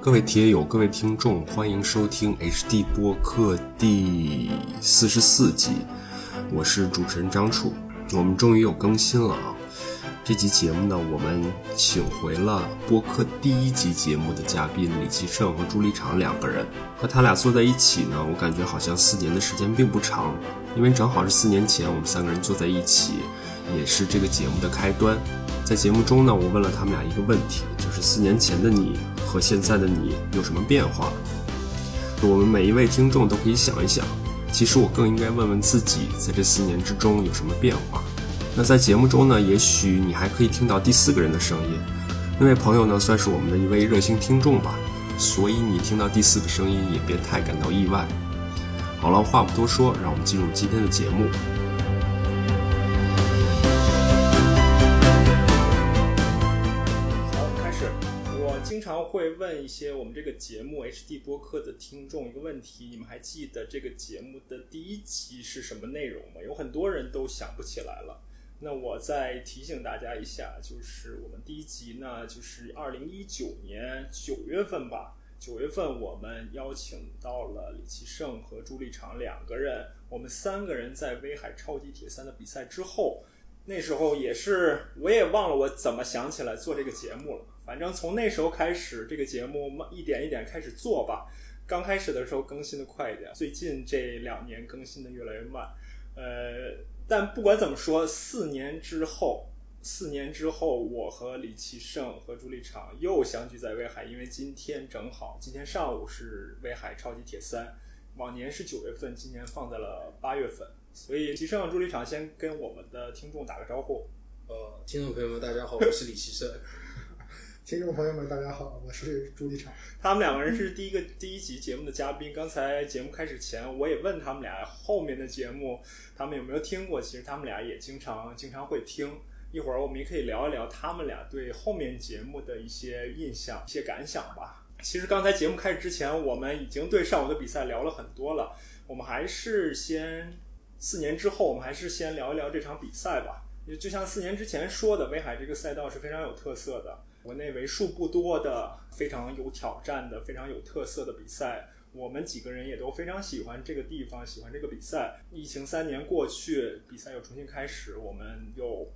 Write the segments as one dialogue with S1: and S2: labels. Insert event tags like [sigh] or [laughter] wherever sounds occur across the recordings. S1: 各位铁友，各位听众，欢迎收听 HD 播客第四十四集，我是主持人张楚。我们终于有更新了啊！这集节目呢，我们请回了播客第一集节目的嘉宾李奇胜和朱立场两个人，和他俩坐在一起呢，我感觉好像四年的时间并不长，因为正好是四年前我们三个人坐在一起，也是这个节目的开端。在节目中呢，我问了他们俩一个问题，就是四年前的你和现在的你有什么变化？我们每一位听众都可以想一想，其实我更应该问问自己，在这四年之中有什么变化。那在节目中呢，也许你还可以听到第四个人的声音，那位朋友呢，算是我们的一位热心听众吧，所以你听到第四个声音也别太感到意外。好了，话不多说，让我们进入今天的节目。
S2: 好，开始。我经常会问一些我们这个节目 HD 播客的听众一个问题：你们还记得这个节目的第一期是什么内容吗？有很多人都想不起来了。那我再提醒大家一下，就是我们第一集呢，就是二零一九年九月份吧。九月份我们邀请到了李奇胜和朱立场两个人，我们三个人在威海超级铁三的比赛之后，那时候也是，我也忘了我怎么想起来做这个节目了。反正从那时候开始，这个节目慢一点一点开始做吧。刚开始的时候更新的快一点，最近这两年更新的越来越慢。呃，但不管怎么说，四年之后，四年之后，我和李奇胜和朱立场又相聚在威海，因为今天正好，今天上午是威海超级铁三，往年是九月份，今年放在了八月份，所以奇胜、朱立场先跟我们的听众打个招呼。
S3: 呃，听众朋友们，大家好，我是李奇胜。
S4: 听众朋友们，大家好，我是朱立场。
S2: 他们两个人是第一个第一集节目的嘉宾。刚才节目开始前，我也问他们俩后面的节目他们有没有听过。其实他们俩也经常经常会听。一会儿我们也可以聊一聊他们俩对后面节目的一些印象、一些感想吧。其实刚才节目开始之前，我们已经对上午的比赛聊了很多了。我们还是先四年之后，我们还是先聊一聊这场比赛吧。就像四年之前说的，威海这个赛道是非常有特色的。国内为数不多的非常有挑战的、非常有特色的比赛，我们几个人也都非常喜欢这个地方，喜欢这个比赛。疫情三年过去，比赛又重新开始，我们又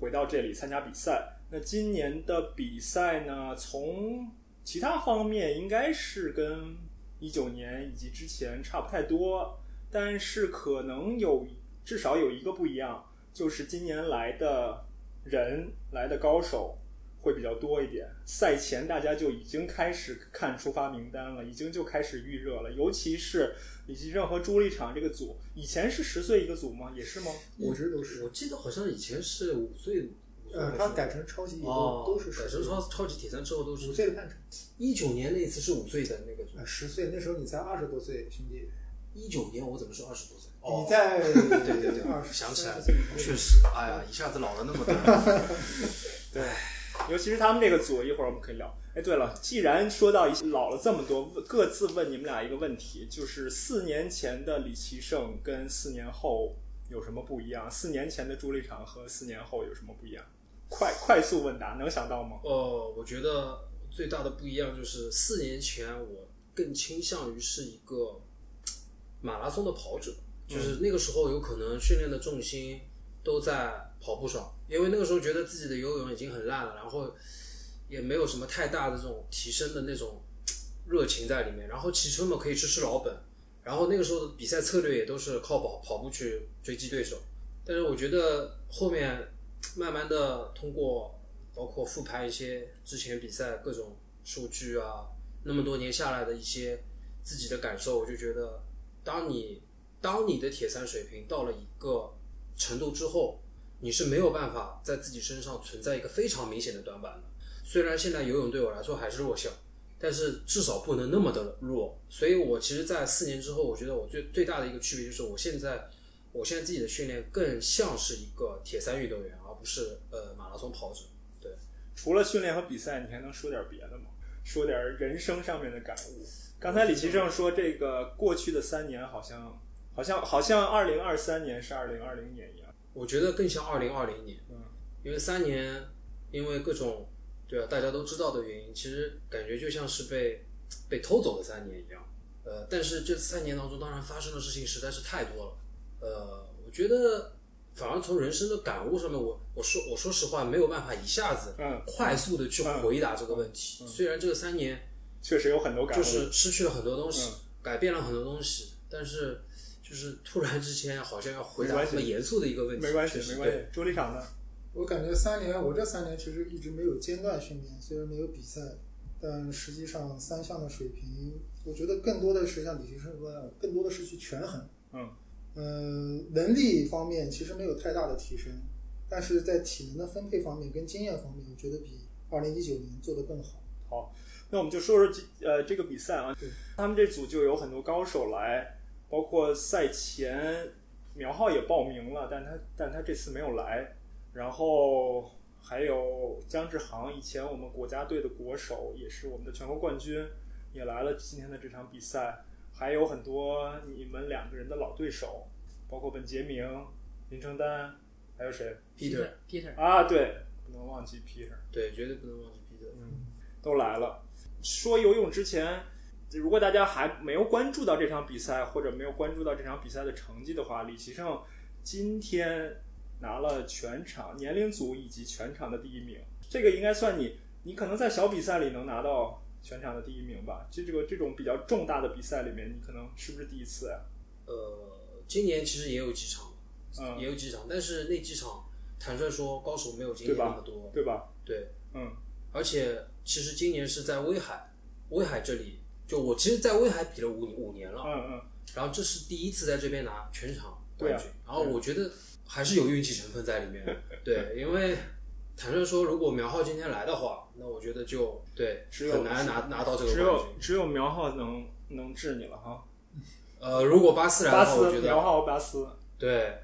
S2: 回到这里参加比赛。那今年的比赛呢，从其他方面应该是跟一九年以及之前差不太多，但是可能有至少有一个不一样，就是今年来的人来的高手。会比较多一点。赛前大家就已经开始看出发名单了，已经就开始预热了。尤其是以及任何朱立场这个组，以前是十岁一个组吗？也是吗？
S4: 一直都是
S3: [laughs] 我记得好像以前是五岁，五岁
S4: 嗯呃，他改成超级以后
S3: 哦，
S4: 都是
S3: 改
S4: 十岁
S3: 成，超超级铁三之后都是
S4: 五岁的。半程。
S3: 一九年那一次是五岁的那个组
S4: 呃，，十岁那时候你才二十多岁，兄弟，
S3: 一九年我怎么是二十多岁？
S4: 你在
S3: 哦对对对
S4: 二，十
S3: 想起来了
S4: 三十，岁
S3: 确实，哎呀，一下子老了那么
S4: [laughs]
S3: 多。
S2: 对，尤其是他们这个组，一会儿我们可以聊。哎，对了，既然说到一些老了这么多，各自问你们俩一个问题，就是四年前的李奇胜跟四年后有什么不一样？四年前的朱立场和四年后有什么不一样？快快速问答，能想到吗？
S3: 哦，我觉得最大的不一样就是四年前我更倾向于是一个马拉松的跑者，就是那个时候有可能训练的重心都在跑步上，因为那个时候觉得自己的游泳已经很烂了，然后也没有什么太大的这种提升的那种热情在里面。然后骑车嘛，可以吃吃老本，然后那个时候的比赛策略也都是靠跑跑步去追击对手。但是我觉得后面慢慢的通过包括复盘一些之前比赛各种数据啊，那么多年下来的一些自己的感受，我就觉得，当你当你的铁三水平到了一个程度之后，你是没有办法在自己身上存在一个非常明显的短板的。虽然现在游泳对我来说还是弱项，但是至少不能那么的弱。所以我其实，在四年之后，我觉得我最最大的一个区别就是，我现在我现在自己的训练更像是一个铁三运动员，而不是呃马拉松跑者。
S2: 除了训练和比赛，你还能说点别的吗？说点人生上面的感悟。刚才李奇正说，这个过去的三年好像，好像，好像二零二三年是二零二零年一样。
S3: 我觉得更像二零二零年，
S2: 嗯，
S3: 因为三年，因为各种对啊，大家都知道的原因，其实感觉就像是被被偷走的三年一样。呃，但是这三年当中，当然发生的事情实在是太多了。呃，我觉得反而从人生的感悟上面，我我说我说实话，没有办法一下子
S2: 嗯
S3: 快速的去回答这个问题。虽然这个三年
S2: 确实有很多感
S3: 就
S2: 悟。
S3: 是失去了很多东西
S2: 嗯，
S3: 改变了很多东西，但是就是突然之间好像要回
S2: 没
S3: 答
S2: 关系
S3: 这么严肃的一个问题，
S2: 没关系
S3: 确，实
S2: 没关。系
S3: 对。
S2: 朱立场呢？
S4: 我感觉三年，我这三年其实一直没有间断训练，虽然没有比赛，但实际上三项的水平，我觉得更多的是像李医生说的，更多的是去权衡。
S2: 嗯
S4: 嗯，能力方面其实没有太大的提升，但是在体能的分配方面跟经验方面，我觉得比二零一九年做得更好。
S2: 那我们就说说这呃这个比赛啊
S4: 对，
S3: 嗯
S2: 他们这组就有很多高手来，包括赛前苗浩也报名了，但他但他这次没有来，然后还有姜志航，以前我们国家队的国手，也是我们的全国冠军，也来了今天的这场比赛，还有很多你们两个人的老对手，包括本杰明、林承丹，还有谁
S3: Peter，
S5: Peter，
S2: 啊？对，不能忘记 Peter。
S3: 对，绝对不能忘记 Peter。
S2: 嗯，都来了。说游泳之前，如果大家还没有关注到这场比赛，或者没有关注到这场比赛的成绩的话，李奇胜今天拿了全场年龄组以及全场的第一名，这个应该算你，你可能在小比赛里能拿到全场的第一名吧？这这个这种比较重大的比赛里面，你可能是不是第一次呀、啊
S3: 呃，今年其实也有几场，
S2: 嗯
S3: 也有几场，但是那几场坦率说，高手没有今
S2: 对
S3: 年
S2: 吧
S3: 那么多。
S2: 对吧？
S3: 对，
S2: 嗯
S3: 而且其实今年是在威海，威海这里，就我其实，在威海比了五五年了，
S2: 嗯嗯，
S3: 然后这是第一次在这边拿全场
S2: 对
S3: 冠
S2: 啊嗯
S3: 军，然后我觉得还是有运气成分在里面的，对，因为坦率说，如果苗浩今天来的话，那我觉得就对
S2: 只有
S3: 很难拿拿到这
S2: 只
S3: 个
S2: 有
S3: 冠军。
S2: 只有苗浩能能治你了哈，
S3: 呃，如果巴斯来
S2: 巴
S3: 的话，我
S2: 斯
S3: 觉
S2: 苗
S3: 得
S2: 浩巴斯。
S3: 对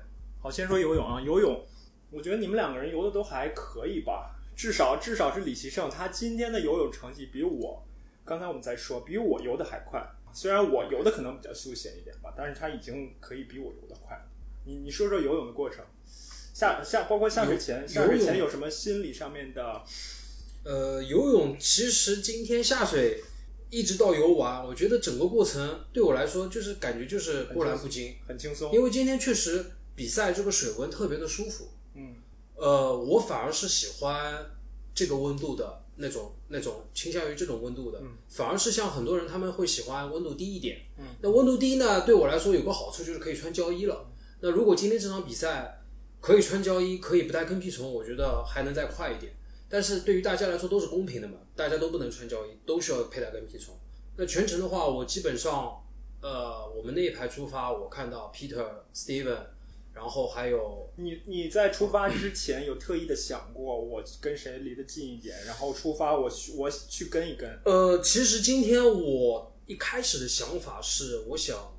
S2: 好，先说游泳啊，游泳，我觉得你们两个人游的都还可以吧，至少至少是李奇胜，他今天的游泳成绩比我，刚才我们在说，比我游的还快。虽然我游的可能比较休闲一点吧，但是他已经可以比我游的快了。你你说说游泳的过程，下下包括下水前，
S3: 游
S2: 下水前
S3: 游泳
S2: 有什么心理上面的？
S3: 呃，游泳其实今天下水一直到游完，我觉得整个过程对我来说就是感觉就是波澜不惊，
S2: 很轻松，
S3: 因为今天确实比赛这个水温特别的舒服，
S2: 嗯
S3: 呃，我反而是喜欢这个温度的那种那种倾向于这种温度的，
S2: 嗯
S3: 反而是像很多人他们会喜欢温度低一点。
S2: 嗯
S3: 那温度低呢，对我来说有个好处就是可以穿胶衣了。那如果今天这场比赛可以穿胶衣，可以不带跟屁虫，我觉得还能再快一点。但是对于大家来说都是公平的嘛，大家都不能穿胶衣，都需要佩戴跟屁虫。那全程的话，我基本上，呃，我们那一排出发，我看到 Peter、Steven，然后还有
S2: 你你在出发之前有特意的想过我跟谁离得近一点，然后出发我去我去跟一跟，
S3: 呃，其实今天我一开始的想法是，我想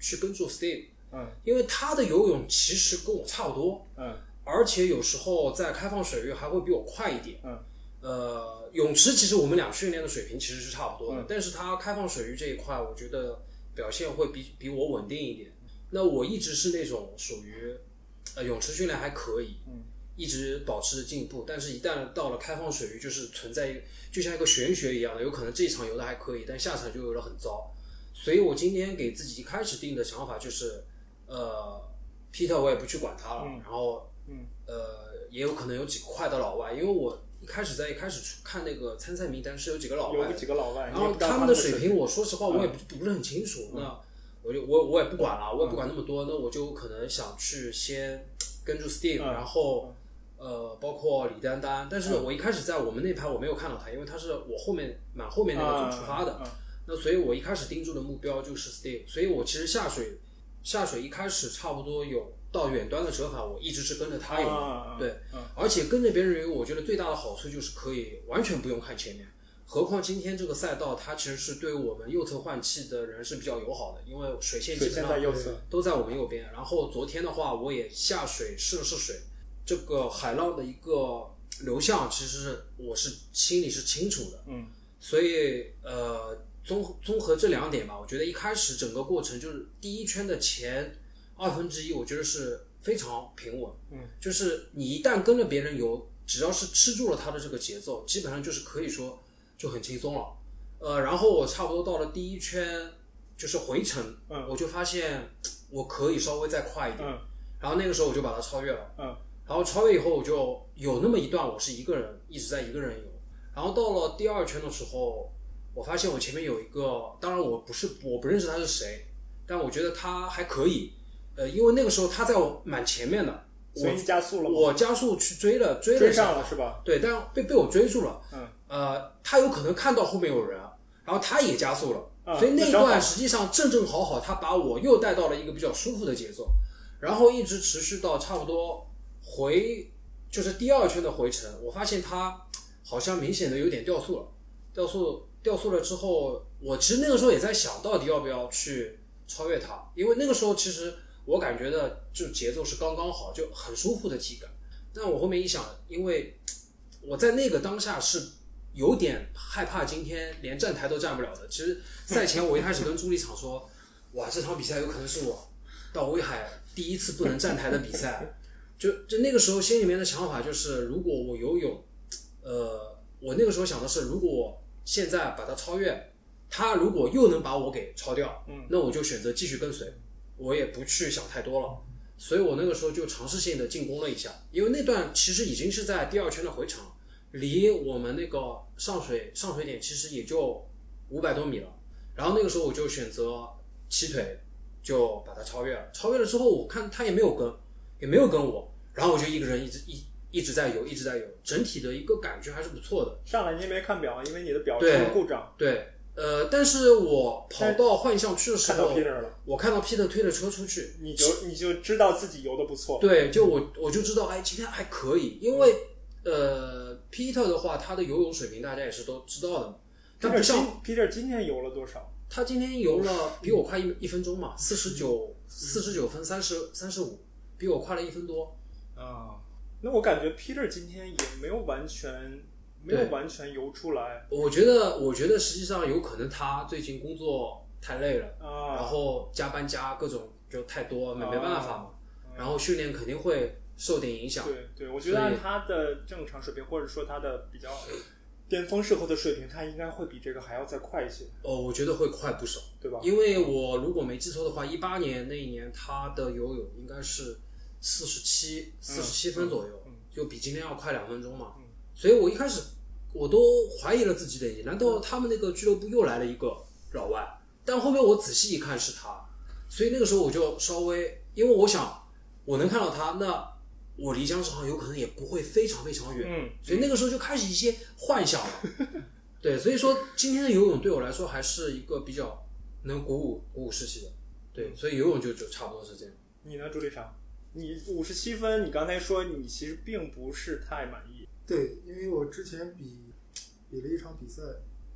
S3: 去跟住 Steve，
S2: 嗯
S3: 因为他的游泳其实跟我差不多，
S2: 嗯
S3: 而且有时候在开放水域还会比我快一点。
S2: 嗯，
S3: 呃，泳池其实我们俩训练的水平其实是差不多的，
S2: 嗯
S3: 但是他开放水域这一块，我觉得表现会比比我稳定一点。那我一直是那种属于，呃，泳池训练还可以，
S2: 嗯，
S3: 一直保持着进步，但是一旦到了开放水域，就是存在一个就像一个玄学一样的，有可能这一场游的还可以，但下场就游的很糟。所以我今天给自己一开始定的想法就是，呃，Peter 我也不去管他了，
S2: 嗯
S3: 然后
S2: 嗯
S3: 呃，也有可能有几个快的老外，因为我一开始在一开始出看那个参赛名单是有几个老外
S2: 有
S3: 的，
S2: 几个老外，
S3: 哦然
S2: 你也
S3: 后
S2: 不知道
S3: 他
S2: 他
S3: 们
S2: 的
S3: 的水
S2: 平
S3: 平，我说实话我也
S2: 嗯
S3: 不不是很清楚。那我就我我也不管了，
S2: 嗯
S3: 我也不管那么多，那我就可能想去先跟住 Steve，、
S2: 嗯
S3: 然后呃，包括李丹丹。但是我一开始在我们那排我没有看到他，因为他是我后面蛮后面那个组出发的。
S2: 嗯嗯
S3: 那所以我一开始盯住的目标就是 Steve，所以我其实下水下水一开始差不多有到远端的折返，我一直是跟着他游的。
S2: 啊，
S3: 对
S2: 嗯，
S3: 而且跟着别人游，我觉得最大的好处就是可以完全不用看前面。何况今天这个赛道，它其实是对我们右侧换气的人是比较友好的，因为水线基
S2: 水
S3: 本
S2: 现在
S3: 上
S2: 又次，
S3: 都在我们右边。然后昨天的话，我也下水试了试水，这个海浪的一个流向，其实我是心里是清楚的。
S2: 嗯
S3: 所以呃，综合综合这两点吧，我觉得一开始整个过程就是第一圈的前二分之一，我觉得是非常平稳。
S2: 嗯，
S3: 就是你一旦跟着别人游，只要是吃住了他的这个节奏，基本上就是可以说就很轻松了。呃，然后我差不多到了第一圈，就是回程，
S2: 嗯
S3: 我就发现我可以稍微再快一点，
S2: 嗯
S3: 然后那个时候我就把它超越了。
S2: 嗯，
S3: 然后超越以后，我就有那么一段我是一个人，一直在一个人游。然后到了第二圈的时候，我发现我前面有一个，当然我不是我不认识他是谁，但我觉得他还可以。呃，因为那个时候他在我蛮前面的，
S2: 所以你加速了吗？
S3: 我加速去追了，追了
S2: 追
S3: 一下
S2: 上了是吧？
S3: 对，但被被我追住了。
S2: 嗯，
S3: 呃，他有可能看到后面有人，啊然后他也加速了，
S2: 啊
S3: 所以那一
S2: 那正好
S3: 段实际上正正好好，他把我又带到了一个比较舒服的节奏，然后一直持续到差不多回就是第二圈的回程，我发现他好像明显的有点掉速了，掉速掉速了之后，我其实那个时候也在想到底要不要去超越他，因为那个时候其实我感觉的就节奏是刚刚好，就很舒服的体感。但我后面一想，因为我在那个当下是有点害怕，今天连站台都站不了的。其实赛前我一开始跟朱立场说，哇，这场比赛有可能是我到威海第一次不能站台的比赛。就就那个时候心里面的想法就是，如果我游泳，呃，我那个时候想的是，如果我现在把他超越，他如果又能把我给超掉，
S2: 嗯
S3: 那我就选择继续跟随，我也不去想太多了。所以我那个时候就尝试性的进攻了一下，因为那段其实已经是在第二圈的回程，离我们那个上水上水点其实也就五百多米了。然后那个时候我就选择起腿就把它超越了，超越了之后我看他也没有跟，也没有跟我，然后我就一个人一直一一直在游，一直在游，整体的一个感觉还是不错的。
S2: 上来你也没看表，因为你的表出
S3: 对
S2: 了故障，
S3: 对，呃，但是我跑到换向区的时
S2: 看到
S3: 候，
S2: Peter 了，
S3: 我看到 Peter 推着车出去，
S2: 你就你就知道自己游的不错。
S3: 对，就我我就知道，哎，今天还可以，因为呃，Peter 的话，他的游泳水平大家也是都知道的，但不
S2: Peter 今
S3: 像
S2: Peter 今天游了多少？
S3: 他今天游了比我快一一分钟嘛，四十九四十九分三十三十五，比我快了一分多。
S2: 啊，那我感觉 Peter 今天也没有完全没有
S3: 对
S2: 完全游出来
S3: 我觉得，我觉得实际上有可能他最近工作太累了，然
S2: 啊。
S3: 后加班加各种就太多，没
S2: 啊
S3: 没办法嘛。然后训练肯定会受点影响。
S2: 对对，我觉得
S3: 所以
S2: 按他的正常水平，或者说他的比较巅峰时候的水平，他应该会比这个还要再快一些，
S3: 哦，我觉得会快不少，
S2: 对吧？
S3: 因为我如果没记错的话，一八年那一年他的游泳应该是四十七四十七分左右，
S2: 嗯嗯嗯
S3: 就比今天要快两分钟嘛。
S2: 嗯
S3: 所以我一开始我都怀疑了自己的眼睛，难
S2: 嗯
S3: 道他们那个俱乐部又来了一个老外？但后面我仔细一看是他，所以那个时候我就稍微，因为我想我能看到他，那我离江世航有可能也不会非常非常远，
S2: 嗯，
S3: 所以那个时候就开始一些幻想了。对，所以说今天的游泳对我来说还是一个比较能鼓舞鼓舞士气的。对，所以游泳就就差不多是这样。
S2: 你呢，朱立长？你五十七分，你刚才说你其实并不是太满意。
S4: 对，因为我之前比比了一场比赛，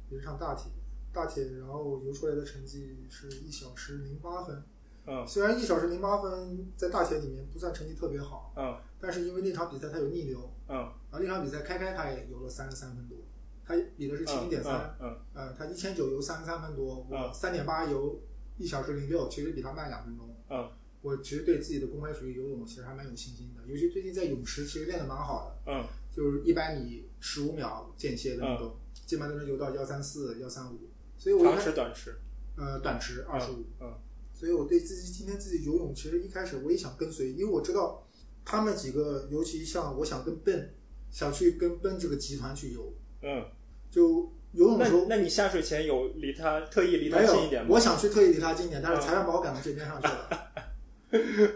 S4: 比了一场大铁，大铁，然后游出来的成绩是一小时零八分。
S2: 嗯
S4: 虽然一小时零八分在大铁里面不算成绩特别好，
S2: 嗯
S4: 但是因为那场比赛它有逆流，
S2: 嗯，
S4: 然后那场比赛开开他也游了三十三分多，他比的是七零点三
S2: 嗯，嗯
S4: 呃，他一千九游三十三分多，
S2: 嗯
S4: 我三点八游一小时零六，其实比他慢两分钟。
S2: 嗯
S4: 我其实对自己的公开水域游泳其实还蛮有信心的，尤其最近在泳池其实练得蛮好的，
S2: 嗯
S4: 就是一百米十五秒间歇的运动，基本上都能游到幺三四、幺三五，所以
S2: 嗯，
S4: 我一
S2: 长
S4: 开
S2: 池短池。
S4: 呃短池二十五，
S2: 嗯
S4: 所以我对自己今天自己游泳，其实一开始我也想跟随，因为我知道他们几个，尤其像我想跟奔，想去跟奔这个集团去游，
S2: 嗯，
S4: 就游泳的
S2: 那
S4: 时候
S2: 那你下水前有离他特意离他
S4: 没有嗯
S2: 近一点，吗？
S4: 我想去特意离他近一点，但是裁判把我赶到最边上去了。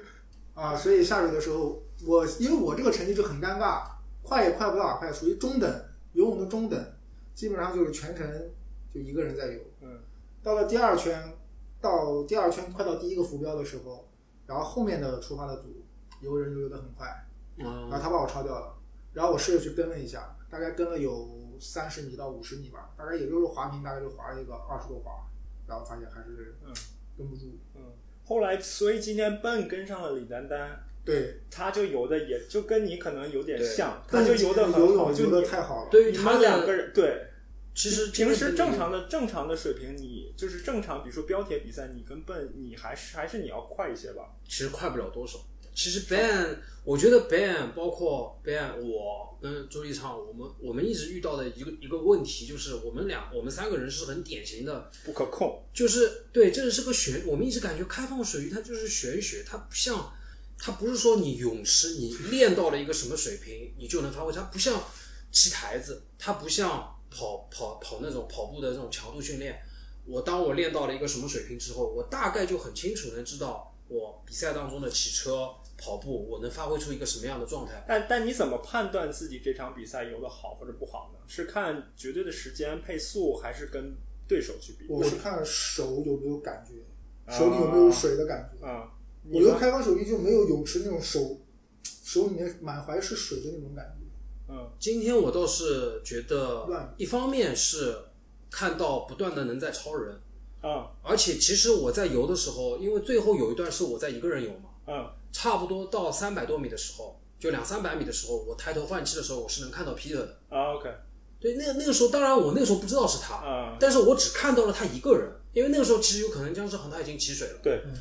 S4: 啊，所以下水的时候，我因为我这个成绩就很尴尬，快也快不到哪快，属于中等，游泳的中等，基本上就是全程就一个人在游。
S2: 嗯，
S4: 到了第二圈，到第二圈快到第一个浮标的时候，然后后面的出发的组游人游得很快，
S2: 啊
S4: 然后
S3: 嗯，
S4: 他把我超掉了，然后我试着去跟了一下，大概跟了有三十米到五十米吧，大概也就是滑屏，大概就滑了一个二十多滑，然后发现还是
S2: 嗯
S4: 跟不住。
S2: 嗯，后来所以今天笨跟上了李丹丹，
S4: 对，
S2: 他就游的也就跟你可能有点
S3: 对
S2: 像，他
S4: 但
S2: 就是游的
S4: 今天游
S2: 很好，
S4: 泳
S2: 就
S4: 游的
S2: 你
S4: 太好了。
S3: 对于
S2: 你
S3: 他
S2: 们两个
S3: 的
S2: 人对，
S3: 其实
S2: 平时正常的正常的水平，你就是正常，比如说标铁比赛，你跟笨你还是还是你要快一些吧，
S3: 其实快不了多少，其实 ban，我觉得 ban 包括 ban，我跟周立畅，我们我们一直遇到的一个一个问题就是，我们俩我们三个人是很典型的，
S2: 不可控，
S3: 就是对，这是个玄，我们一直感觉开放水域它就是玄学，它不像，它不是说你泳池你练到了一个什么水平你就能发挥，它不像骑台子，它不像跑跑跑那种跑步的这种强度训练。我当我练到了一个什么水平之后，我大概就很清楚能知道我比赛当中的骑车、跑步，我能发挥出一个什么样的状态。
S2: 但但你怎么判断自己这场比赛游的好或者不好呢？是看绝对的时间配速，还是跟对手去比？
S4: 我是看手有没有感觉，
S2: 啊
S4: 手里有没有水的感觉。
S2: 啊，
S4: 我
S2: 你
S4: 觉
S2: 呢
S4: 得开放手臂就没有泳池那种手手里面满怀是水的那种感觉。
S2: 嗯
S3: 今天我倒是觉
S4: 乱
S3: 得，一方面是看到不断的能在超人，
S2: 嗯
S3: 而且其实我在游的时候，因为最后有一段是我在一个人游嘛，
S2: 嗯
S3: 差不多到三百多米的时候，就两三百米的时候，我抬头换气的时候，我是能看到 Peter 的。
S2: 啊，OK，
S3: 对，那那个时候，当然我那个时候不知道是他，
S2: 啊，
S3: 但是我只看到了他一个人，因为那个时候其实有可能江之航他已经起水了。
S2: 对
S4: 嗯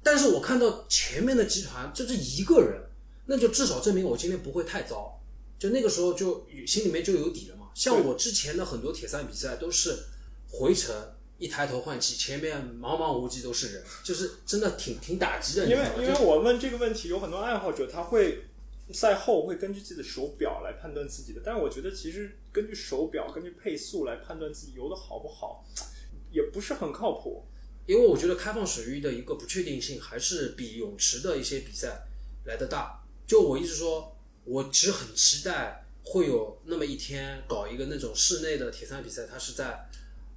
S3: 但是我看到前面的集团就是一个人，那就至少证明我今天不会太糟。就那个时候就心里面就有底了嘛。像
S2: 对
S3: 我之前的很多铁三比赛都是回程一抬头换气，前面茫茫无际都是人，就是真的挺挺打击的，你
S2: 因
S3: 知道
S2: 为
S3: 吗？
S2: 因
S3: 就
S2: 为我问这个问题，有很多爱好者他会赛后会根据自己的手表来判断自己的，但是我觉得其实根据手表、根据配速来判断自己游的好不好，也不是很靠谱。
S3: 因为我觉得开放水域的一个不确定性还是比泳池的一些比赛来的大。就我一直说，我其实很期待会有那么一天搞一个那种室内的铁三比赛，它是在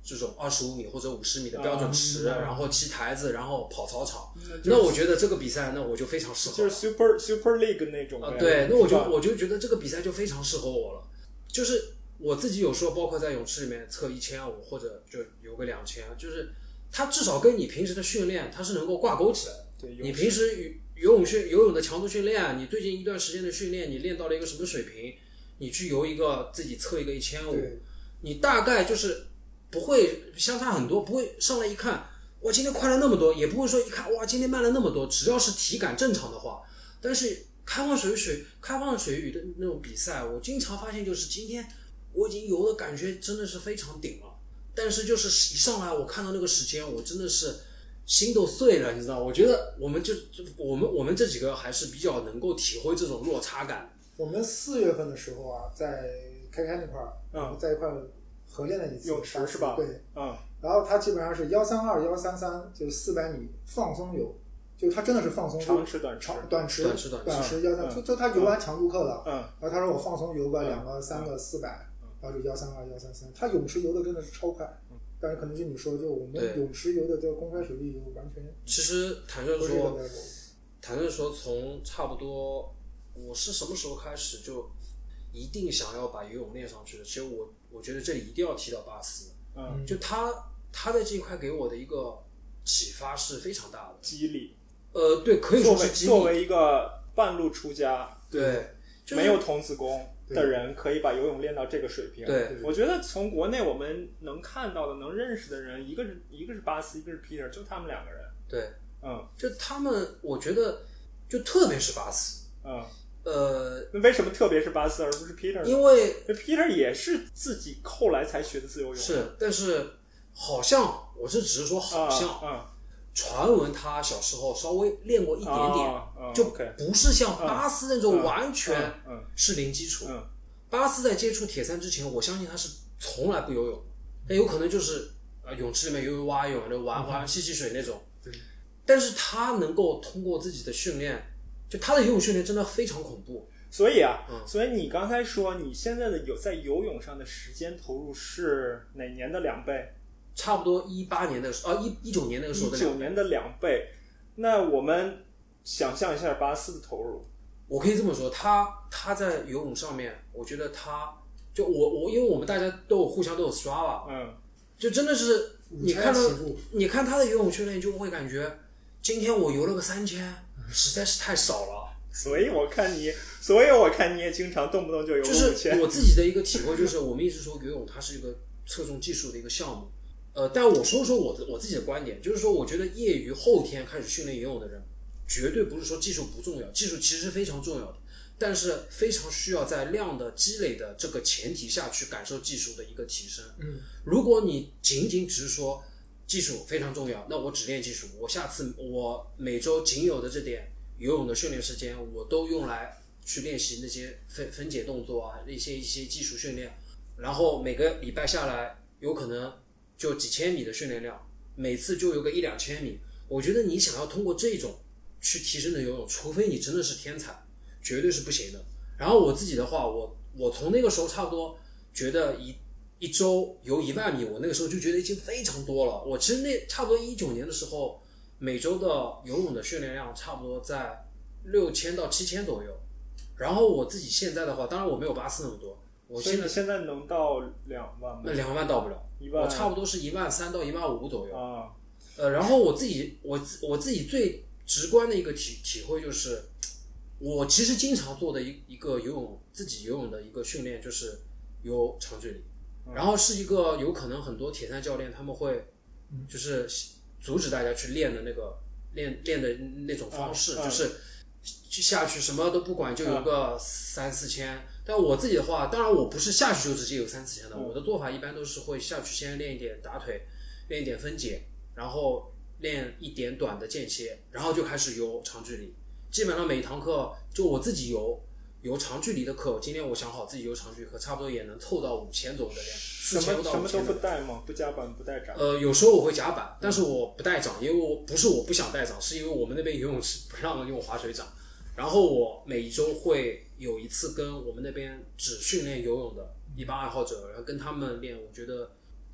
S3: 这种二十五米或者五十米的标准池，
S4: 啊
S3: 然后砌台子，然后跑操场。
S2: 就是
S3: 那我觉得这个比赛，那我就非常适合
S2: 就
S3: 了。
S2: 是 Super Super League 那种
S3: 啊
S2: 呗，
S3: 对，那我
S2: 是
S3: 就
S2: 吧
S3: 我就觉得这个比赛就非常适合我了。就是我自己有时候包括在泳池里面测一千五或者就有个两千，就是它至少跟你平时的训练它是能够挂钩起来的。
S2: 对
S3: 你平时游游泳训游泳的强度训练，啊你最近一段时间的训练，你练到了一个什么水平？你去游一个自己测一个一千五，
S4: 对，
S3: 你大概就是不会相差很多，不会上来一看，哇，今天快了那么多，也不会说一看，哇，今天慢了那么多。只要是体感正常的话，但是开放水域水开放水域的那种比赛，我经常发现就是今天我已经游的感觉真的是非常顶了，但是就是一上来我看到那个时间，我真的是。心都碎了，你知道？我觉得我们就就我们我们这几个还是比较能够体会这种落差感。
S4: 我们四月份的时候啊，在开开那块儿，
S2: 嗯
S4: 我们在一块儿合练了一次
S2: 泳池是吧
S4: 对，
S2: 嗯
S4: 然后他基本上是幺三二、幺三三，就是四百米放松游，就他真的是放松
S2: 长
S4: 游，
S2: 池短池，
S4: 长短池、
S3: 短池短池
S4: 池幺三，
S2: 嗯
S4: 就就他游完强度课了。
S2: 嗯
S4: 然后他说我放松游个
S2: 嗯
S4: 两个、三个、四百
S2: 嗯，
S4: 然后就幺三二、幺三三。他泳池游的真的是超快
S2: 嗯，
S4: 但是可能就你说，就我们
S3: 对
S4: 泳池游的这个公开水域游完全
S3: 其实坦率
S4: 不
S3: 说，
S4: 是一个 level。
S3: 坦率说，从差不多我是什么时候开始就一定想要把游泳练上去的？其实我我觉得这里一定要提到巴斯，
S2: 嗯，
S3: 就他他在这一块给我的一个启发是非常大的。
S2: 激励，
S3: 呃，对，可以
S2: 作
S3: 说
S2: 为
S3: 是激
S2: 作
S3: 励，
S2: 为一个半路出家，
S3: 对，就是
S2: 没有童子功的
S4: 对
S2: 人，可以把游泳练到这个水平。
S3: 对
S2: 我觉得从国内我们能看到的、能认识的人，一个是一个是巴斯，一个是 Peter，就他们两个人。
S3: 对，
S2: 嗯
S3: 就他们，我觉得就特别是巴斯，
S2: 嗯，
S3: 呃，
S2: 那为什么特别是巴斯而不是 Peter 呢？
S3: 因为
S2: 那 Peter 也是自己后来才学的自由泳，
S3: 是，但是好像我是只是说
S2: 啊
S3: 好像，
S2: 啊，
S3: 传闻他小时候稍微练过一
S2: 一
S3: 点点，就
S2: 就啊哦 OK，
S3: 不是像巴斯那
S2: 嗯
S3: 种完全
S2: 嗯
S3: 是零基础。
S2: 嗯
S3: 巴斯在接触铁三之前，我相信他是从来不游泳，那有可能就是呃泳池里面游游蛙泳，就
S2: 嗯
S3: 玩玩吸吸水那种。
S4: 对
S3: 但是他能够通过自己的训练，就他的游泳训练真的非常恐怖。
S2: 所以啊，
S3: 嗯
S2: 所以你刚才说你现在的有在游泳上的时间投入是哪年的两倍？
S3: 差不多一八年那个时候，啊一一九年那个时候
S2: 一
S3: 的
S2: 九
S3: 两，
S2: 年的两倍。那我们想象一下巴斯的投入，
S3: 我可以这么说，他他在游泳上面，我觉得他就我我，因为我们大家都有互相都有刷吧，
S2: 嗯，
S3: 就真的是你看到
S4: 午餐起步
S3: 你看他的游泳训练，就会感觉今天我游了个三千，实在是太少了。
S2: 所以我看你，所以我看你也经常动不动就游
S3: 就
S2: 五
S3: 是
S2: 千，
S3: 我自己的一个体会，就是我们一直说游泳它是一个侧重技术的一个项目，呃，但我说说我的我自己的观点，就是说我觉得业余后天开始训练游泳的人，绝对不是说技术不重要，技术其实非常重要的，但是非常需要在量的积累的这个前提下去感受技术的一个提升。
S4: 嗯，
S3: 如果你仅仅只是说技术非常重要，那我只练技术，我下次我每周仅有的这点游泳的训练时间，我都用来去练习那些分分解动作啊，一些一些技术训练，然后每个礼拜下来，有可能就几千米的训练量，每次就有个一两千米。我觉得你想要通过这种去提升的游泳，除非你真的是天才，绝对是不行的。然后我自己的话，我我从那个时候差不多觉得一一周游一万米，我那个时候就觉得已经非常多了。我其实那差不多一九年的时候，每周的游泳的训练量差不多在六千到七千左右。然后我自己现在的话，当然我没有八四那么多，我
S2: 所以
S3: 现在
S2: 你现在能到两万吗
S3: 那？两万到不了，
S2: 一万
S3: 呃我差不多是一万三到一万五左右。
S2: 啊，
S3: 呃，然后我自己我自我自己最直观的一个体体会就是，我其实经常做的一一个游泳自己游泳的一个训练就是游长距离，然后是一个有可能很多铁三教练他们会
S4: 嗯
S3: 就是阻止大家去练的那个练练的那种方式，
S2: 嗯嗯
S3: 就是就下去什么都不管就游个三四千。但我自己的话，当然我不是下去就直接有三四千的，
S2: 嗯
S3: 我的做法一般都是会下去先练一点打腿，练一点分解，然后练一点短的间歇，然后就开始游长距离。基本上每一堂课就我自己游游长距离的课，今天我想好自己游长距离课，差不多也能凑到五千左右的量，
S2: 什
S3: 四千
S2: 么
S3: 到
S2: 什
S3: 五
S2: 么都
S3: 千
S2: 不带吗？不加板不带闸。
S3: 呃，有时候我会夹板，但是我不带掌，因为我不是我不想带掌，是因为我们那边游泳池不让用滑水掌。然后我每一周会有一次跟我们那边只训练游泳的一帮爱好者，然后跟他们练。我觉得，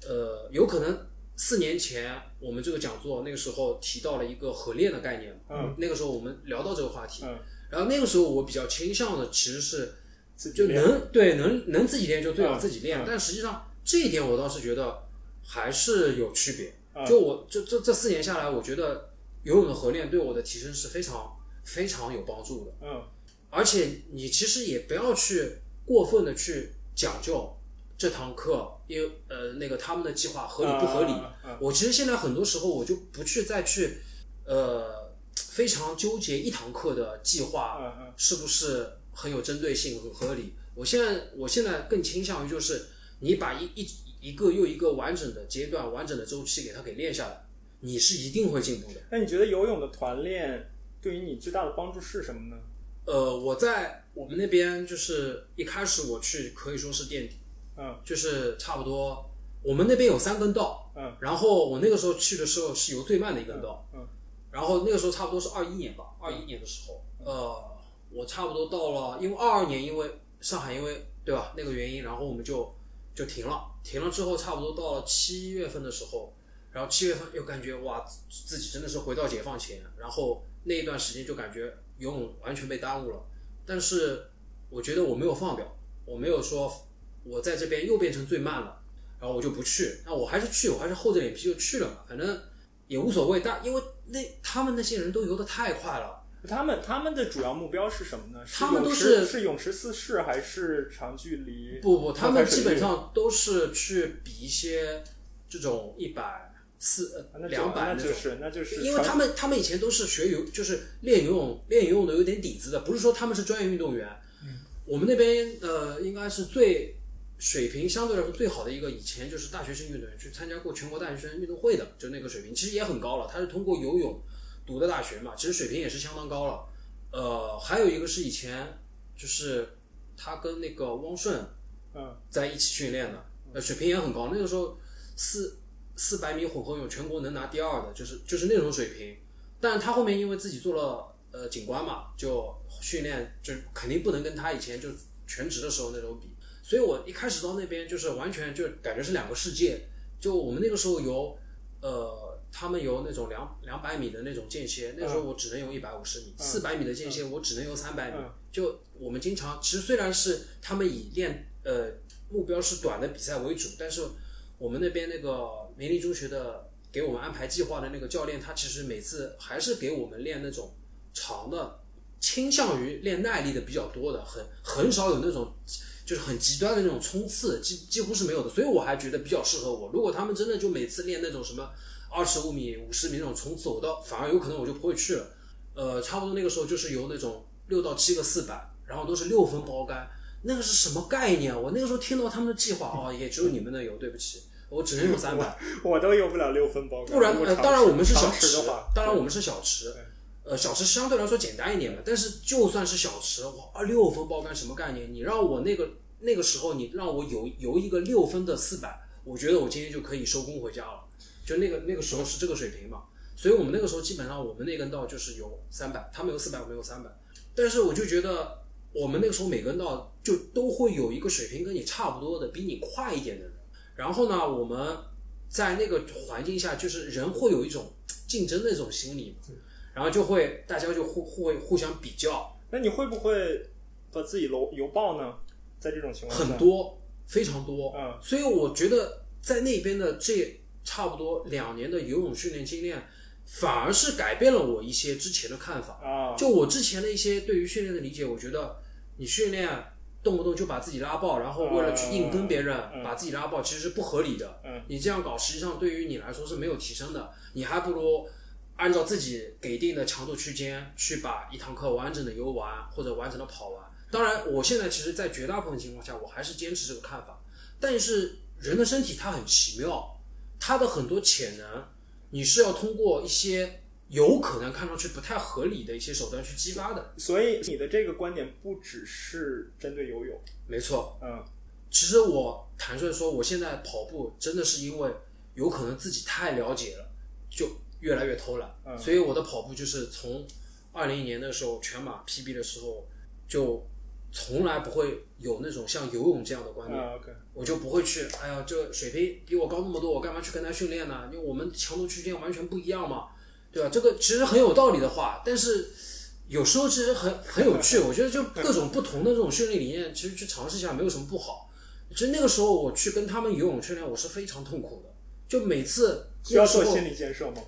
S3: 呃，有可能四年前我们这个讲座那个时候提到了一个合练的概念，
S2: 嗯，
S3: 那个时候我们聊到这个话题，
S2: 嗯，
S3: 然后那个时候我比较倾向的其实是
S2: 自己
S3: 就
S2: 练啊
S3: 能对能能自己练就最好
S2: 嗯
S3: 自己练，
S2: 嗯
S3: 但实际上这一点我倒是觉得还是有区别。
S2: 嗯
S3: 就我这这这四年下来，我觉得游泳的合练对我的提升是非常非常有帮助的。
S2: 嗯
S3: 而且你其实也不要去过分的去讲究这堂课，因为呃那个他们的计划合理不合理。
S2: 啊啊啊啊
S3: 我其实现在很多时候我就不去再去呃非常纠结一堂课的计划。
S2: 嗯嗯
S3: 是不是很有针对性、很合理？我现在我现在更倾向于就是你把一一一个又一个完整的阶段、完整的周期给它给练下来，你是一定会进步的。
S2: 那你觉得游泳的团练对于你最大的帮助是什么呢？
S3: 呃，我在我们那边就是一开始我去可以说是垫底，
S2: 嗯
S3: 就是差不多我们那边有三根道，
S2: 嗯，
S3: 然后我那个时候去的时候是游最慢的一根道，
S2: 嗯嗯
S3: 然后那个时候差不多是二一年吧，二一年的时候，
S2: 嗯
S3: 呃，我差不多到了，因为二二年因为上海因为对吧那个原因，然后我们就就停了，停了之后差不多到了七月份的时候，然后七月份又感觉哇自自己真的是回到解放前，然后那一段时间就感觉游泳完全被耽误了，但是我觉得我没有放掉，我没有说我在这边又变成最慢了，然后我就不去，那我还是去，我还是厚着脸皮就去了嘛，反正也无所谓。但因为那他们那些人都游得太快了，
S2: 他们他们的主要目标是什么呢？是
S3: 他们都
S2: 泳
S3: 是
S2: 池是泳池四式还是长距离？
S3: 不不，他们
S2: 水
S3: 基
S2: 域
S3: 本上都是去比一些这种一百四
S2: 啊那就
S3: 两百
S2: 那
S3: 那
S2: 就
S3: 种。
S2: 是那就是
S3: 因为他
S2: 长
S3: 们他们以前都是学游，就是练游泳，练游泳的有点底子的，不是说他们是专业运动员。
S4: 嗯
S3: 我们那边呃，应该是最水平相对来说最好的一个，以前就是大学生运动员去参加过全国大学生运动会的，就那个水平其实也很高了。他是通过游泳读的大学嘛，其实水平也是相当高了。呃，还有一个是以前就是他跟那个汪顺
S2: 嗯
S3: 在一起训练的，呃，水平也很高。那个时候四四百米混合泳全国能拿第二的，就是就是那种水平。但是他后面因为自己做了呃警官嘛，就训练就是肯定不能跟他以前就全职的时候那种比。所以我一开始到那边就是完全就感觉是两个世界。就我们那个时候游，呃，他们游那种两两百米的那种间歇，那时候我只能游一百五十米，
S2: 嗯
S3: 四百米的间歇我只能游三百米
S2: 嗯。
S3: 就我们经常，其实虽然是他们以练呃目标是短的比赛为主，但是我们那边那个梅林中学的给我们安排计划的那个教练，他其实每次还是给我们练那种长的，倾向于练耐力的比较多的，很很少有那种就是很极端的那种冲刺，几几乎是没有的。所以我还觉得比较适合我。如果他们真的就每次练那种什么二十五米、五十米那种冲刺，我倒反而有可能我就不会去了。呃，差不多那个时候就是有那种六到七个四百，然后都是六分包干，那个是什么概念？我那个时候听到他们的计划哦，也只有你们的有，对不起，我只能用三百，
S2: 我都用不了六分包干。
S3: 不然
S2: 如果
S3: 呃，
S2: 常
S3: 当然我们是
S2: 常
S3: 小
S2: 吃
S3: 吃
S2: 的话，，嗯
S3: 当然我们是小吃
S2: 对，
S3: 呃，小吃相对来说简单一点嘛，但是就算是小吃，哇，二六分包干什么概念？你让我那个那个时候你让我有有一个六分的四百，我觉得我今天就可以收工回家了，就那个那个时候是这个水平嘛，所以我们那个时候基本上我们那根道就是有三百，他们有四百，我们有三百，但是我就觉得我们那个时候每根道就都会有一个水平跟你差不多的，比你快一点的人。然后呢，我们在那个环境下，就是人会有一种竞争的一种心理
S2: 嗯
S3: 嘛，然后就会大家就互互会互相比较，
S2: 那你会不会把自己楼油爆呢？在这种情况下，
S3: 很多非常多。
S2: 嗯
S3: 所以我觉得在那边的这差不多两年的游泳训练经验，反而是改变了我一些之前的看法。
S2: 啊，
S3: 就我之前的一些对于训练的理解，我觉得你训练动不动就把自己拉爆，然后为了去硬跟别人
S2: 嗯
S3: 把自己拉爆，其实是不合理的。
S2: 嗯
S3: 你这样搞，实际上对于你来说是没有提升的，你还不如按照自己给定的强度区间去把一堂课完整的游完或者完整的跑完。当然，我现在其实，在绝大部分情况下，我还是坚持这个看法。但是人的身体它很奇妙，它的很多潜能，你是要通过一些有可能看上去不太合理的一些手段去激发的。
S2: 所以你的这个观点不只是针对游泳，
S3: 没错，
S2: 嗯
S3: 其实我坦率说，我现在跑步真的是因为有可能自己太了解了，就越来越偷懒，
S2: 嗯
S3: 所以我的跑步就是从二零年的时候全马 PB 的时候，就从来不会有那种像游泳这样的观点，
S2: 啊，OK，
S3: 我就不会去，哎呀，这水平比我高那么多，我干嘛去跟他训练呢？因为我们强度区间完全不一样嘛，对吧？这个其实很有道理的话，但是有时候其实很很有趣，我
S2: [laughs]
S3: 觉得就各种不同的这种训练理念，其实去尝试一下没有什么不好。其实那个时候我去跟他们游泳训练，我是非常痛苦的，就每次
S2: 需
S3: 那
S2: 要
S3: 个时
S2: 做
S3: 候，
S2: 心理建设吗？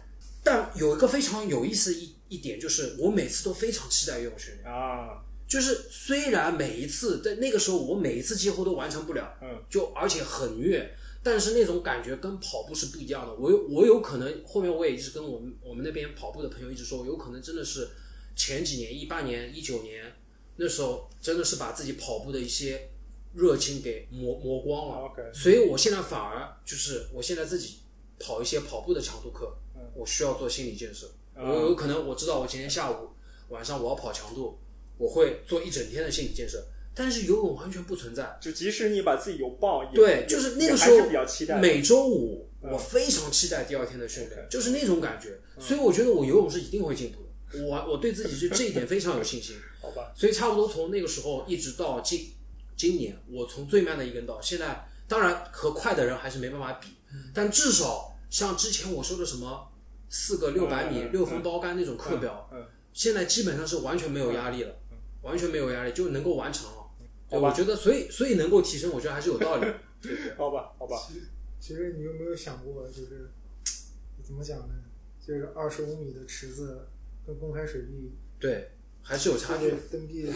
S3: 但有一个非常有意思一一点就是，我每次都非常期待游泳训练，
S2: 啊，
S3: 就是虽然每一次，但那个时候我每一次几乎都完成不了，
S2: 嗯
S3: 就而且很虐，但是那种感觉跟跑步是不一样的。我有我有可能后面我也一直跟我们我们那边跑步的朋友一直说，有可能真的是前几年一八年一九年那时候真的是把自己跑步的一些热情给磨磨光了。
S2: ，OK，
S3: 所以我现在反而就是我现在自己跑一些跑步的长途课
S2: 嗯，
S3: 我需要做心理建设。
S2: 嗯
S3: 我有可能我知道我今天下午晚上我要跑强度，我会做一整天的心理建设，但是游泳完全不存在。
S2: 就即使你把自己油爆，也
S3: 对
S2: 也，
S3: 就是那
S2: 也
S3: 个时
S2: 还是
S3: 候
S2: 比较期待的，
S3: 每周五
S2: 嗯
S3: 我非常期待第二天的训练
S2: OK，嗯
S3: 就是那种感觉。所以我觉得我游泳是一定会进步的，我我对自己是这一点非常有信心。
S2: 好吧，
S3: 所以差不多从那个时候一直到今今年，我从最慢的一根到现在，当然和快的人还是没办法比，
S2: 嗯
S3: 但至少像之前我说的什么四个六百米、
S2: 嗯嗯嗯
S3: 六分包干那种课表，
S2: 嗯，
S3: 现在基本上是完全没有压力了，完全没有压力就能够完成了。对，
S2: 好吧
S3: 我觉得所以所以能够提升，我觉得还是有道理的。对对
S2: 好吧，好吧，
S4: 其实你有没有想过，就是怎么讲呢？就是二十五米的池子跟公开水域，
S3: 对，还是有差
S4: 它
S3: 距
S4: 的
S3: 的。
S4: 蹬壁就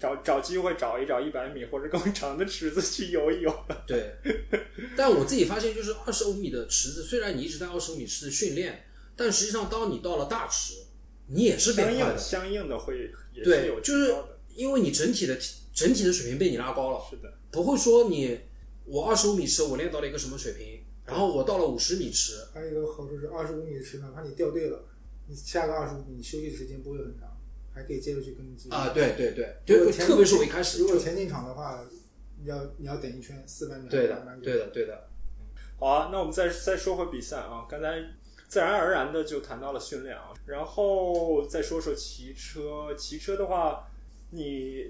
S2: 找找机会找一找一百米或者更长的池子去游一游，
S3: 对，但我自己发现，就是二十五米的池子，虽然你一直在二十五米池子训练，但实际上当你到了大池，你也是变
S2: 相
S3: 快
S2: 应
S3: 的。
S2: 相应的会也是
S3: 对
S2: 有，
S3: 就
S2: 提
S3: 是
S2: 高的，
S3: 因为你整体的整体的水平被你拉高了，
S2: 是的，
S3: 不会说你我二十五米池我练到了一个什么水平，然后我到了五十米池，
S4: 还有一个好处是，二十五米的池，哪怕你掉队了，你下个二十五米休息的时间不会很长，还可以接着去跟进
S3: 啊，。对对对，
S4: 嗯如
S3: 就
S4: 果前
S3: 特别是我一开始
S4: 如果
S3: 就
S4: 前进场的话，你要你要等一圈四百米，
S3: 对
S4: 慢
S3: 的
S4: 慢
S3: 对的对的，
S2: 好啊，那我们再再说回比赛啊，刚才自然而然的就谈到了训练啊，然后再说说骑车。骑车的话，你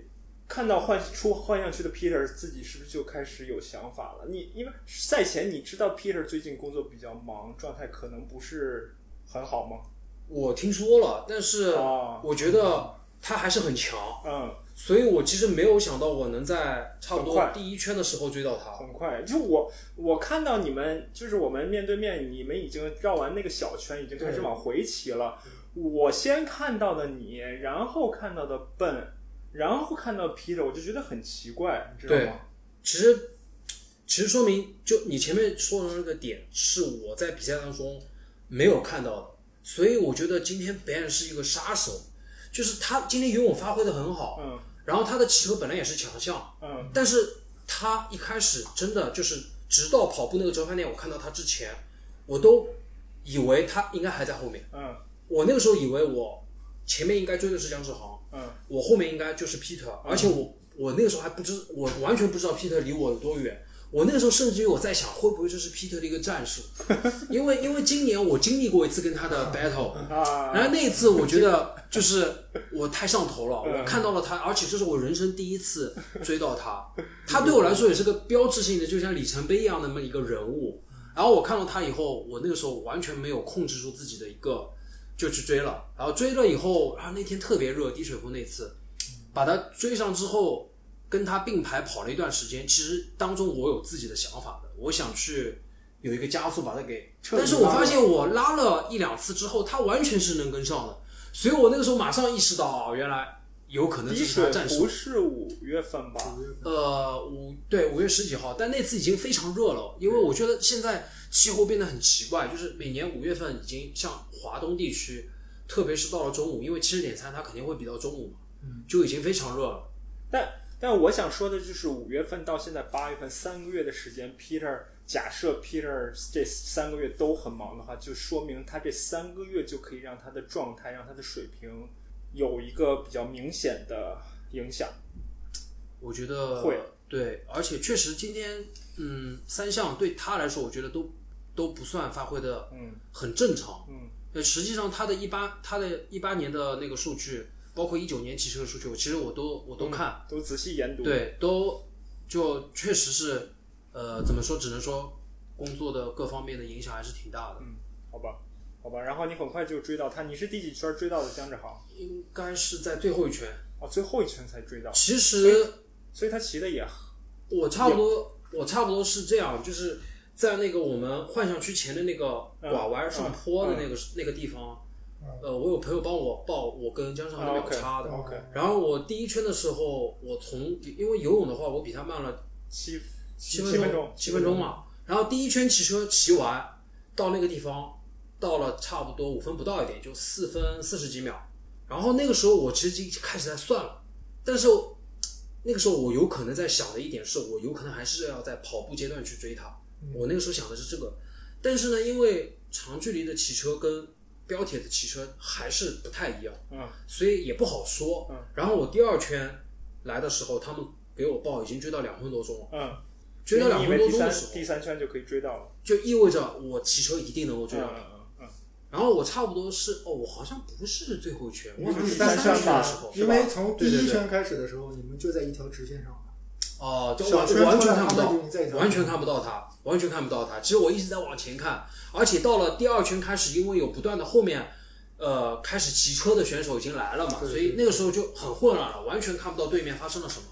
S2: 看到换出换上去的 Peter，自己是不是就开始有想法了？你因为赛前你知道 Peter 最近工作比较忙，状态可能不是很好吗？
S3: 我听说了，但是
S4: 啊
S2: 哦
S3: 我觉得他还是很强。
S2: 嗯，
S3: 所以我其实没有想到我能在差不
S2: 很
S3: 多
S2: 快
S3: 第一圈的时候追到他。
S2: 很快，就我我看到你们，就是我们面对面，你们已经绕完那个小圈，已经开始往回骑了。我先看到的你，然后看到的笨，然后看到 Peter，我就觉得很奇怪，你知道吗？
S3: 其实，其实说明就你前面说的那个点是我在比赛当中没有看到的，所以我觉得今天 Ben 是一个杀手。就是他今天游泳发挥的很好，
S2: 嗯
S3: 然后他的契合本来也是强项，
S2: 嗯
S3: 但是他一开始真的就是直到跑步那个折返点，我看到他之前，我都以为他应该还在后面，
S2: 嗯
S3: 我那个时候以为我前面应该追的是姜志航，
S2: 嗯
S3: 我后面应该就是 Peter，而且我我那个时候还不知，我完全不知道 Peter 离我有多远。我那个时候甚至于我在想，会不会这是 Peter 的一个战术？因为因为今年我经历过一次跟他的 battle，然
S2: 啊，
S3: 后那一次我
S2: [laughs]
S3: 觉得就是我太上头了，
S2: 嗯
S3: 我看到了他，而且这是我人生第一次追到
S2: [laughs]
S3: 他，他对我来说也是个标志性的，就像里程碑一样的那么一个人物。然后我看到他以后，我那个时候完全没有控制住自己的一个，就去追了。然后追了以后，然后那天特别热，滴水湖那次，把他追上之后，跟他并排跑了一段时间。其实当中我有自己的想法的，我想去有一个加速把他给，
S4: 彻底
S3: 但是我发现我拉了一两次之后，他完全是能跟上的，所以我那个时候马上意识到，哦，原来有可能
S2: 滴
S3: 这是他
S2: 水
S3: 战术
S2: 湖。是五月份吧？
S4: 五月份
S3: 呃，五对五月十几号，但那次已经非常热了，因为我觉得现在气候变得很奇怪，就是每年五月份已经像华东地区，特别是到了中午，因为七十点三它肯定会比到中午嘛，
S4: 嗯
S3: 就已经非常热了。
S2: 但但我想说的就是，五月份到现在八月份三个月的时间，Peter 假设 Peter 这三个月都很忙的话，就说明他这三个月就可以让他的状态、让他的水平有一个比较明显的影响。
S3: 我觉得
S2: 会
S3: 对，而且确实今天嗯三项对他来说，我觉得都都不算发挥的
S2: 嗯
S3: 很正常。
S2: 嗯
S3: 呃，实际上他的一八他的一八年的那个数据，包括一九年骑车的数据，我其实我都我都看。
S2: 嗯都仔细研读。，
S3: 对，都就确实是，呃，怎么说？只能说工作的各方面的影响还是挺大的。
S2: 嗯，好吧，好吧。然后你很快就追到他，你是第几圈追到的姜志航？
S3: 应该是在最后一圈。
S2: 哦，最后一圈才追到，
S3: 其实
S2: 所以他骑的也
S3: 我差不多，我差不多是这样，就是在那个我们幻象区前的那个
S2: 嗯
S3: 拐弯上坡的
S2: 嗯
S3: 那个、那个地方
S4: 嗯，
S3: 呃，我有朋友帮我报，我跟江上那边有差的。
S4: 啊，OK
S2: 哦 OK，
S3: 然后我第一圈的时候，我从因为游泳的话，我比他慢了
S2: 七
S3: 七
S2: 分
S3: 分钟，七分钟嘛。然后第一圈骑车骑完，到那个地方，到了差不多五分不到一点，就四分四十几秒。然后那个时候我其实已经开始在算了，但是我那个时候我有可能在想的一点是，我有可能还是要在跑步阶段去追他。我那个时候想的是这个，但是呢，因为长距离的骑车跟标铁的骑车还是不太一样，
S2: 嗯
S3: 所以也不好说。
S2: 嗯
S3: 然后我第二圈来的时候，他们给我报已经追到两分多钟了。
S2: 嗯，
S3: 追到两
S2: 你以为
S3: 分多
S2: 第
S3: 钟
S2: 三
S3: 的时候，
S2: 第三圈就可以追到了。
S3: 就意味着我骑车一定能够追
S2: 嗯
S3: 到。
S2: 嗯嗯
S3: 然后我差不多是哦，我好像不是最后一圈，我好像
S4: 你
S3: 是
S4: 是
S3: 第三
S4: 第
S3: 圈
S4: 三
S2: 圈吧
S3: 的时候。
S4: 因为从第
S3: 对
S4: 一
S3: 对对
S4: 圈开始的时候，你们就在一条直线上了，
S3: 哦、就
S4: 小
S3: 完
S4: 圈
S3: 完
S4: 出
S3: 全
S4: 来
S3: 看不
S4: 他
S3: 到
S4: 们就在一，条
S3: 完全看不到他，完全看不到他。其实我一直在往前看，而且到了第二圈开始，因为有不断的后面。呃，开始骑车的选手已经来了嘛，
S4: 对对
S3: 所以那个时候就很混乱了，完全看不到对面发生了什么。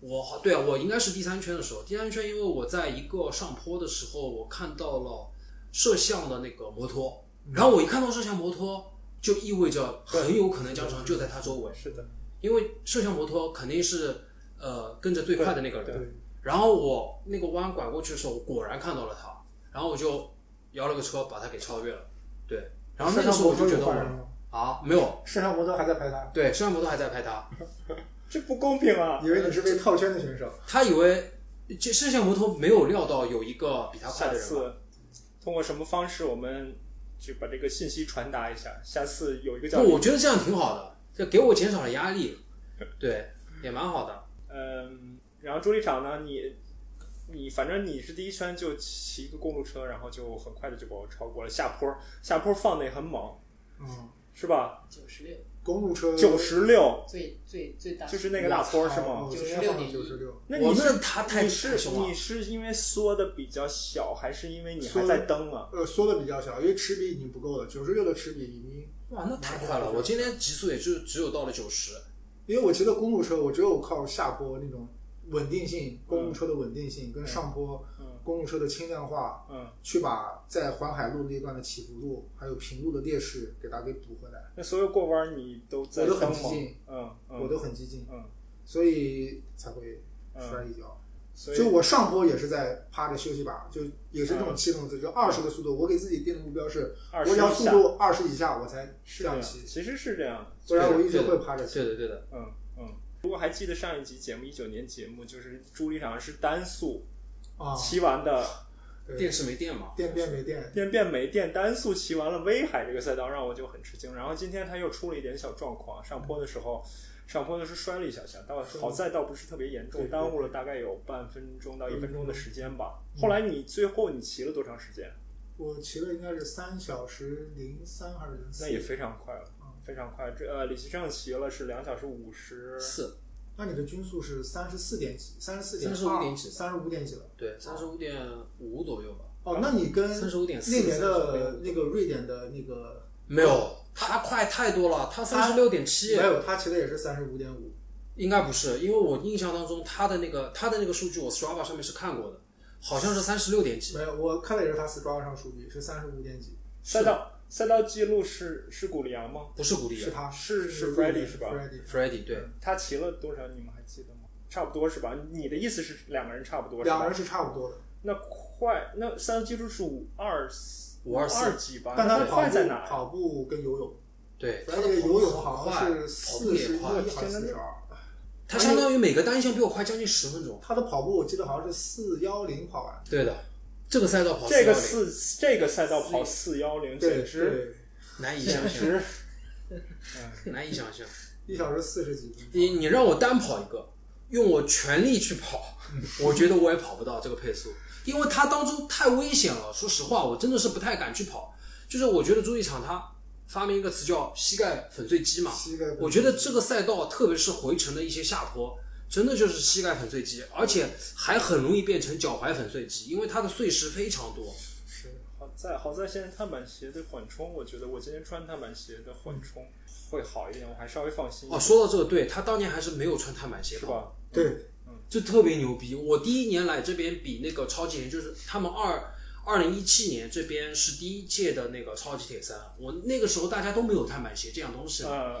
S3: 我好对啊，我应该是第三圈的时候，第三圈因为我在一个上坡的时候，我看到了摄像的那个摩托，
S4: 嗯
S3: 然后我一看到摄像摩托，就意味着很有可能江城就在他周围
S2: 嗯，，是的，
S3: 因为摄像摩托肯定是呃跟着最快的那个
S2: 对
S3: 人。
S4: 对，
S3: 然后我那个弯拐过去的时候，我果然看到了他，然后我就摇了个车把他给超越了。对，然后那个时候我就觉得
S4: 摄像摩托有换人
S3: 我
S4: 吗
S3: 啊没有，
S4: 摄像摩托还在拍他，
S3: 对，摄像摩托还在拍他，
S2: 这不公平啊！
S4: 以为你是被套圈的选手。
S3: 他以为这摄像摩托没有料到有一个比他快
S2: 下
S3: 的人吧。
S2: 次通过什么方式我们就把这个信息传达一下？下次有一个叫
S3: 不，我觉得这样挺好的，这给我减少了压力，对，也蛮好的。
S2: 嗯，然后助力场呢，你你反正你是第一圈就骑一个公路车，然后就很快的就把我超过了。下坡下坡放的也很猛，
S4: 嗯，
S2: 是吧？
S5: 九十六，
S4: 公路车
S2: 九十六
S5: 最最最大，
S2: 就是那个大坡是吗？
S4: 哦九九十六，
S2: 那
S3: 我
S2: 你是
S3: 那他太
S2: 你是
S3: 太凶了
S2: 你是因为缩的比较小，还是因为你还在蹬啊？
S4: 呃，缩的比较小，因为齿比已经不够了，九十六的齿比已经。
S3: 哇，那太快了！我今天极速也就只有到了九十，
S4: 因为我骑的公路车，我只有靠下坡那种稳定性，公路车的稳定性跟上坡
S2: 嗯
S4: 公路车的轻量化，
S2: 嗯，
S4: 去把在环海路那一段的起伏路还有平路的劣势给它给补回来，
S2: 那所有过弯你都在
S4: 我都很
S2: 蹬
S4: 激
S2: 猛
S4: 进，
S2: 嗯，嗯
S4: 我都很激进，
S2: 嗯
S4: 所以才会
S2: 嗯
S4: 摔一跤。
S2: 所以
S4: 就我上坡也是在趴着休息把，就也是这种气动姿，就二十的速度，我给自己定的目标是，
S2: 嗯二
S4: 我
S2: 十
S4: 只
S2: 以
S4: 要速
S2: 下
S4: 度二十以下，我才
S2: 是
S4: 这
S2: 这样
S4: 样
S2: 的，
S4: 骑，
S2: 其实是这样的。
S4: 不啊然我一直
S3: 对的
S4: 会趴着骑。
S3: 对的对的，
S2: 嗯嗯，如果还记得上一集节目，一九年节目就是朱莉好像是单速
S4: 啊，
S2: 骑完的，
S4: 对
S3: 电池没电嘛，
S4: 电变没电，
S2: 电变没电，单速骑完了威海这个赛道，让我就很吃惊。然后今天他又出了一点小状况，上坡的时候，上坡的时候摔了一小下，但好在倒不是特别严重，
S4: 对对嗯
S2: 耽误了大概有半分钟到一分钟的时间吧。后来你最后你骑了多长时间？
S4: 我骑了应该是三小时零三还是零四？
S2: 那也非常快了
S4: 嗯，
S2: 非常快。这呃，李奇正骑了是两小时五十，
S3: 四
S4: 那你的均速是三十四点几？三十四点
S3: 35点几
S4: 三十五点几了？
S3: 对三十五点五左右吧，
S2: 啊
S4: 哦，那你跟
S3: 35.4
S4: 那年
S3: 35.5
S4: 的那个瑞典的那个
S3: 没有，他快太多了，他三十六点七
S4: 没，有，他骑的也是三十五点五。
S3: 应该不是，因为我印象当中他的那个他的那个数据我 Strava 上面是看过的，好像是三十六点几
S4: 没，有，我看了也是他 Strava 上数据是三十五点几，
S2: 赛道赛道记录是是古里昂吗？
S3: 不是古力
S4: 是他
S2: 是是
S4: 是
S2: Freddy 是吧
S4: f r e d d y
S3: f r e d d y 对，
S2: 他骑了多少？你们还记得吗？差不多是吧？你的意思是两个人差不多是吧？
S4: 两个人是差不多的，
S2: 那快，那三个技术是五二四
S3: 五二四
S2: 二几吧？
S4: 但他
S2: 那
S4: 的
S2: 快在哪
S4: 跑步
S2: 儿？啊
S4: 跑步跟游泳，
S3: 对，
S4: f
S3: 他
S4: r e
S3: 的
S4: d d y 游泳
S3: 跑
S4: 好
S3: 步
S4: 像
S3: 很快，
S4: 是
S3: 跑
S4: 四
S3: 步
S4: 十
S3: 也
S4: 一
S3: 快
S4: 还，是四十二，
S3: 他相当于每个单项比我快将近十分钟。
S4: 他的跑步我记得好像是四幺零跑完，
S3: 对的，这个赛道跑
S2: 这个
S3: 410
S2: 四这个赛道跑四幺零，
S4: 对
S2: 简直
S4: 对，
S3: 难以
S2: 简
S3: 想象，
S2: 直，
S3: [laughs] 难以想象。
S4: 一小时四十几分
S3: 你
S4: 钟，
S3: 你让我单跑一个，用我全力去跑，我觉得我也跑不到这个配速，因为它当中太危险了。说实话，我真的是不太敢去跑。就是我觉得足球场它发明一个词叫膝盖粉碎机嘛，
S4: 膝盖
S3: 我觉得这个赛道，特别是回程的一些下坡，真的就是膝盖粉碎机，而且还很容易变成脚踝粉碎机，因为它的碎石非常多。
S4: 是
S2: 好在好在现在碳板鞋的缓冲，我觉得我今天穿碳板鞋的缓冲会好一点，我还稍微放心一
S3: 哦，
S2: 点，
S3: 说到这个，对他当年还是没有穿碳板鞋
S2: 是
S3: 跑
S2: 吧？
S4: 对，
S3: 就特别牛逼。我第一年来这边比那个超级年，就是他们二二零一七年这边是第一届的那个超级铁三，我那个时候大家都没有碳板鞋这样东西，
S2: 呃，呃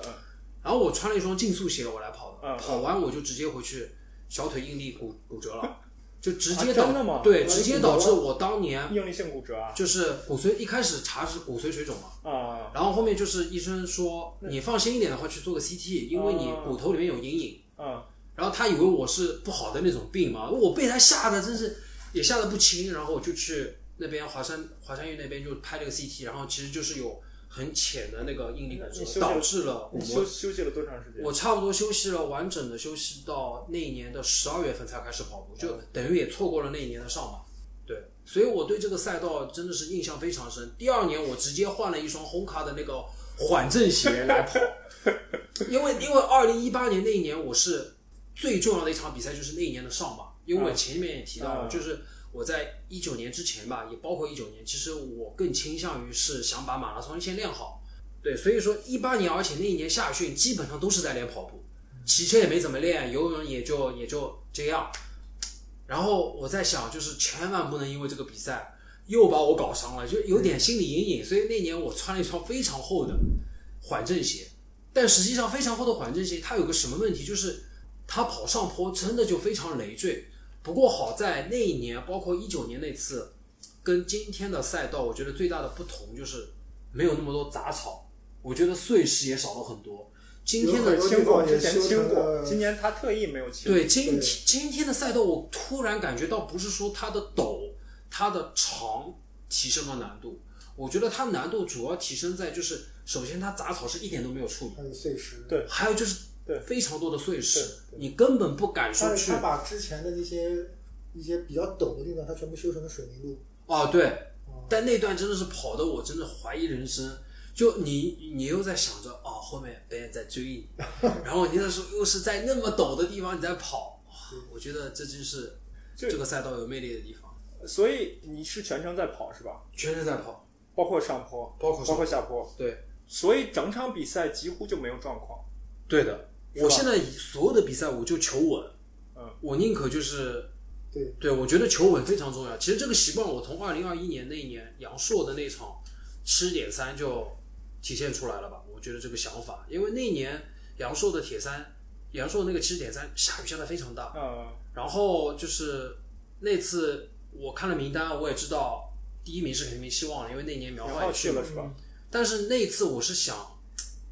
S3: 然后我穿了一双竞速鞋我来跑
S2: 嗯
S3: 的，跑完我就直接回去小腿应力骨骨折了，就直
S2: 啊
S3: 接
S2: 真的吗啊
S3: 导对
S4: 那
S3: 直
S4: 你
S3: 接
S4: 骨折
S3: 导致
S4: 了
S3: 我当年
S2: 应力性骨折啊
S3: 就是骨髓一开始查是骨髓水肿嘛，
S2: 啊
S3: 然后后面就是医生说你放心一点的话去做个 CT，因为你
S2: 哦
S3: 骨头里面有阴影。
S2: 啊！
S3: 然后他以为我是不好的那种病嘛，我被他吓得真是也吓得不轻，然后我就去那边华山华山医院那边就拍了个 CT，然后其实就是有很浅的那个应力骨
S2: 你休息
S3: 折，
S2: 了
S3: 导致了骨
S2: 你休
S3: 膜。
S2: 休息了多长时间？
S3: 我差不多休息了完整的休息到那一年的十二月份才开始跑步，就等于也错过了那一年的上马。对，所以我对这个赛道真的是印象非常深。第二年我直接换了一双 Honka 的那个缓震鞋来跑，因为因为二零一八年那一年我是最重要的一场比赛就是那一年的上马，因为我前面也提到了，
S2: 嗯
S3: 就是我在一九年之前吧，也包括一九年，其实我更倾向于是想把马拉松先练好。对，所以说一八年，而且那一年夏训基本上都是在练跑步，骑车也没怎么练，游泳也就也就这样。然后我在想，就是千万不能因为这个比赛又把我搞伤了，就有点心理阴影。所以那年我穿了一双非常厚的缓震鞋，但实际上非常厚的缓震鞋它有个什么问题，就是它跑上坡真的就非常累赘。不过好在那一年，包括一九年那次，跟今天的赛道，我觉得最大的不同就是没有那么多杂草，我觉得碎石也少了很多。今天的
S4: 有很多
S2: 清过，之前
S4: 修
S2: 清
S4: 成
S2: 过，
S4: 了
S2: 今年他特意没有清。
S3: 对，今
S4: 对
S3: 今天的赛道，我突然感觉到不是说它的陡，它的长提升了难度。我觉得它难度主要提升在就是，首先它杂草是一点都没有处理，
S4: 还有碎石，
S2: 对
S3: 还有就是
S2: 对
S3: 非常多的碎石，
S2: 对
S3: 你根本不敢说
S4: 但是
S3: 去
S4: 他把之前的那些一些比较陡的地方，他全部修成了水泥路。
S3: 哦，对，
S4: 哦
S3: 但那段真的是跑的我真的怀疑人生。就你，你又在想着哦，后面别人在
S2: [laughs]
S3: 追你，然后你那时候又是在那么陡的地方你在跑，哇我觉得这就是
S2: 就
S3: 这个赛道有魅力的地方，
S2: 所以你是全程在跑是吧？
S3: 全程在跑，
S2: 包括上坡，
S3: 包括
S2: 包
S3: 上
S2: 括下坡，
S3: 对
S2: 所以整场比赛几乎就没有状况。
S3: 对的。
S2: 吧
S3: 我现在所有的比赛我就求稳，
S2: 嗯，
S3: 我宁可就是
S4: 对
S3: 对，我觉得求稳非常重要。其实这个习惯我从二零二一年那一年杨硕的那场七点三就体现出来了吧？我觉得这个想法，因为那一年杨硕的铁三，杨硕那个七点三下雨下的非常大，
S2: 呃，
S3: 然后就是那次我看了名单，我也知道第一名是肯定没希望了，因为那年苗
S2: 然
S3: 浩
S2: 后
S3: 也
S2: 去了
S3: 了。
S2: 是吧？
S3: 但是那次我是想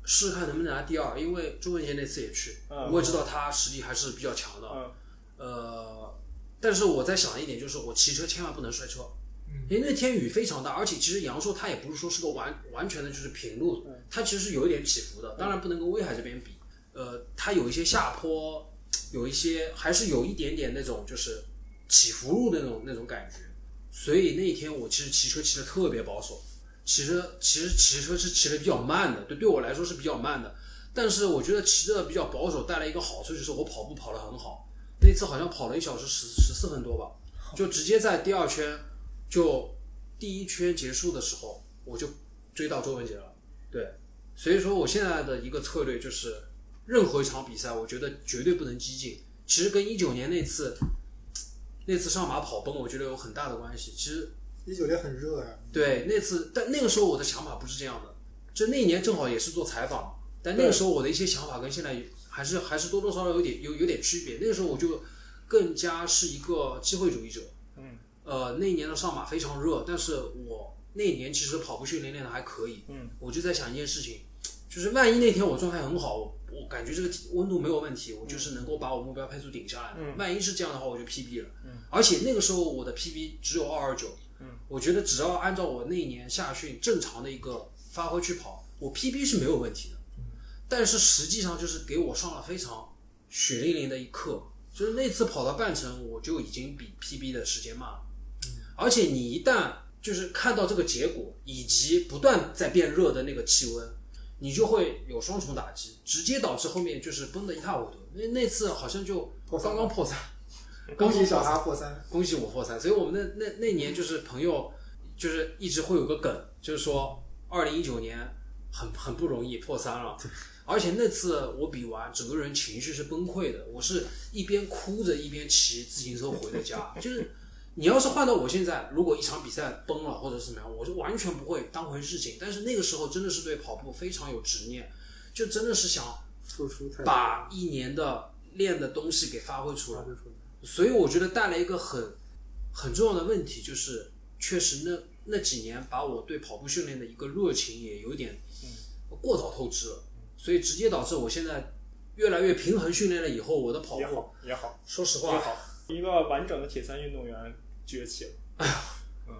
S3: 试试看能不能拿第二，因为朱文杰那次也去，
S2: 嗯
S3: 我也知道他实力还是比较强的。
S2: 嗯
S3: 呃，但是我在想一点，就是我骑车千万不能摔车，
S4: 嗯，
S3: 因为那天雨非常大，而且其实阳朔它也不是说是个完完全的就是平路
S2: 嗯，
S3: 它其实是有一点起伏的，当然不能跟威海这边比，呃，它有一些下坡，有一些还是有一点点那种就是起伏路的那种那种感觉，所以那天我其实骑车骑的特别保守，骑车其实骑车是骑的比较慢的，对对我来说是比较慢的，但是我觉得骑的比较保守带来一个好处就是我跑步跑得很好，那次好像跑了一小时十十四分多吧，就直接在第二圈就第一圈结束的时候，我就追到周文杰了。对，所以说我现在的一个策略就是，任何一场比赛，我觉得绝对不能激进。其实跟一九年那次那次上马跑崩，我觉得有很大的关系。其实
S4: 一九年很热呀、
S3: 对那次，但那个时候我的想法不是这样的。就那一年正好也是做采访，但那个时候我的一些想法跟现在有还是还是多多少少有点有有点区别。那个时候我就更加是一个机会主义者，
S2: 嗯
S3: 呃，那一年的上马非常热，但是我那一年其实跑步训练练的还可以，
S2: 嗯
S3: 我就在想一件事情，就是万一那天我状态很好，我我感觉这个体温度没有问题，我就是能够把我目标配速顶下来。
S2: 嗯
S3: 万一是这样的话，我就 PB 了。
S2: 嗯
S3: 而且那个时候我的 PB 只有二二九，
S2: 嗯
S3: 我觉得只要按照我那一年夏训正常的一个发挥去跑，我 PB 是没有问题的。
S2: 嗯
S3: 但是实际上就是给我上了非常血淋淋的一课，就是那次跑到半程，我就已经比 PB 的时间慢了。
S2: 嗯
S3: 而且你一旦就是看到这个结果，以及不断在变热的那个气温，你就会有双重打击，直接导致后面就是崩得一塌糊涂。因为那次好像就
S4: 破三
S3: 刚刚破三，
S4: [laughs] 恭喜小哈破三，
S3: 恭喜我破三。所以我们那那那年就是朋友，就是一直会有个梗，就是说二零一九年很很不容易破三了。而且那次我比完，整个人情绪是崩溃的，我是一边哭着一边骑自行车回的家。 [laughs] 就是你要是换到我现在，如果一场比赛崩了或者是怎么样，我就完全不会当回事情。但是那个时候真的是对跑步非常有执念，就真的是想
S4: 付出太大
S3: 把一年的练的东西给发挥出来
S4: 了。。付出
S3: 所以我觉得带来一个很很重要的问题，就是确实那那几年把我对跑步训练的一个热情也有点
S2: 嗯
S3: 过早透支了，所以直接导致我现在越来越平衡训练了以后，我的跑
S2: 也
S3: 步，
S2: 好也好
S3: 说实
S2: 也
S3: 话，
S2: 好，一个完整的铁三运动员崛起了。嗯，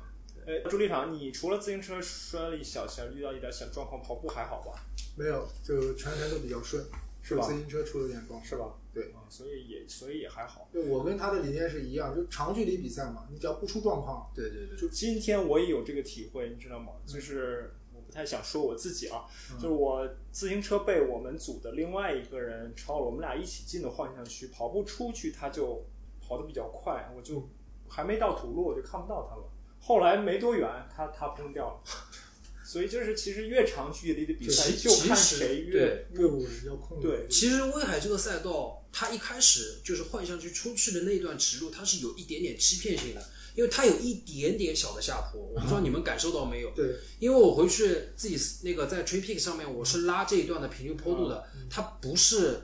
S2: 哎，朱立场，你除了自行车摔了一小下，遇到一点小状况，跑步还好吧？
S4: 没有，就全程都比较顺，
S2: 是吧
S4: 就自行车出了点状况。
S2: 是吧？
S4: 对
S2: 啊，所以也所以也还好。
S4: 就我跟他的理念是一样，就长距离比赛嘛，你只要不出状况，
S3: 对对对，
S2: 就今天我也有这个体会，你知道吗？
S3: 嗯
S2: 就是我不太想说我自己啊，就是我自行车被我们组的另外一个人超了，我们俩一起进的幻象区，跑步出去他就跑得比较快，我
S3: 嗯
S2: 就还没到土路我就看不到他了。后来没多远，他他崩掉了。所以就是，其实越长距离的比赛，
S3: 其
S2: 就看
S3: 其实
S2: 谁越
S3: 对
S4: 队伍是要控制。
S2: 对
S3: 其实威海这个赛道，它一开始就是幻象区出去的那段直路，它是有一点点欺骗性的，因为它有一点点小的下坡，我不知
S2: 啊
S3: 道你们感受到没有？
S4: 对，
S3: 因为我回去自己那个在 Tree Peak 上面，我是拉这一段的平均坡度的，它不是，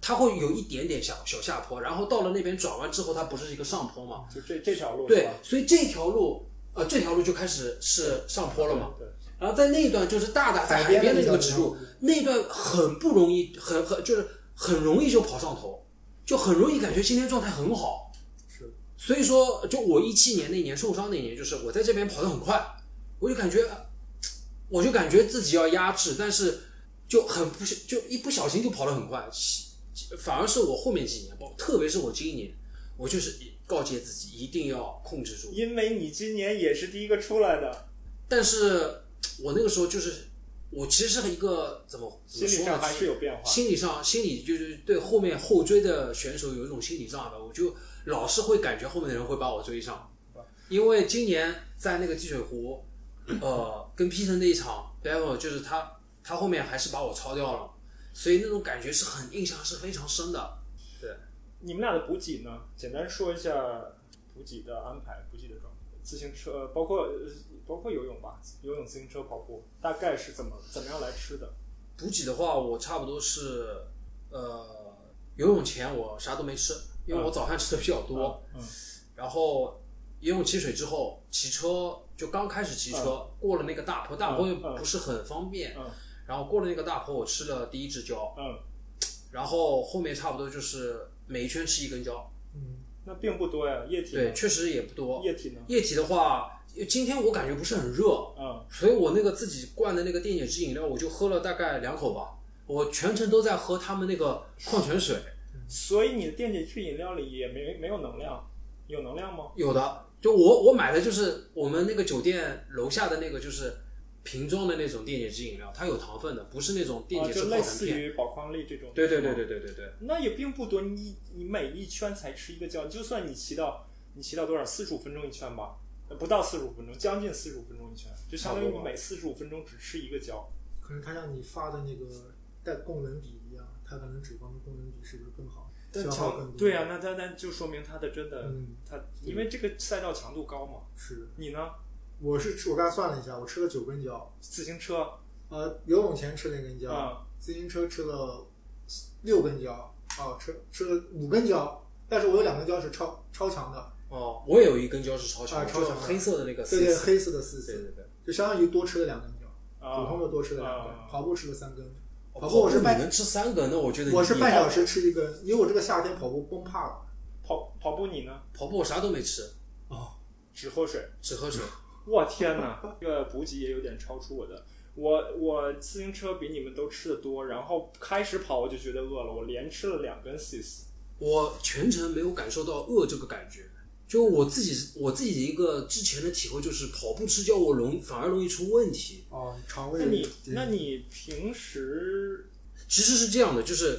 S3: 它会有一点点小小下坡，然后到了那边转弯之后，它不是一个上坡嘛？
S2: 就这这条路是
S3: 对
S2: 吧？，
S3: 所以这条路，呃，这条路就开始是上坡了嘛。
S2: 对，
S3: 然后在那一段就是大大在海边的那个直路，那一段很不容易，很很就是很容易就跑上头，就很容易感觉今天状态很好。
S4: 是，
S3: 所以说，就我一七年那年受伤那年，就是我在这边跑得很快，我就感觉，我就感觉自己要压制，但是就很不是就一不小心就跑得很快，反而是我后面几年，包特别是我今年，我就是告诫自己一定要控制住，
S2: 因为你今年也是第一个出来的，
S3: 但是我那个时候就是，我其实是一个怎么怎
S2: 心理
S3: 么说
S2: 上
S3: 呢？
S2: 还是有变化。
S3: 心理上，心理就是对后面后追的选手有一种心理障碍吧，我就老是会感觉后面的人会把我追上，因为今年在那个积水湖，呃，跟 Peter 那一场 battle，就是他他后面还是把我超掉了，所以那种感觉是很印象是非常深的。
S2: 你们俩的补给呢？简单说一下补给的安排，补给的状态。自行车呃包括呃包括游泳吧，游泳、自行车、跑步，大概是怎么怎么样来吃的？
S3: 补给的话，我差不多是，呃，游泳前我啥都没吃，因为我早饭吃的比较多，
S2: 嗯
S3: 然后游泳汽水之后骑车，就刚开始骑车过了那个大坡，大坡又
S2: 嗯嗯嗯
S3: 不是很方便
S2: 嗯，
S3: 然后过了那个大坡，我吃了第一只胶，
S2: 嗯，
S3: 然后后面差不多就是每一圈吃一根胶，
S4: 嗯，
S2: 那并不多呀，液体呢
S3: 对，确实也不多。
S2: 液体呢？
S3: 液体的话，今天我感觉不是很热，
S2: 嗯
S3: 所以我那个自己灌的那个电解质饮料，我就喝了大概两口吧。我全程都在喝他们那个矿泉水，，
S2: 所以你的电解质饮料里也没没有能量，有能量吗？
S3: 有的就我我买的就是我们那个酒店楼下的那个就是瓶装的那种电解质饮料，它有糖分的，不是那种
S4: 哦
S3: 电
S2: 啊，
S3: 解质
S2: 就
S3: 泡
S2: 类
S3: 腾
S2: 似
S3: 片。
S2: 于宝矿力这种。
S3: 对对对对对对对，
S2: 那也并不多，你一你每一圈才吃一个胶，就算你骑到你骑到多少四十五分钟一圈吧，呃不到四十五分钟，将近四十五分钟一圈，就相当于
S3: 差
S2: 你
S3: 不多
S2: 每四十五分钟只吃一个胶。
S4: 可能他像你发的那个带供能比一样，他可能只光供能比是不是更好，消耗更多？
S2: 对啊，，那那那就说明它的真的，
S4: 嗯，
S2: 它因为这个赛道强度高嘛。
S4: 是的。
S2: 你呢？
S4: 我是吃，我刚才算了一下，我吃了九根胶，
S2: 自行车
S4: 呃，游泳前吃了一根胶，
S2: 啊，
S4: 自行车吃了六根胶，哦，吃吃了五根胶，但是我有两根胶是超超强的，
S3: 哦，我也有一根胶是超强
S4: 啊
S3: 的，
S4: 超强的
S3: 就是黑色的那个
S4: 对对，
S3: CC
S4: 黑色的四
S3: 对
S4: 四，
S3: 对对。
S4: 就相当于多吃了两根胶，普通
S2: 啊，
S4: 的多吃了两根，
S2: 啊
S4: 跑步吃了三根，
S3: 哦
S4: 跑步我是
S3: 你
S4: 半
S3: 能吃三个，那我觉得你
S4: 我是
S3: 厉
S4: 半
S3: 害
S4: 小时吃一根，因为我这个夏天跑步崩怕了。
S2: 跑跑步你呢？
S3: 跑步我啥都没吃，
S2: 只喝水。
S3: 只喝水。
S2: 我天哪， [laughs] 这个补给也有点超出我的。我我自行车比你们都吃的多，然后开始跑我就觉得饿了，我连吃了两根 sis。
S3: 我全程没有感受到饿这个感觉。就我自己我自己的一个之前的体会就是，跑步吃胶我容反而容易出问题。
S4: 哦，肠
S2: 那
S4: 胃
S2: 你
S4: 对
S2: 那你平时
S3: 其实是这样的，就是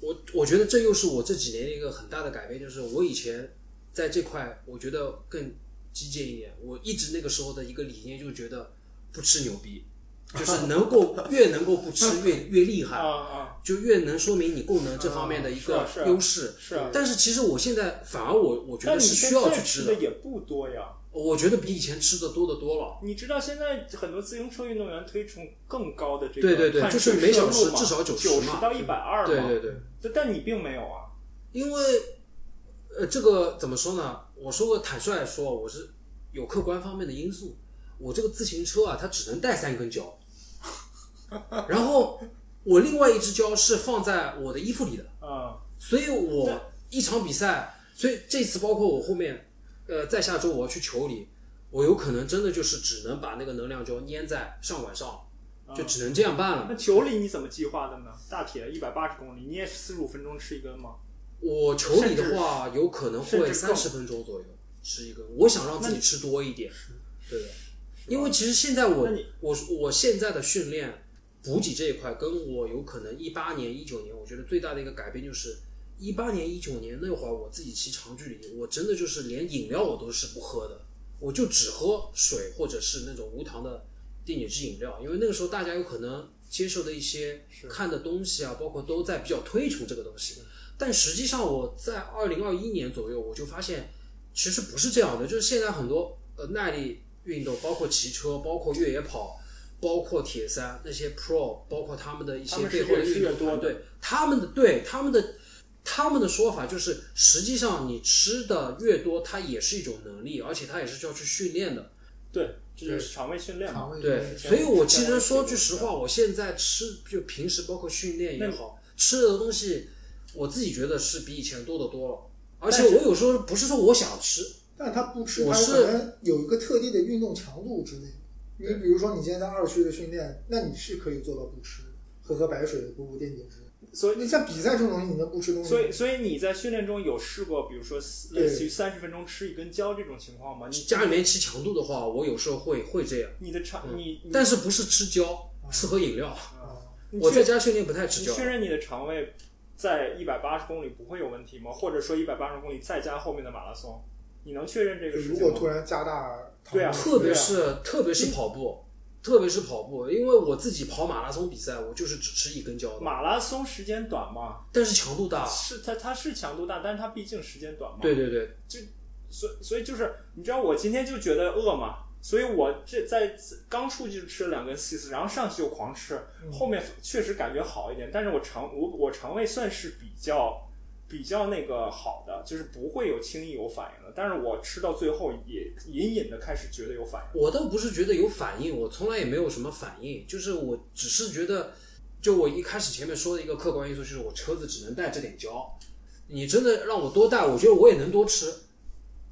S3: 我我觉得这又是我这几年的一个很大的改变，就是我以前在这块我觉得更激进一点。我一直那个时候的一个理念就是觉得不吃牛逼，
S2: [laughs]
S3: 就是能够越能够不吃越越厉
S2: 啊
S3: 害，
S2: 啊
S3: 就越能说明你供能这方面的一
S2: 啊是
S3: 个
S2: 啊是啊
S3: 优势。
S2: 是啊，
S3: 但是其实我现在反而我我觉
S2: 但
S3: 得
S2: 你
S3: 是需
S2: 现
S3: 要
S2: 在
S3: 去
S2: 吃
S3: 吃
S2: 的也不多呀。
S3: 我觉得比以前吃的多得多了。
S2: 你知道现在很多自行车运动员推崇更高的这个
S3: 对对对
S2: 碳
S3: 就是
S2: 水
S3: 每
S2: 摄
S3: 小时
S2: 入嘛
S3: 至少90
S2: 90
S3: 嘛
S2: 到一百二嘛。
S3: 对对对，
S2: 但但你并没有啊。
S3: 因为呃，这个怎么说呢？我说过，坦率来说，我是有客观方面的因素。我这个自行车啊，它只能带三根胶，然后我另外一只胶是放在我的衣服里的，
S2: 啊
S3: 所以我一场比赛，所以这次包括我后面，呃，在下周我要去球里，我有可能真的就是只能把那个能量胶粘在上管上，
S2: 啊
S3: 就只能这样办了。
S2: 那球里你怎么计划的呢？大铁一百八十公里，你也是四十五分钟吃一根吗？
S3: 我球里的话，有可能
S2: 甚
S3: 会
S2: 至更嗯
S3: 三十分钟左右吃一根。我想让自己吃多一点，对的。因为其实现在我
S2: 那你
S3: 我我现在的训练补给这一块，跟我有可能一八年一九年，我觉得最大的一个改变就是一八年一九年那会儿，我自己骑长距离，我真的就是连饮料我都是不喝的，我就只喝水或者是那种无糖的电解质饮料，因为那个时候大家有可能接受的一些
S2: 是
S3: 看的东西啊，包括都在比较推崇这个东西。但实际上，我在二零二一年左右，我就发现其实不是这样的，就是现在很多呃耐力运动，包括骑车，包括越野跑，包括铁三那些 Pro，包括他们的一
S2: 他
S3: 些
S2: 们是
S3: 背后的
S2: 越吃
S3: 运
S2: 越
S3: 动
S2: 多
S3: 团
S2: 的
S3: 队，他们的对他们的他们的说法就是，实际上你吃的越多，它也是一种能力，而且它也是需要去训练的。
S2: 对，这就是肠胃训练嘛
S4: 肠。胃
S3: 对，所以我其实说句实话，我现在吃就平时包括训练也好，吃的东西，我自己觉得是比以前多得多了。而且
S2: 但是
S3: 我有时候不是说我想吃，
S4: 但他不吃，
S3: 我
S4: 他
S3: 是
S4: 可能有一个特定的运动强度之类。你比如说，你今天在二区的训练，那你是可以做到不吃，喝喝白水，补补电解质。
S2: 所以
S4: 那像比赛这种东西，你能不吃
S3: 嗯
S4: 东西？
S2: 所以所以你在训练中有试过，比如说类似于三十分钟吃一根胶这种情况吗？你
S3: 家里面吃强度的话，我有时候会会这样，
S2: 你的肠你你
S3: 嗯但是不是吃胶，是喝饮料。
S4: 啊，
S2: 你
S3: 我
S2: 嗯确
S3: 在家训练不太吃
S2: 你
S3: 胶，
S2: 确认你的肠胃在一百八十公里不会有问题吗？或者说一百八十公里再加后面的马拉松，你能确认这个
S4: 就
S2: 事
S4: 如
S2: 情
S4: 果
S2: 吗？
S4: 突然加大糖
S2: 对啊嗯
S3: 特别是特别是跑步，特别是跑步，因为我自己跑马拉松比赛，我就是只吃一根胶的，
S2: 马拉松时间短嘛，
S3: 但是强度大。
S2: 嗯是啊它它是强度大，但是它毕竟时间短嘛。
S3: 对对对，
S2: 所以所以就是你知道我今天就觉得饿嘛，所以我这在刚出去就吃了两根 cheese，然后上去就狂
S3: 嗯
S2: 吃，后面确实感觉好一点，但是我肠我我肠胃算是比较比较那个好的，就是不会有轻易有反应的。但是我吃到最后也隐隐的开始觉得有反应。
S3: 我倒不是觉得有反应，我从来也没有什么反应，就是我只是觉得，就我一开始前面说的一个客观因素，就是我车子只能带这点胶。你真的让我多带，我觉得我也能多吃。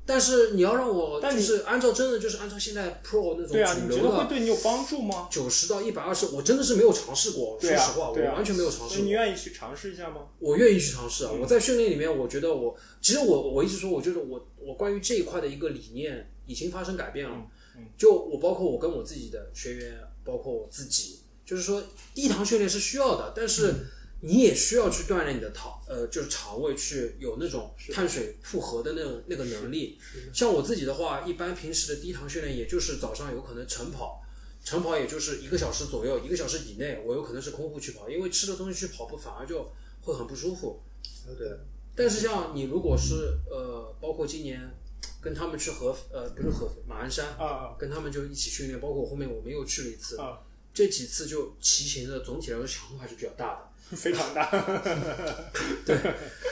S3: 但是你要让我，
S2: 但
S3: 就
S2: 你
S3: 是按照真的就是按照现在 Pro 那种
S2: 对啊，
S3: 主
S2: 你觉
S3: 流
S2: 得会
S3: 的
S2: 对你有帮助吗？
S3: 九十到一百二十，我真的是没有尝试过。说
S2: 对啊
S3: 实话，我
S2: 对啊
S3: 完全没有尝
S2: 所
S3: 试
S2: 以你嗯
S3: 过。
S2: 愿意去尝试一下吗？
S3: 我愿意去尝试啊！我在训练里面，我觉得我其实我我一直说，我就是我我关于这一块的一个理念已经发生改变了。
S2: 嗯嗯
S3: 就我包括我跟我自己的学员，包括我自己，就是说低糖训练是需要的，但是你也需要去锻炼你的糖，呃，就是肠胃去有那种碳水复合的那种那个能力。像我自己的话，一般平时的低糖训练，也就是早上有可能晨跑。晨跑也就是一个小时左右，一个小时以内，我有可能是空腹去跑，因为吃的东西去跑步反而就会很不舒服。
S4: 对，
S3: 但是像你如果是呃，包括今年跟他们去合肥呃不是合肥马鞍山
S2: 啊
S3: 跟他们就一起训练，包括我后面我们又去了一次，
S2: 啊，
S3: 这几次就骑行的总体来说强度还是比较大的。
S2: 非常大。 [laughs]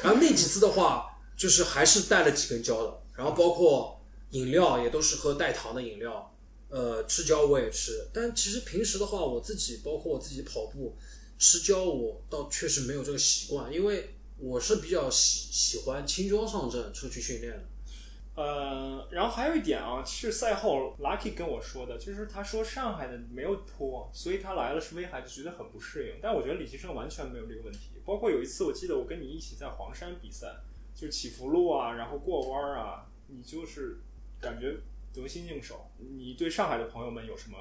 S3: 然后那几次的话，就是还是带了几根胶的，然后包括饮料也都是喝带糖的饮料，呃，吃胶我也吃。但其实平时的话，我自己包括我自己跑步吃胶，我倒确实没有这个习惯，因为我是比较喜喜欢轻装上阵出去训练的。
S2: 呃，然后还有一点啊，是赛后 Lucky 跟我说的，就是他说上海的没有坡，所以他来了是威海就觉得很不适应。但我觉得李奇胜完全没有这个问题，包括有一次我记得我跟你一起在黄山比赛，就是起伏路啊，然后过弯儿啊，你就是感觉得心应手。你对上海的朋友们有什么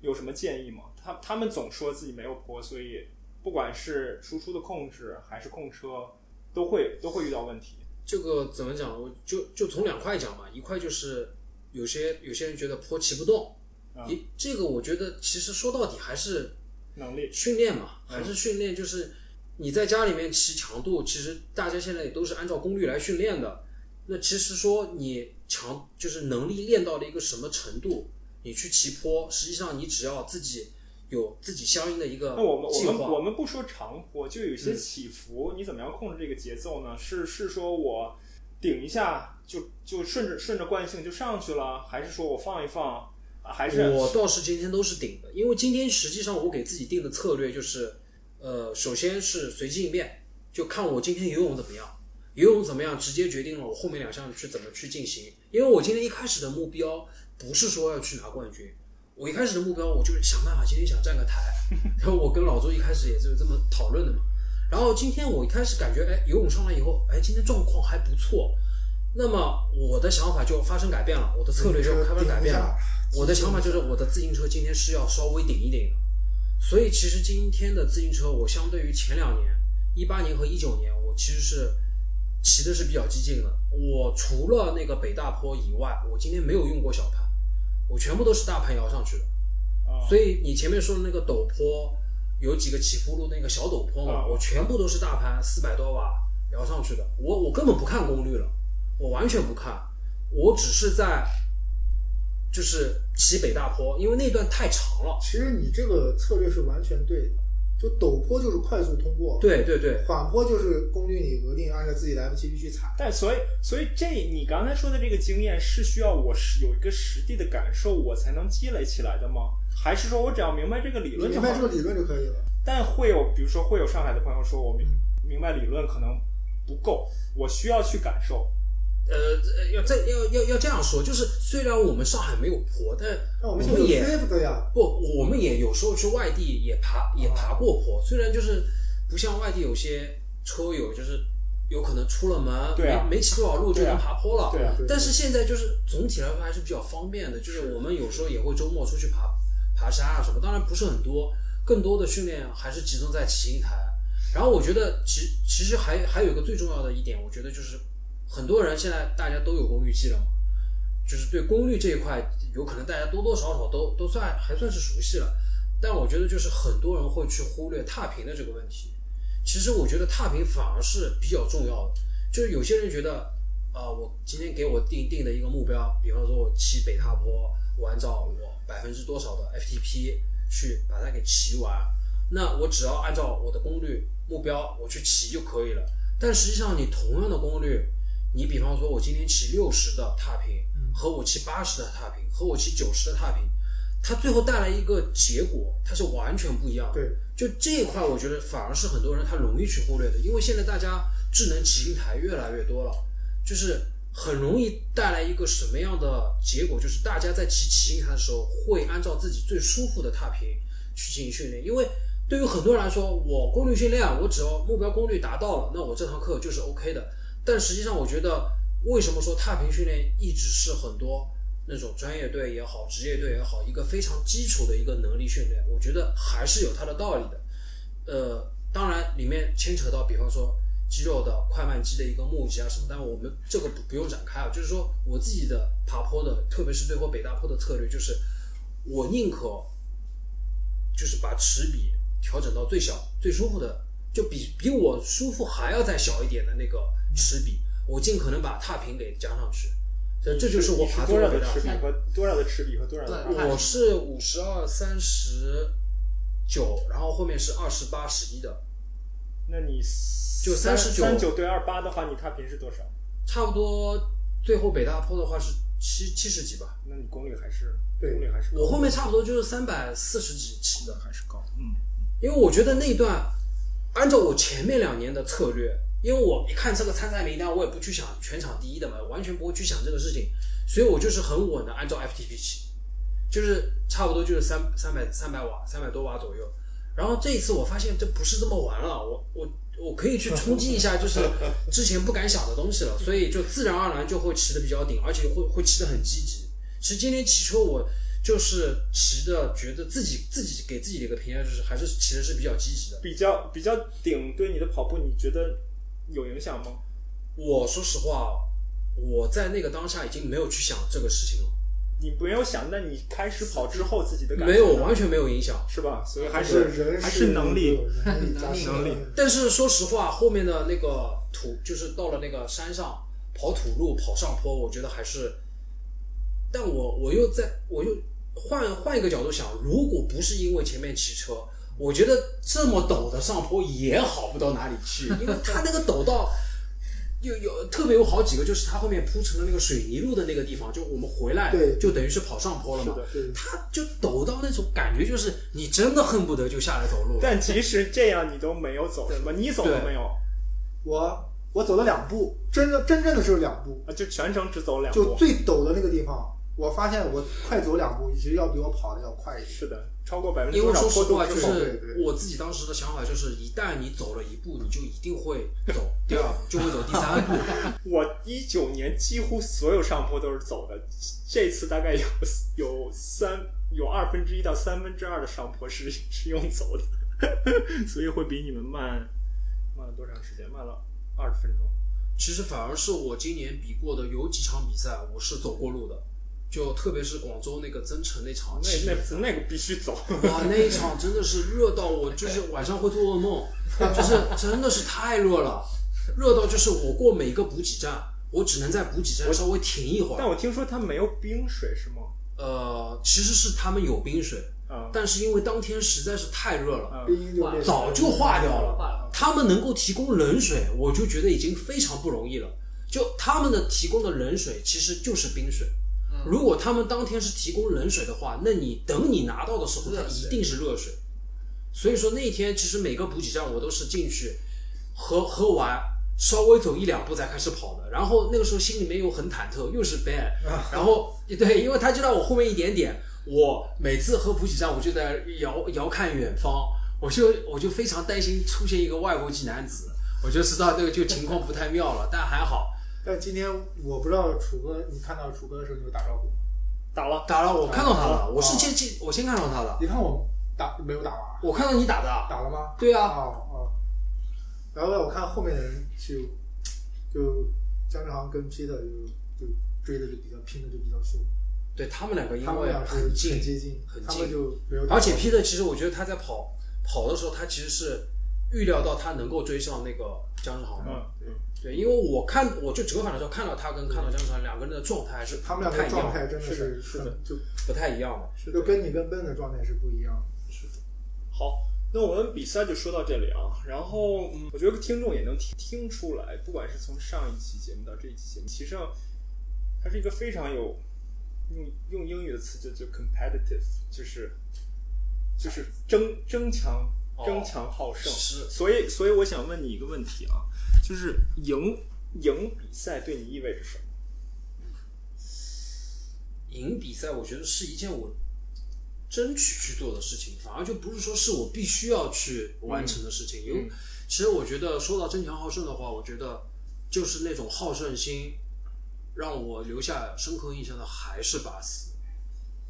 S2: 有什么建议吗？他他们总说自己没有坡，所以不管是输出的控制还是控车，都会都会遇到问题。
S3: 这个怎么讲？我就就从两块讲嘛，一块就是有些有些人觉得坡骑不动，
S2: 啊
S3: 一、这个我觉得其实说到底还是
S2: 能力，
S3: 训练嘛，
S2: 嗯
S3: 还是训练，就是你在家里面骑强度，其实大家现在也都是按照功率来训练的。那其实说你强就是能力练到了一个什么程度，你去骑坡，实际上你只要自己有自己相应的一个
S2: 那我们我
S3: 计
S2: 们
S3: 划嗯
S2: 我，们不说长坡，就有些起伏，你怎么样控制这个节奏呢？是是说我顶一下就就顺着顺着惯性就上去了，还是说我放一放，啊还是
S3: 我倒是今天都是顶的，因为今天实际上我给自己定的策略就是，呃，首先是随机应变，就看我今天游泳怎么样，游泳怎么样直接决定了我后面两项去怎么去进行。因为我今天一开始的目标不是说要去拿冠军，我一开始的目标我就是想办法今天想站个台，然后我跟老周一开始也是这么讨论的嘛。然后今天我一开始感觉，哎，游泳上来以后，哎，今天状况还不错，那么我的想法就发生改变了，我的策略就开始改变了。我的想法就是，我的自行车今天是要稍微顶一顶的，所以其实今天的自行车，我相对于前两年，一八年和一九年，我其实是骑的是比较激进的。我除了那个北大坡以外，我今天没有用过小盘，我全部都是大盘摇上去的。
S2: 啊
S3: 所以你前面说的那个陡坡，有几个起伏路那个小陡坡嘛，
S2: 啊
S3: 我全部都是大盘四百多瓦摇上去的，我我根本不看功率了，我完全不看，我只是在就是骑北大坡，因为那段太长了。
S4: 其实你这个策略是完全对的，就陡坡就是快速通过，，
S3: 对对对，
S4: 缓坡就是功率你额定按照自己来不及去踩。
S2: 但所以所以这你刚才说的这个经验是需要我是有一个实地的感受，我才能积累起来的吗？还是说我只要明白这个理
S4: 你
S2: 论就
S4: 明
S2: 好
S4: 白
S2: 了
S4: 这？个理论就可以了。
S2: 但会有，比如说会有上海的朋友说，我明
S3: 嗯
S2: 明白理论可能不够，我需要去感受。
S3: 呃，要这要要要这样说，就是虽然我们上海没有坡，但
S4: 那我
S3: 我们
S4: 们现在有
S3: 也
S4: Swift 呀，
S3: 不，我们也有时候去外地也
S2: 哦
S3: 爬也爬过坡，虽然就是不像外地有些车友就是有可能出了门
S2: 对啊
S3: 没没骑多少路就
S2: 对啊
S3: 能爬坡了，
S2: 对啊，
S4: 对
S3: 但是现在就是总体来说还是比较方便的，就是我们有时候也会周末出去爬爬山啊什么，当然不是很多，更多的训练还是集中在骑行台。然后我觉得其其实还还有一个最重要的一点，我觉得就是很多人现在大家都有功率计了嘛，就是对功率这一块，有可能大家多多少少都都算还算是熟悉了。但我觉得就是很多人会去忽略踏频的这个问题。其实我觉得踏频反而是比较重要的，就是有些人觉得，啊，我今天给我定定的一个目标，比方说我骑北踏坡，我按照我百分之多少的 FTP 去把它给骑完，那我只要按照我的功率目标我去骑就可以了。但实际上你同样的功率，你比方说我今天骑六十的踏频
S4: 嗯，
S3: 和我骑八十的踏频，和我骑九十的踏频，它最后带来一个结果，它是完全不一样的。
S4: 对，
S3: 就这一块，我觉得反而是很多人他容易去忽略的，因为现在大家智能骑行台越来越多了，就是很容易带来一个什么样的结果，就是大家在骑骑行台的时候，会按照自己最舒服的踏频去进行训练，因为对于很多人来说，我功率训练，啊我只要目标功率达到了，那我这堂课就是 OK 的。但实际上，我觉得为什么说踏频训练一直是很多那种专业队也好、职业队也好，一个非常基础的一个能力训练，我觉得还是有它的道理的。呃，当然里面牵扯到，比方说肌肉的快慢肌的一个募集啊什么，但我们这个不不用展开啊。就是说我自己的爬坡的，特别是最后北大坡的策略，就是我宁可就是把齿比调整到最小、最舒服的，就比比我舒服还要再小一点的那个齿比，我尽可能把踏频给加上去。这这就是我
S2: 你
S3: 爬
S2: 多
S3: 坡
S2: 少
S3: 的
S2: 的
S3: 北大
S2: 尺比和多少的尺比和多少的
S5: 对
S2: 大
S3: 我是五十二、三十九，然后后面是二十八、十一的，
S2: 那你
S3: 就
S2: 三
S3: 39
S2: 三九对二八的话，你踏频是多少？
S3: 差不多。最后北大坡的话是七七十几吧，
S2: 那你功率还是
S4: 对
S2: 功率还是
S3: 我后面差不多就是三百四十几骑的，还是高。
S2: 嗯，
S3: 因为我觉得那一段，按照我前面两年的策略，因为我一看这个参赛名单，我也不去想全场第一的嘛，完全不会去想这个事情，所以我就是很稳的按照 FTP 骑，就是差不多就是三三百三百瓦，三百多瓦左右。然后这一次我发现这不是这么玩了，我我我可以去冲击一下，就是之前不敢想的东西了，所以就自然而然就会骑得比较顶，而且会会骑得很积极。其实今天骑车我就是骑的，觉得自己自己给自己的一个评价就是还是骑的是比较积极的。
S2: 比较比较顶对你的跑步，你觉得有影响吗？
S3: 我说实话，我在那个当下已经没有去想这个事情了，
S2: 你没有想，那你开始跑之后自己的感觉
S3: 没有
S2: 呢
S3: 完全没有影响。
S2: 是吧？所以还
S4: 还
S2: 是
S4: 人
S2: 还
S4: 是
S2: 是能力，
S3: [laughs]
S4: 能力加深
S2: 能力
S3: 但是说实话，后面的那个土，就是到了那个山上跑土路、跑上坡，我觉得还是，但我我又在我又换换一个角度想，如果不是因为前面骑车，我觉得这么陡的上坡也好不到哪里去，因为它那个陡到。有有特别有好几个，就是它后面铺成了那个水泥路的那个地方，就我们回来
S4: 对
S3: 就等于是跑上坡了嘛
S2: 是的，
S4: 对
S3: 它就陡到那种感觉，就是你真的恨不得就下来走路了。
S2: 但即使这样，你都没有走是吧？你走了
S3: 对
S2: 没有？
S4: 我我走了两步，真的真正的是两步，
S2: 啊，就全程只走两
S4: 就
S2: 步。
S4: 最陡的那个地方，我发现我快走两步，其实要比我跑的要快一点。
S2: 是的，超过百分之
S3: 因为
S2: 多少
S3: 说实
S2: 坡度
S3: 话，就
S2: 之后，
S3: 是我自己当时的想法就是，一旦你走了一步，你就一定会走第二步，就会走第三步。
S2: 我一九年几乎所有上坡都是走的，这次大概有有三有二分之一到三分之二的上坡是是用走的， [laughs] 所以会比你们慢慢了多长时间？慢了二十分钟。
S3: 其实反而是我今年比过的有几场比赛，我是走过路的，就特别是广州那个增城那场，
S2: 那那不那个必须走，
S3: 哇，那一场真的是热到我，就是晚上会做噩梦，就是真的是太热了，热到就是我过每个补给站，我只能在补给站稍微停一会
S2: 但
S3: 儿。
S2: 我听说它没有冰水是吗？
S3: 呃，其实是他们有冰水，
S2: 啊、
S3: 但是因为当天实在是太热了。
S2: 啊、
S4: 冰就变成
S3: 早就化掉了
S5: 化了。
S3: 他们能够提供冷水，我就觉得已经非常不容易了。就他们的提供的冷水其实就是冰水。如果他们当天是提供冷水的话，那你等你拿到的时候，它
S5: 热水
S3: 一定是热水。所以说那天其实每个补给站我都是进去喝喝完，稍微走一两步才开始跑的。然后那个时候心里面又很忐忑，又是 bad，然
S4: 啊
S3: [laughs] 后对，因为他就在我后面一点点，我每次喝补给站我就在遥遥看远方，我就我就非常担心出现一个外国籍男子，我就知道这个就情况不太妙了，但还好。
S4: 但今天我不知道楚哥，你看到楚哥的时候，你有打招呼吗？
S2: 打了，
S3: 打了，我看到他了，我是
S4: 啊
S3: 先先我先看到他的，
S4: 你看我打没有打完？
S3: 我看到你打的，
S4: 打了吗？
S3: 对啊，
S4: 哦哦。然后呢，我看后面的人就就姜志航跟 Peter 就就追的就比较拼的就比较凶，
S3: 对他们两个因
S4: 他们
S3: 为
S4: 俩是
S3: 很
S4: 很
S3: 近，
S4: 接近，
S3: 很
S4: 他们
S3: 近，
S4: 就没有打。
S3: 而且 Peter 其实我觉得他在跑跑的时候，他其实是预料到他能够追上那个姜志航的，
S2: 嗯嗯，
S3: 对，因为我看我就折返的时候看到他跟看到姜志航两个人的状态还是
S4: 他们两
S3: 不太
S4: 个
S3: 一
S4: 状
S3: 样
S4: 态真的
S2: 是的
S4: 是
S2: 是的
S4: 很就是
S3: 不太一样的。
S2: 是
S4: 就
S2: 的，
S4: 跟你跟笨的状态是不一样的。
S2: 好，那我们比赛就说到这里啊，然后嗯，我觉得听众也能听听出来，不管是从上一期节目到这一期节目，其实上它是一个非常有用用英语的词就就 competitive，就是就是争争强
S3: 哦
S2: 争强好胜。
S3: 是
S2: 所以所以我想问你一个问题啊，就是赢赢比赛对你意味着什么？
S3: 赢比赛，我觉得是一件我争取去做的事情，反而就不是说是我必须要去完成的事情。有、
S2: 嗯
S3: 其实我觉得说到争强好胜的话，我觉得就是那种好胜心，让我留下深刻印象的还是巴斯。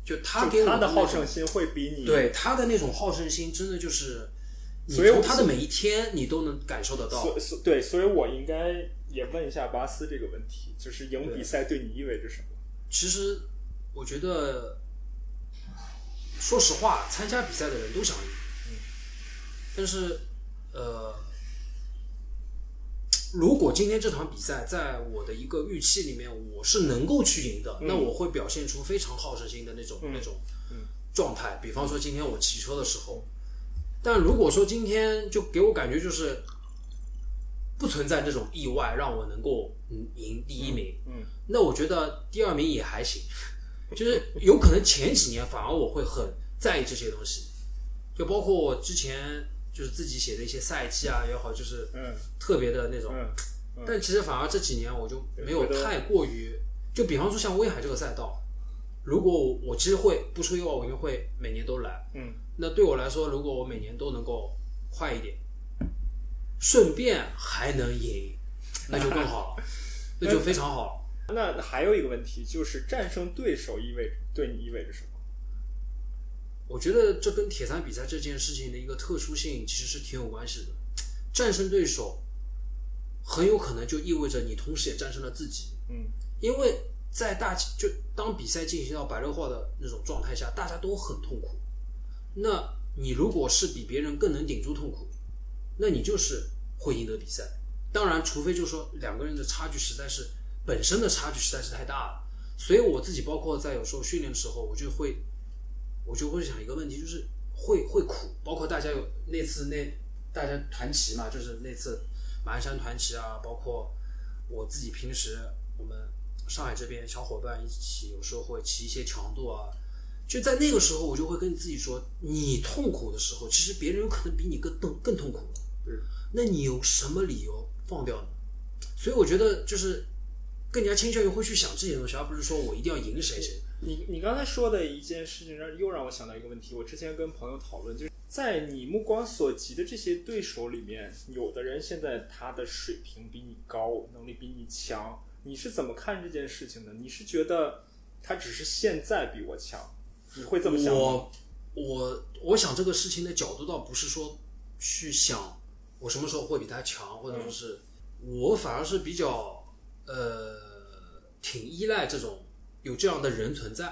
S3: 就他给
S2: 就
S3: 我
S2: 他
S3: 的
S2: 的好
S3: 那种
S2: 胜心会比你
S3: 对他的那种好胜心，真的就是你
S2: 所以我
S3: 从他的每一天，你都能感受得到
S2: 所。所对，所以我应该也问一下巴斯这个问题，就是赢比赛对你意味着什么？
S3: 其实我觉得，说实话，参加比赛的人都想赢，
S2: 嗯
S3: 但是呃，如果今天这场比赛在我的一个预期里面，我是能够去赢的，
S2: 嗯
S3: 那我会表现出非常好胜心的那种、
S2: 嗯
S3: 那种
S2: 嗯
S3: 状态。比方说今天我骑车的时候，但如果说今天就给我感觉就是不存在这种意外，让我能够嗯赢第一名，
S2: 嗯
S3: 那我觉得第二名也还行， [laughs] 就是有可能前几年反而我会很在意这些东西，就包括我之前就是自己写的一些赛季啊也好，就是
S2: 嗯
S3: 特别的那种，
S2: 嗯嗯
S3: 但其实反而这几年我就没有太过于，就比方说像威海这个赛道，如果我我其实会不出意外，我就会每年都来。
S2: 嗯
S3: 那对我来说，如果我每年都能够快一点，顺便还能赢，那就更好了，那就非常好了。
S2: 那还有一个问题就是战胜对手意味对你意味着什么？
S3: 我觉得这跟铁三比赛这件事情的一个特殊性其实是挺有关系的。战胜对手，很有可能就意味着你同时也战胜了自己，
S2: 嗯
S3: 因为在大就当比赛进行到白热化的那种状态下，大家都很痛苦。那你如果是比别人更能顶住痛苦，那你就是会赢得比赛。当然，除非就是说两个人的差距实在是本身的差距实在是太大了。所以我自己包括在有时候训练的时候，我就会我就会想一个问题，就是会会苦。包括大家有那次那大家团骑嘛，就是那次马鞍山团骑啊，包括我自己平时我们上海这边小伙伴一起，有时候会骑一些强度啊。就在那个时候，我就会跟自己说，你痛苦的时候，其实别人有可能比你更痛更痛苦了。
S2: 嗯，
S3: 那你有什么理由放掉呢？所以我觉得就是更加倾向于会去想这些东西，而不是说我一定要赢谁谁。
S2: 你你刚才说的一件事情让又让我想到一个问题，我之前跟朋友讨论，就是在你目光所及的这些对手里面，有的人现在他的水平比你高，能力比你强，你是怎么看这件事情的？你是觉得他只是现在比我强，你会这么想吗？
S3: 我我我想这个事情的角度倒不是说去想我什么时候会比他强，或者说是、
S2: 嗯
S3: 我反而是比较呃挺依赖这种有这样的人存在，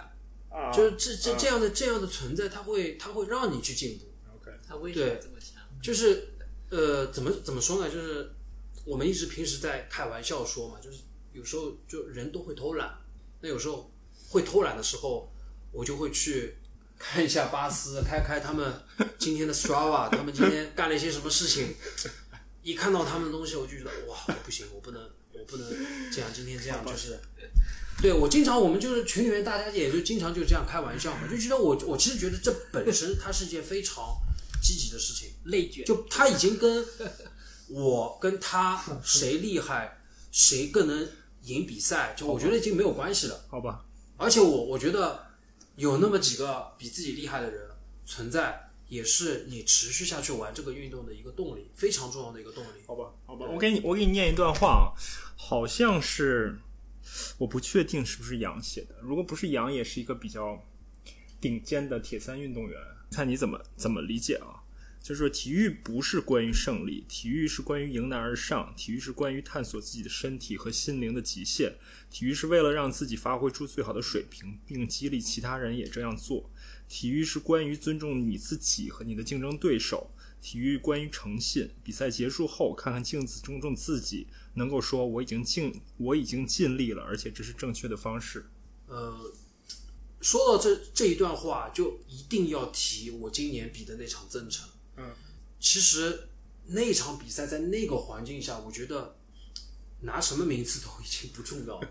S2: 啊，
S3: 就是这这
S2: 啊
S3: 这样的、这样的存在，它会它会让你去进步。
S2: OK，
S5: 他为什么这么强？
S3: 就是呃，怎么怎么说呢？就是我们一直平时在开玩笑说嘛，就是有时候就人都会偷懒，那有时候会偷懒的时候，我就会去看一下巴斯，开开他们今天的 Strava，他们今天干了一些什么事情。一看到他们的东西，我就觉得哇，我不行，我不能，我不能这样，今天这样就是。对我经常，我们就是群里面大家也就经常就这样开玩笑嘛，就觉得我我其实觉得这本身它是一件非常积极的事情，
S5: 内卷，
S3: 就他已经跟我跟他谁厉害，谁更能赢比赛，就我觉得已经没有关系了。
S2: 好吧，
S3: 而且我我觉得有那么几个比自己厉害的人存在，也是你持续下去玩这个运动的一个动力，非常重要的一个动力。
S2: 好吧，好吧，
S3: 对
S6: 我给你，我给你念一段话啊，好像是，我不确定是不是杨写的。如果不是杨，也是一个比较顶尖的铁三运动员。看你怎么怎么理解啊？就是说，体育不是关于胜利，体育是关于迎难而上，体育是关于探索自己的身体和心灵的极限，体育是为了让自己发挥出最好的水平，并激励其他人也这样做。体育是关于尊重你自己和你的竞争对手，体育关于诚信。比赛结束后，看看镜子中中自己，能够说我已经尽我已经尽力了，而且这是正确的方式。
S3: 呃，说到这这一段话，就一定要提我今年比的那场增程。
S2: 嗯，
S3: 其实那场比赛在那个环境下，我觉得拿什么名次都已经不重要了。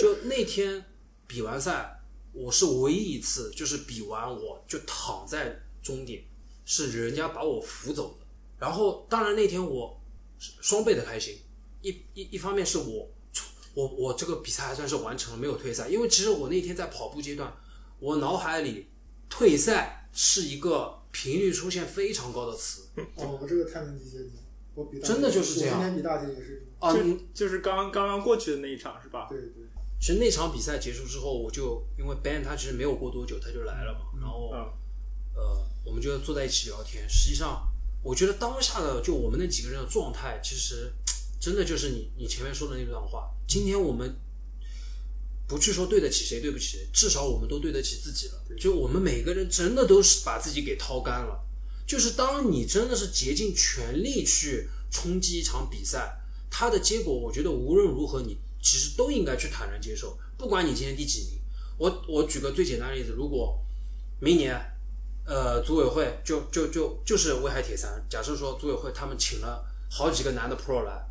S3: 就那天比完赛，我是唯一一次就是比完我就躺在终点，是人家把我扶走的。然后当然那天我双倍的开心，一一一方面是我我我这个比赛还算是完成了，没有退赛，因为其实我那天在跑步阶段，我脑海里退赛是一个频率出现非常高的词
S4: 哦，我这个太能理解你了，我比大姐
S3: 真的就是这样
S4: 我今天比大姐也是这样，
S3: 啊。嗯
S2: 就就是刚刚刚过去的那一场是吧？
S4: 对对。
S3: 其实那场比赛结束之后，我就因为 Ben 他其实没有过多久他就来了嘛，然后
S2: 嗯
S3: 呃我们就坐在一起聊天。实际上，我觉得当下的就我们那几个人的状态，其实真的就是你你前面说的那段话。今天我们不去说对得起谁对不起谁，至少我们都对得起自己了。就我们每个人真的都是把自己给掏干了。就是当你真的是竭尽全力去冲击一场比赛，它的结果，我觉得无论如何你其实都应该去坦然接受，不管你今天第几名。我我举个最简单的例子，如果明年，呃，组委会就就就就是威海铁三，假设说组委会他们请了好几个男的 pro 来，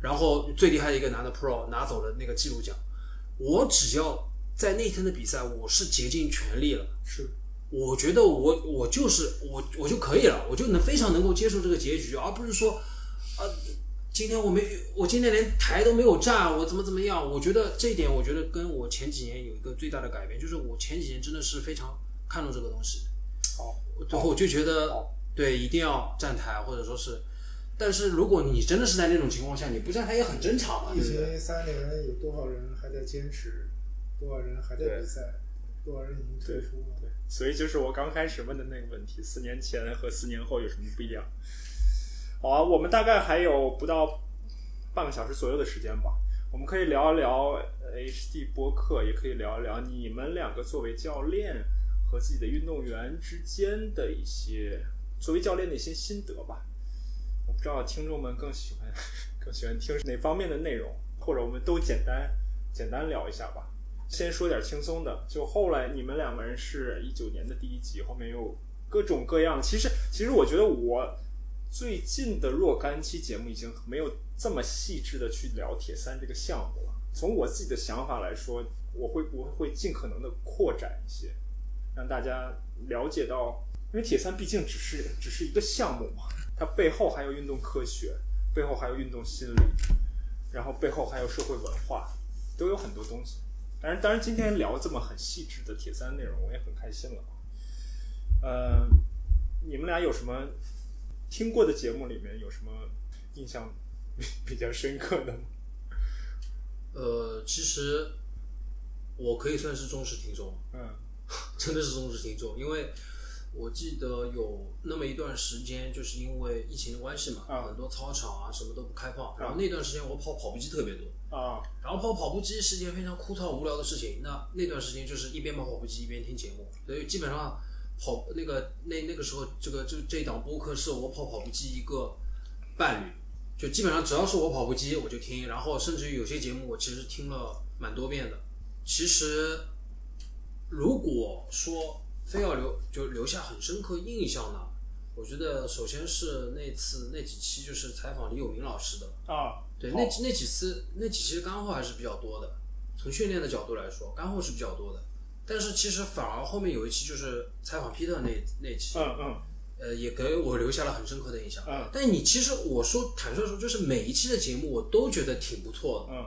S3: 然后最厉害的一个男的 pro 拿走了那个纪录奖，我只要在那天的比赛，我是竭尽全力了。
S4: 是，
S3: 我觉得我我就是我我就可以了，我就能非常能够接受这个结局，而不是说，啊，今天我没我今天连台都没有站，我怎么怎么样？我觉得这一点，我觉得跟我前几年有一个最大的改变，就是我前几年真的是非常看重这个东西，
S2: 好，
S3: 然后我就觉得对一定要站台或者说是，但是如果你真的是在那种情况下，你不站台也很正常嘛，
S4: 疫
S3: 对不对？
S4: 情三年有多少人还在坚持，多少人还在比赛，多少人已经退出了？
S2: 对，所以就是我刚开始问的那个问题，四年前和四年后有什么不一样？好啊，我们大概还有不到半个小时左右的时间吧，我们可以聊一聊呃 HD 播客，也可以聊一聊你们两个作为教练和自己的运动员之间的一些作为教练的一些心得吧。我不知道听众们更喜欢 [laughs] 更喜欢听哪方面的内容，或者我们都简单简单聊一下吧。先说点轻松的，就后来你们两个人是一九年的第一集，后面又各种各样。其实，其实我觉得我最近的若干期节目已经没有这么细致的去聊铁三这个项目了。从我自己的想法来说，我会我会尽可能的扩展一些，让大家了解到，因为铁三毕竟只是只是一个项目嘛，它背后还有运动科学，背后还有运动心理，然后背后还有社会文化，都有很多东西。当然，当然，今天聊这么很细致的铁三内容，我也很开心了。呃，你们俩有什么听过的节目里面有什么印象比较深刻的吗？
S3: 呃，其实我可以算是忠实听众了。
S2: 嗯
S3: 真的是忠实听众，因为我记得有那么一段时间，就是因为疫情的关系嘛，
S2: 啊
S3: 很多操场啊什么都不开放。然后那段时间我跑跑步机特别多，
S2: 啊
S3: 然后跑跑步机是件非常枯燥无聊的事情。那那段时间就是一边跑跑步机一边听节目，所以基本上跑那个那那个时候这个这这档播客是我跑跑步机一个伴侣，就基本上只要是我跑步机我就听，然后甚至于有些节目我其实听了蛮多遍的。其实如果说非要留就留下很深刻印象呢，我觉得首先是那次那几期就是采访李友明老师的。
S2: 啊
S3: 对，
S2: 好
S3: 那几那几次那几期干货还是比较多的，从训练的角度来说，干货是比较多的。但是其实反而后面有一期就是采访 Peter 那那期，
S2: 嗯嗯
S3: 呃，也给我留下了很深刻的印象。
S2: 嗯
S3: 但你其实我说坦率说，就是每一期的节目我都觉得挺不错的。
S2: 嗯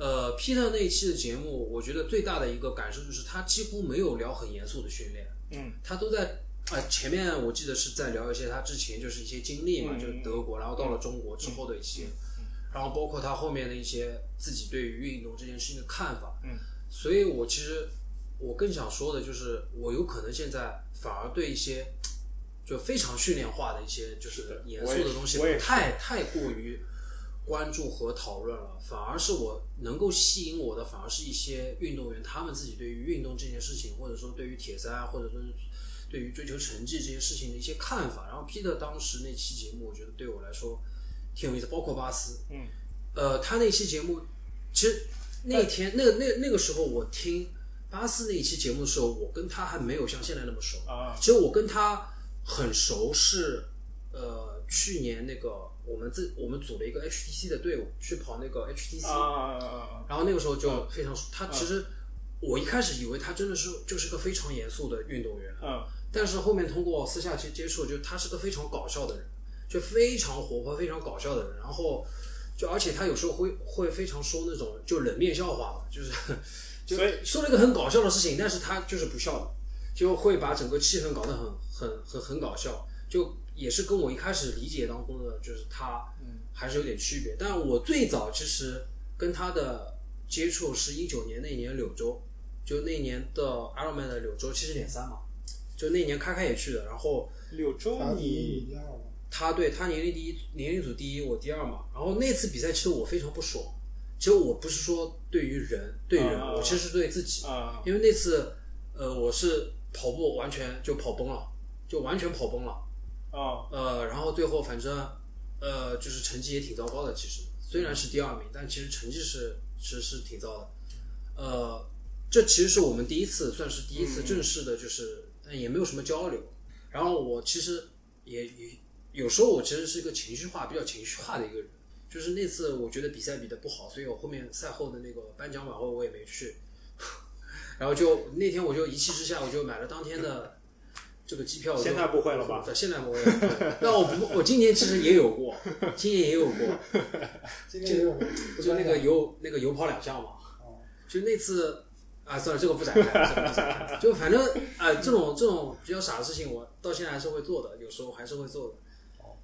S3: 呃，Peter 那一期的节目，我觉得最大的一个感受就是他几乎没有聊很严肃的训练，
S2: 嗯
S3: 他都在啊、前面我记得是在聊一些他之前就是一些经历嘛，
S2: 嗯
S3: 就是德国，然后到了中国之后的一些，然后包括他后面的一些自己对于运动这件事情的看法。
S2: 嗯，
S3: 所以我其实我更想说的就是，我有可能现在反而对一些就非常训练化的一些就是
S2: 的
S3: 是严
S2: 我也
S3: 肃的
S2: 是
S3: 东西
S2: 我也，是
S3: 太太过于。关注和讨论了，反而是我能够吸引我的，反而是一些运动员他们自己对于运动这件事情，或者说对于铁三，啊或者说是对于追求成绩这些事情的一些看法。然后 Peter 当时那期节目，我觉得对我来说挺有意思，包括巴斯，
S2: 嗯
S3: 呃，他那期节目，其实那天那个那个那个时候我听巴斯那一期节目的时候，我跟他还没有像现在那么熟。
S2: 啊
S3: 其实我跟他很熟是，呃，去年那个我们自我们组了一个 HTC 的队伍去跑那个 HTC，、
S2: 啊，
S3: 然后那个时候就非常，他其实我一开始以为他真的是就是个非常严肃的运动员，
S2: 嗯
S3: 但是后面通过私下去接触，就他是个非常搞笑的人，就非常活泼、非常搞笑的人。然后就而且他有时候会会非常说那种就冷面笑话嘛，就是就
S2: 所以
S3: 说了一个很搞笑的事情，但是他就是不笑了，就会把整个气氛搞得很很很很搞笑，就也是跟我一开始理解当中的就是他
S2: 嗯
S3: 还是有点区别。但我最早其实跟他的接触是一九年那年柳州，就那年的 Ironman 的柳州七十点三嘛，就那年开开也去的，然后
S2: 柳州
S4: 他第
S2: 你
S4: 一第二嘛，
S3: 他对他年龄第一，年龄组第一，我第二嘛。然后那次比赛其实我非常不爽，其实我不是说对于人，对人，
S2: 啊
S3: 我其实是对自己，
S2: 啊
S3: 因为那次呃我是跑步完全就跑崩了，就完全跑崩了。
S2: 啊
S3: 呃，然后最后反正呃就是成绩也挺糟糕的，其实虽然是第二名，但其实成绩是其实是挺糟的。呃，这其实是我们第一次，算是第一次
S2: 嗯
S3: 正式的，就是、呃也没有什么交流。然后我其实也也有时候我其实是一个情绪化、比较情绪化的一个人。就是那次我觉得比赛比的不好，所以我后面赛后的那个颁奖晚会我也没去。 [laughs] 然后就那天我就一气之下，我就买了当天的这个机票。我就
S2: 现在不会了吧？
S3: 对现在不会了。但我不，我今年其实也有过，今年也有过，
S4: 今天也有
S3: 就那个游那个游跑两项嘛
S4: 哦，
S3: 就那次啊，算了，这个不展开，这个不展开。就反正啊，这种这种比较傻的事情，我到现在还是会做的，有时候还是会做的。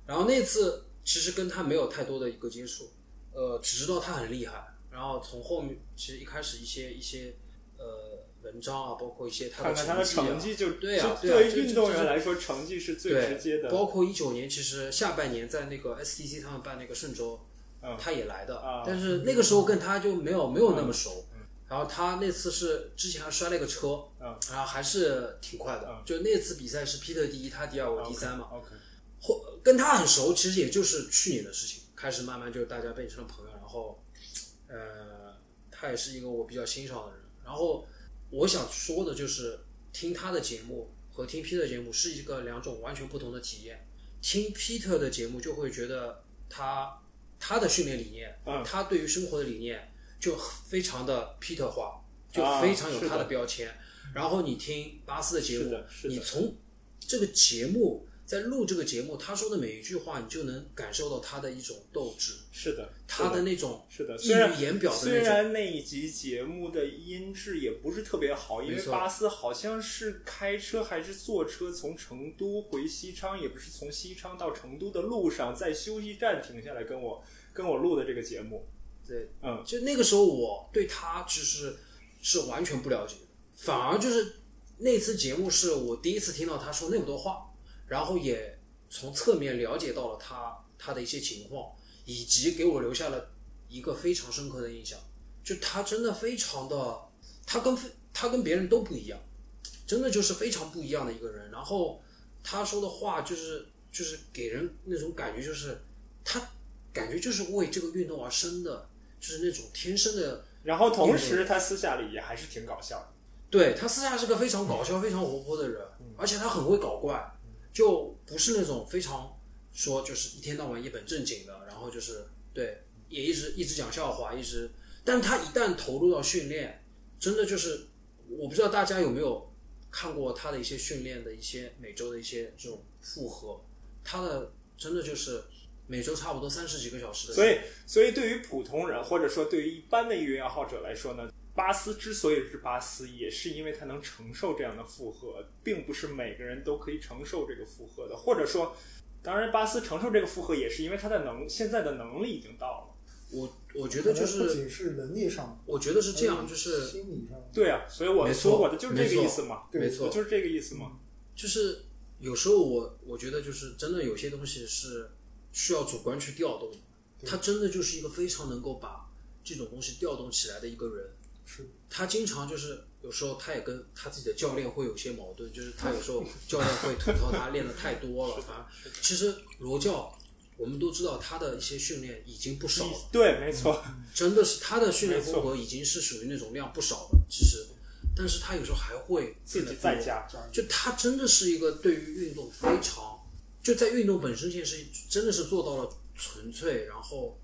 S3: 然后那次其实跟他没有太多的一个接触，呃，只知道他很厉害。然后从后面其实一开始一些一些呃文章啊，包括一些他
S2: 看
S3: 的
S2: 看他的
S3: 成绩啊
S2: 成绩就，
S3: 对啊
S2: 这
S3: 对啊
S2: 对
S3: 就
S2: 于运动员来说，成绩是最
S3: 对
S2: 直接的。
S3: 包括一九年，其实下半年在那个 STC 他们办那个嵊州，
S2: 嗯
S3: 他也来的，
S2: 啊嗯
S3: 但是那个时候跟他就没有没有那么熟。然后他那次是之前还摔了一个车，
S2: 嗯
S3: 然后还是挺快的。
S2: 嗯啊
S3: 就那次比赛是 Peter 第一，他第二，我第三嘛。
S2: OK，
S3: 后跟他很熟，其实也就是去年的事情，开始慢慢就大家变成了朋友，然后，呃，他也是一个我比较欣赏的人。然后我想说的就是，听他的节目和听 Peter 的节目是一个两种完全不同的体验。听 Peter 的节目就会觉得他他的训练理念，
S2: 嗯
S3: 他对于生活的理念就非常的 Peter 化，就
S2: 啊
S3: 非常有
S2: 是
S3: 他
S2: 的
S3: 的标签。然后你听巴斯的节
S2: 是
S3: 目
S2: 的是，的
S3: 你从这个节目在录这个节目，他说的每一句话，你就能感受到他的一种斗志，
S2: 是的，
S3: 他
S2: 是
S3: 的
S2: 的
S3: 那种
S2: 是的，
S3: 溢
S2: 虽然
S3: 于言表的
S2: 虽
S3: 那种。
S2: 然那一集节目的音质也不是特别好，因
S3: 没
S2: 为
S3: 错
S2: 巴斯好像是开车还是坐车从成都回西昌，也不是从西昌到成都的路上，在休息站停下来跟我跟我录的这个节目。
S3: 对，
S2: 嗯
S3: 就那个时候我对他其实是完全不了解的，反而就是那次节目是我第一次听到他说那么多话，然后也从侧面了解到了他他的一些情况，以及给我留下了一个非常深刻的印象，就他真的非常的，他跟非他跟别人都不一样，真的就是非常不一样的一个人。然后他说的话就是就是给人那种感觉，就是他感觉就是为这个运动而生的，就是那种天生的。
S2: 然后同时他私下里也还是挺搞笑的。
S3: 对他私下是个非常搞笑、非常活泼的人，而且他很会搞怪，就不是那种非常说就是一天到晚一本正经的，然后就是对也一直一直讲笑话，一直。但他一旦投入到训练，真的就是我不知道大家有没有看过他的一些训练的一些每周的一些这种负荷，他的真的就是每周差不多三十几个小时的训
S2: 所以
S3: 练，，
S2: 所以对于普通人或者说对于一般的音乐爱好者来说呢，巴斯之所以是巴斯，也是因为他能承受这样的负荷，并不是每个人都可以承受这个负荷的。或者说，当然巴斯承受这个负荷，也是因为他的能现在的能力已经到了。
S3: 我我觉得就
S4: 不
S3: 是
S4: 仅嗯是能力上，
S3: 我觉得是这样，
S4: 还
S3: 就是
S4: 心理上，
S2: 对啊，所以我
S3: 没错
S2: 说我的就是这个意思嘛，
S3: 没错
S2: 我就是这个意思嘛。
S3: 就是有时候我我觉得就是真的有些东西是需要主观去调动的，他真的就是一个非常能够把这种东西调动起来的一个人。
S4: 是
S3: 他经常就是有时候他也跟他自己的教练会有些矛盾，就是他有时候教练会吐槽他练的太多了，反而其实罗教。我们都知道他的一些训练已经不少了，
S2: 对，没错，
S3: 真的是他的训练
S2: 没错
S3: 风格已经是属于那种量不少的，其实，但是他有时候还会
S2: 自己在家
S3: 就他真的是一个对于运动非常，就在运动本身这件事情，真的是做到了纯粹，然后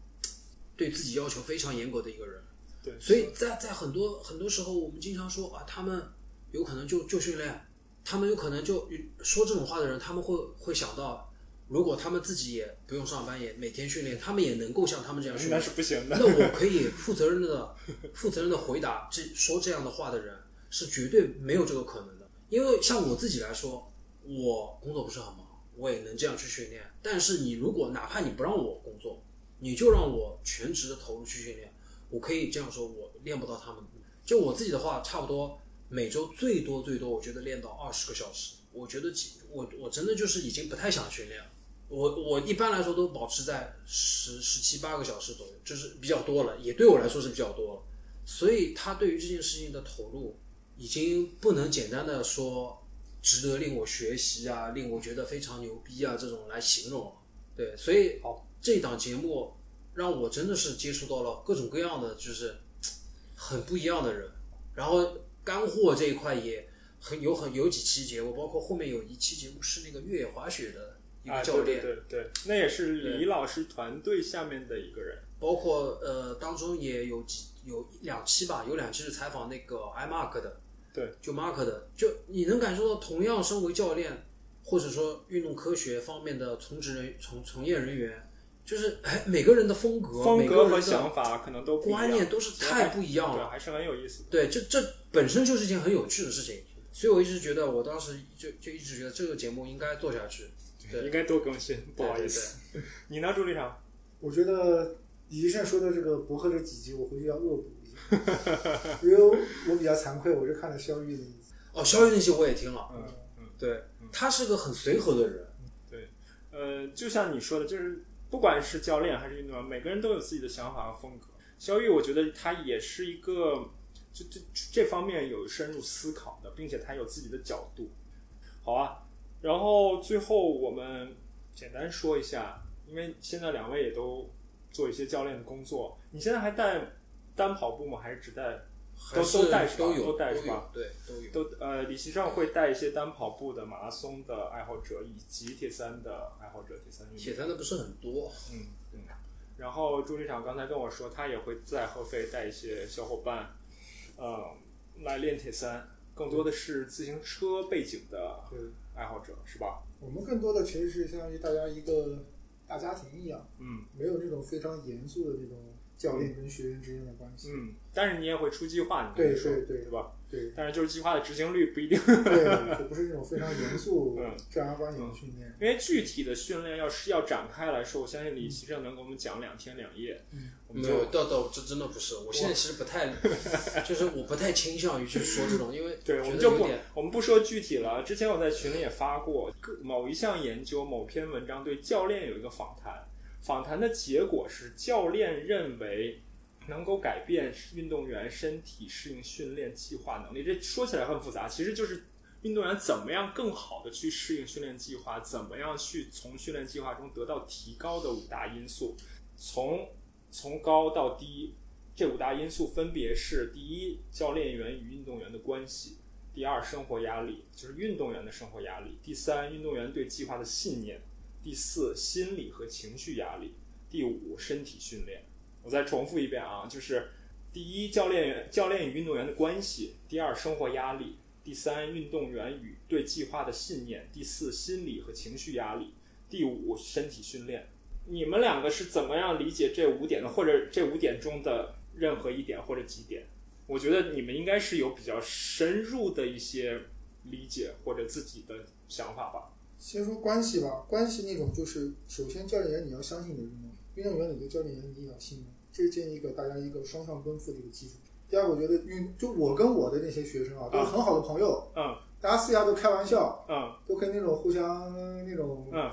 S3: 对自己要求非常严格的一个人。
S2: 对，
S3: 所以在在很多很多时候，我们经常说啊，他们有可能就就训练，他们有可能就说这种话的人，他们会会想到，如果他们自己也不用上班，也每天训练，他们也能够像他们这样训
S2: 那
S3: 练，
S2: 是不行的。
S3: 那我可以负责任的、负责任的回答这说这样的话的人是绝对没有这个可能的，因为像我自己来说，我工作不是很忙，我也能这样去训练。但是你如果哪怕你不让我工作，你就让我全职的投入去训练，我可以这样说，我练不到他们。就我自己的话，差不多每周最多最多，我觉得练到二十个小时。我觉得几我我真的就是已经不太想训练了。我我一般来说都保持在十十七八个小时左右，就是比较多了，也对我来说是比较多了。所以他对于这件事情的投入，已经不能简单的说值得令我学习啊，令我觉得非常牛逼啊这种来形容了。对，所以
S2: 好
S3: 这档节目让我真的是接触到了各种各样的，就是很不一样的人。然后干货这一块也很有很有几期节目，包括后面有一期节目是那个越野滑雪的一
S2: 啊，
S3: 个教
S2: 对
S3: 练，
S2: 对对对，那也是李老师团队下面的一个人。
S3: 包括呃当中也有几有一两期吧，有两期是采访那个 iMark 的，
S2: 对，
S3: 就 Mark 的，就你能感受到，同样身为教练或者说运动科学方面的从职人从从业人员，就是 [laughs] 哎每个人的风格、
S2: 风
S3: 每个
S2: 格
S3: 人
S2: 和
S3: 的
S2: 想法可能都不一样
S3: 观念都是太不一样
S2: 对，
S3: 了。
S2: 还是很有意思的。
S3: 对，这这本身就是一件很有趣的事情，所以我一直觉得，我当时就就一直觉得这个节目应该做下去。对
S2: 应该多更新，不好意思。你呢，朱立场？
S4: 我觉得李医生说的这个博客这几集，我回去要恶补
S2: [laughs]
S4: 一下，因为我比较惭愧，我是看了肖玉的一集。
S3: 哦，肖玉那期我也听了，
S2: 嗯，
S3: 对他是个很随和的人，
S2: 呃，就像你说的，就是不管是教练还是运动员，每个人都有自己的想法和风格。肖玉，我觉得他也是一个就这这方面有深入思考的，并且他有自己的角度。好啊，然后最后我们简单说一下，因为现在两位也都做一些教练的工作，你现在还带单跑步吗？还是只带
S3: 还是
S2: 都带是吧
S3: 都有
S2: 都带是吧
S3: 有，对都有。
S2: 都呃，李奇照会带一些单跑步的马拉松的爱好者，以及铁三的爱好者，铁三运动
S3: 铁。三的不是很多，
S2: 嗯嗯。然后朱局长刚才跟我说，他也会在合肥带一些小伙伴，呃，来练铁三，更多的是自行车背景的
S4: 对，
S2: 爱好者，是吧？
S4: 我们更多的其实是相当于大家一个大家庭一样，
S2: 嗯
S4: 没有那种非常严肃的这种教练跟学员之间的关系。
S2: 嗯。但是你也会出计划，你
S4: 对
S2: 跟我说
S4: 对对
S2: 对吧？
S4: 对
S2: 但是就是计划的执行率不一定，
S4: 对，就不是那种非常严肃
S2: 嗯
S4: 正儿八经的训练。
S2: 因为具体的训练要是要展开来说，我相信李奇正能给我们讲两天两夜，
S4: 嗯
S2: 我们
S3: 没
S2: 就
S3: 有，倒倒这真的不是。我现在其实不太，就是我不太倾向于去说这种，因为
S2: 对，我
S3: 觉
S2: 们
S3: 得
S2: 就
S3: 有
S2: 不
S3: 点，
S2: 我们不说具体了。之前我在群里也发过，各某一项研究、某篇文章对教练有一个访谈，访谈的结果是教练认为能够改变运动员身体适应训练计划能力。这说起来很复杂，其实就是运动员怎么样更好的去适应训练计划，怎么样去从训练计划中得到提高的五大因素。从从高到低，这五大因素分别是：第一，教练员与运动员的关系；第二，生活压力，就是运动员的生活压力；第三，运动员对计划的信念；第四，心理和情绪压力；第五，身体训练。我再重复一遍啊，就是第一，教练员教练与运动员的关系；第二，生活压力；第三，运动员与对计划的信念；第四，心理和情绪压力；第五，身体训练。你们两个是怎么样理解这五点的，或者这五点中的任何一点或者几点？我觉得你们应该是有比较深入的一些理解或者自己的想法吧。
S4: 先说关系吧，关系那种就是，首先教练员你要相信你的运动员，运动员你对教练员你也要信任，这是建立一个大家一个双向奔赴的一个基础。第二，我觉得运就我跟我的那些学生啊，都是很好的朋友，
S2: 嗯
S4: 大家私下都开玩笑，
S2: 嗯
S4: 都可以那种互相那种，
S2: 嗯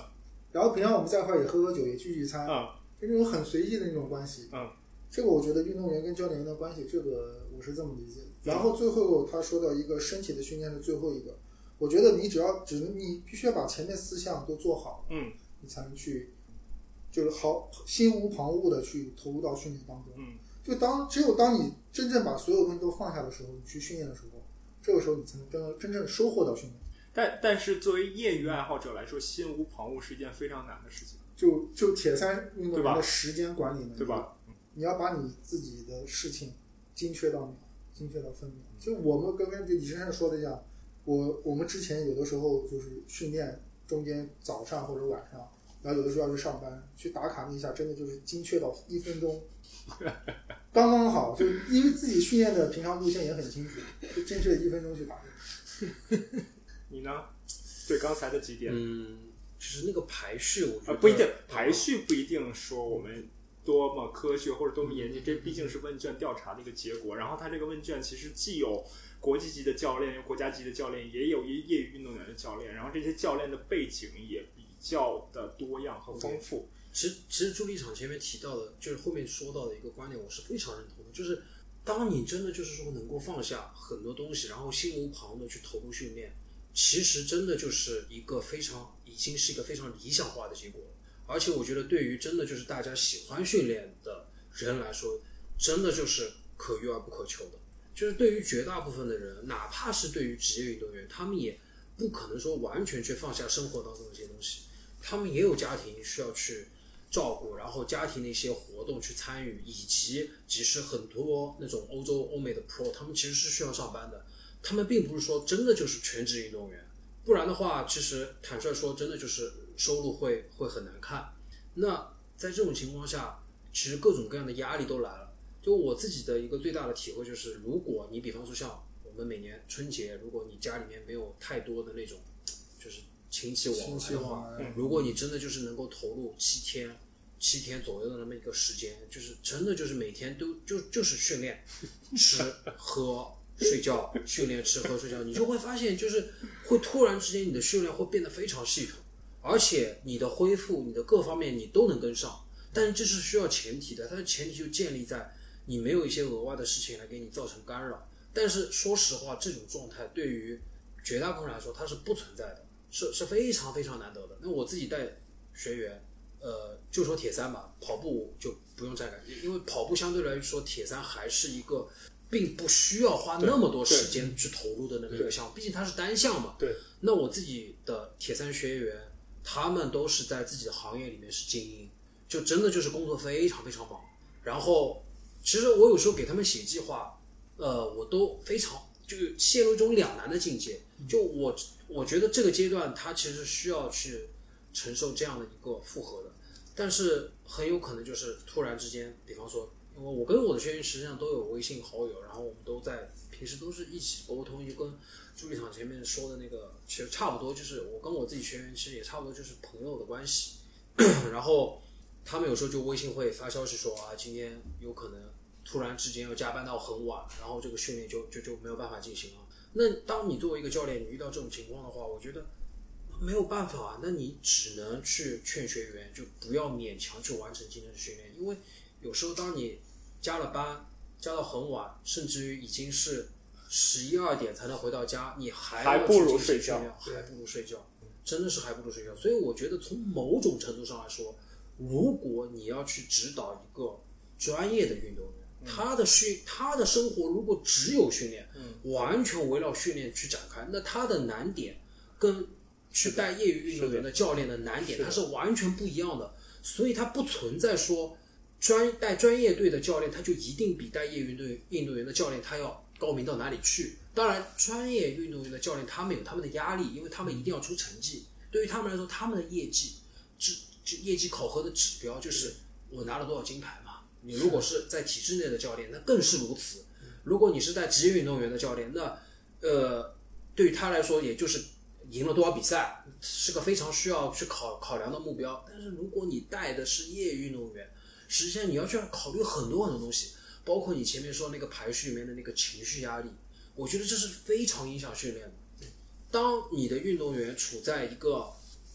S4: 然后平常我们在一块儿也喝喝酒，也聚聚餐，
S2: 嗯
S4: 就那种很随意的那种关系。
S2: 嗯，
S4: 这个我觉得运动员跟教练员的关系，这个我是这么理解的。
S2: 嗯
S4: 然后最后他说到一个身体的训练的最后一个，我觉得你只要只能你必须要把前面四项都做好，
S2: 嗯
S4: 你才能去就是毫心无旁骛的去投入到训练当中。
S2: 嗯
S4: 就当只有当你真正把所有东西都放下的时候，你去训练的时候，这个时候你才能真真正收获到训练。
S2: 但但是作为业余爱好者来说，心无旁骛是一件非常难的事情，
S4: 就就铁三运动
S2: 对吧
S4: 员的时间管理能力，
S2: 对吧？
S4: 你要把你自己的事情精确到秒，精确到分秒。就我们刚刚就李先生说的一样，我我们之前有的时候就是训练中间早上或者晚上，然后有的时候要去上班去打卡那一下，真的就是精确到一分钟，刚刚好。就因为自己训练的平常路线也很清楚，就精确一分钟去打。
S2: 你呢？对刚才的几点，
S3: 嗯，就是那个排序，我觉
S2: 啊，
S3: 得
S2: 不一定排序不一定说我们多么科学或者多么严谨，这毕竟是问卷调查的一个结果。然后它这个问卷其实既有国际级的教练，有国家级的教练，也有业业余运动员的教练。然后这些教练的背景也比较的多样和丰富。
S3: 其实，其实助力场前面提到的，就是后面说到的一个观点，我是非常认同的，就是当你真的就是说能够放下很多东西，然后心无旁骛的去投入训练，其实真的就是一个非常已经是一个非常理想化的结果了。而且我觉得，对于真的就是大家喜欢训练的人来说，真的就是可遇而不可求的。就是对于绝大部分的人，哪怕是对于职业运动员，他们也不可能说完全去放下生活当中的一些东西，他们也有家庭需要去照顾，然后家庭的一些活动去参与，以及其实很多那种欧洲、欧美的 pro，他们其实是需要上班的，他们并不是说真的就是全职运动员，不然的话，其实坦率说，真的就是收入会会很难看。那在这种情况下，其实各种各样的压力都来了。就我自己的一个最大的体会就是，如果你比方说像我们每年春节，如果你家里面没有太多的那种就是亲戚啊往
S4: 清
S3: 来
S4: 晰
S3: 的话，
S4: 化，
S2: 嗯
S3: 如果你真的就是能够投入七天、七天左右的那么一个时间，就是真的就是每天都就就是训练、 [laughs] 吃、喝、睡觉、训练、吃、喝、睡觉，你就会发现就是会突然之间你的训练会变得非常系统，而且你的恢复、你的各方面你都能跟上，但是这是需要前提的，它的前提就建立在你没有一些额外的事情来给你造成干扰。但是说实话，这种状态对于绝大部分人来说，它是不存在的，是是非常非常难得的。那我自己带学员，呃，就说铁三吧，跑步就不用再感觉，因为跑步相对来说，铁三还是一个并不需要花那么多
S2: 对
S3: 时间去投入的那么一个项目，毕竟它是单项嘛。
S2: 对。
S3: 那我自己的铁三学员，他们都是在自己的行业里面是精英，就真的就是工作非常非常忙。然后，其实我有时候给他们写计划，呃，我都非常就是陷入一种两难的境界。就我我觉得这个阶段，他其实需要去承受这样的一个负荷的，但是很有可能就是突然之间，比方说，因为我跟我的学员实际上都有微信好友，然后我们都在平时都是一起沟通，就跟助理场前面说的那个其实差不多，就是我跟我自己学员其实也差不多，就是朋友的关系。 [coughs] 然后他们有时候就微信会发消息说啊，今天有可能突然之间要加班到很晚，然后这个训练就就就没有办法进行了。那当你作为一个教练，你遇到这种情况的话，我觉得没有办法啊，那你只能去劝学员，就不要勉强去完成今天的训练，因为有时候当你加了班，加到很晚，甚至于已经是十一二点才能回到家，你还
S2: 还
S3: 要
S2: 不
S3: 去
S2: 如
S3: 进行
S2: 睡觉
S3: 训练还不如睡觉，真的是还不如睡觉。所以我觉得从某种程度上来说，如果你要去指导一个专业的运动员，
S2: 嗯
S3: 他的训他的生活如果只有训练，完全围绕训练去展开，那他的难点跟去带业余运动员的教练的难点，它是完全不一样的，所以它不存在说专带专业队的教练，他就一定比带业余运动员运动员的教练他要高明到哪里去。当然，专业运动员的教练他们有他们的压力，因为他们一定要出成绩。对于他们来说，他们的业绩指指业绩考核的指标就是我拿了多少金牌嘛。你如果是在体制内的教练，那更是如此。如果你是在职业运动员的教练，那呃，对于他来说，也就是赢了多少比赛，是个非常需要去考考量的目标。但是如果你带的是业余运动员，实际上你要去考虑很多很多东西，包括你前面说那个排序里面的那个情绪压力，我觉得这是非常影响训练的。当你的运动员处在一个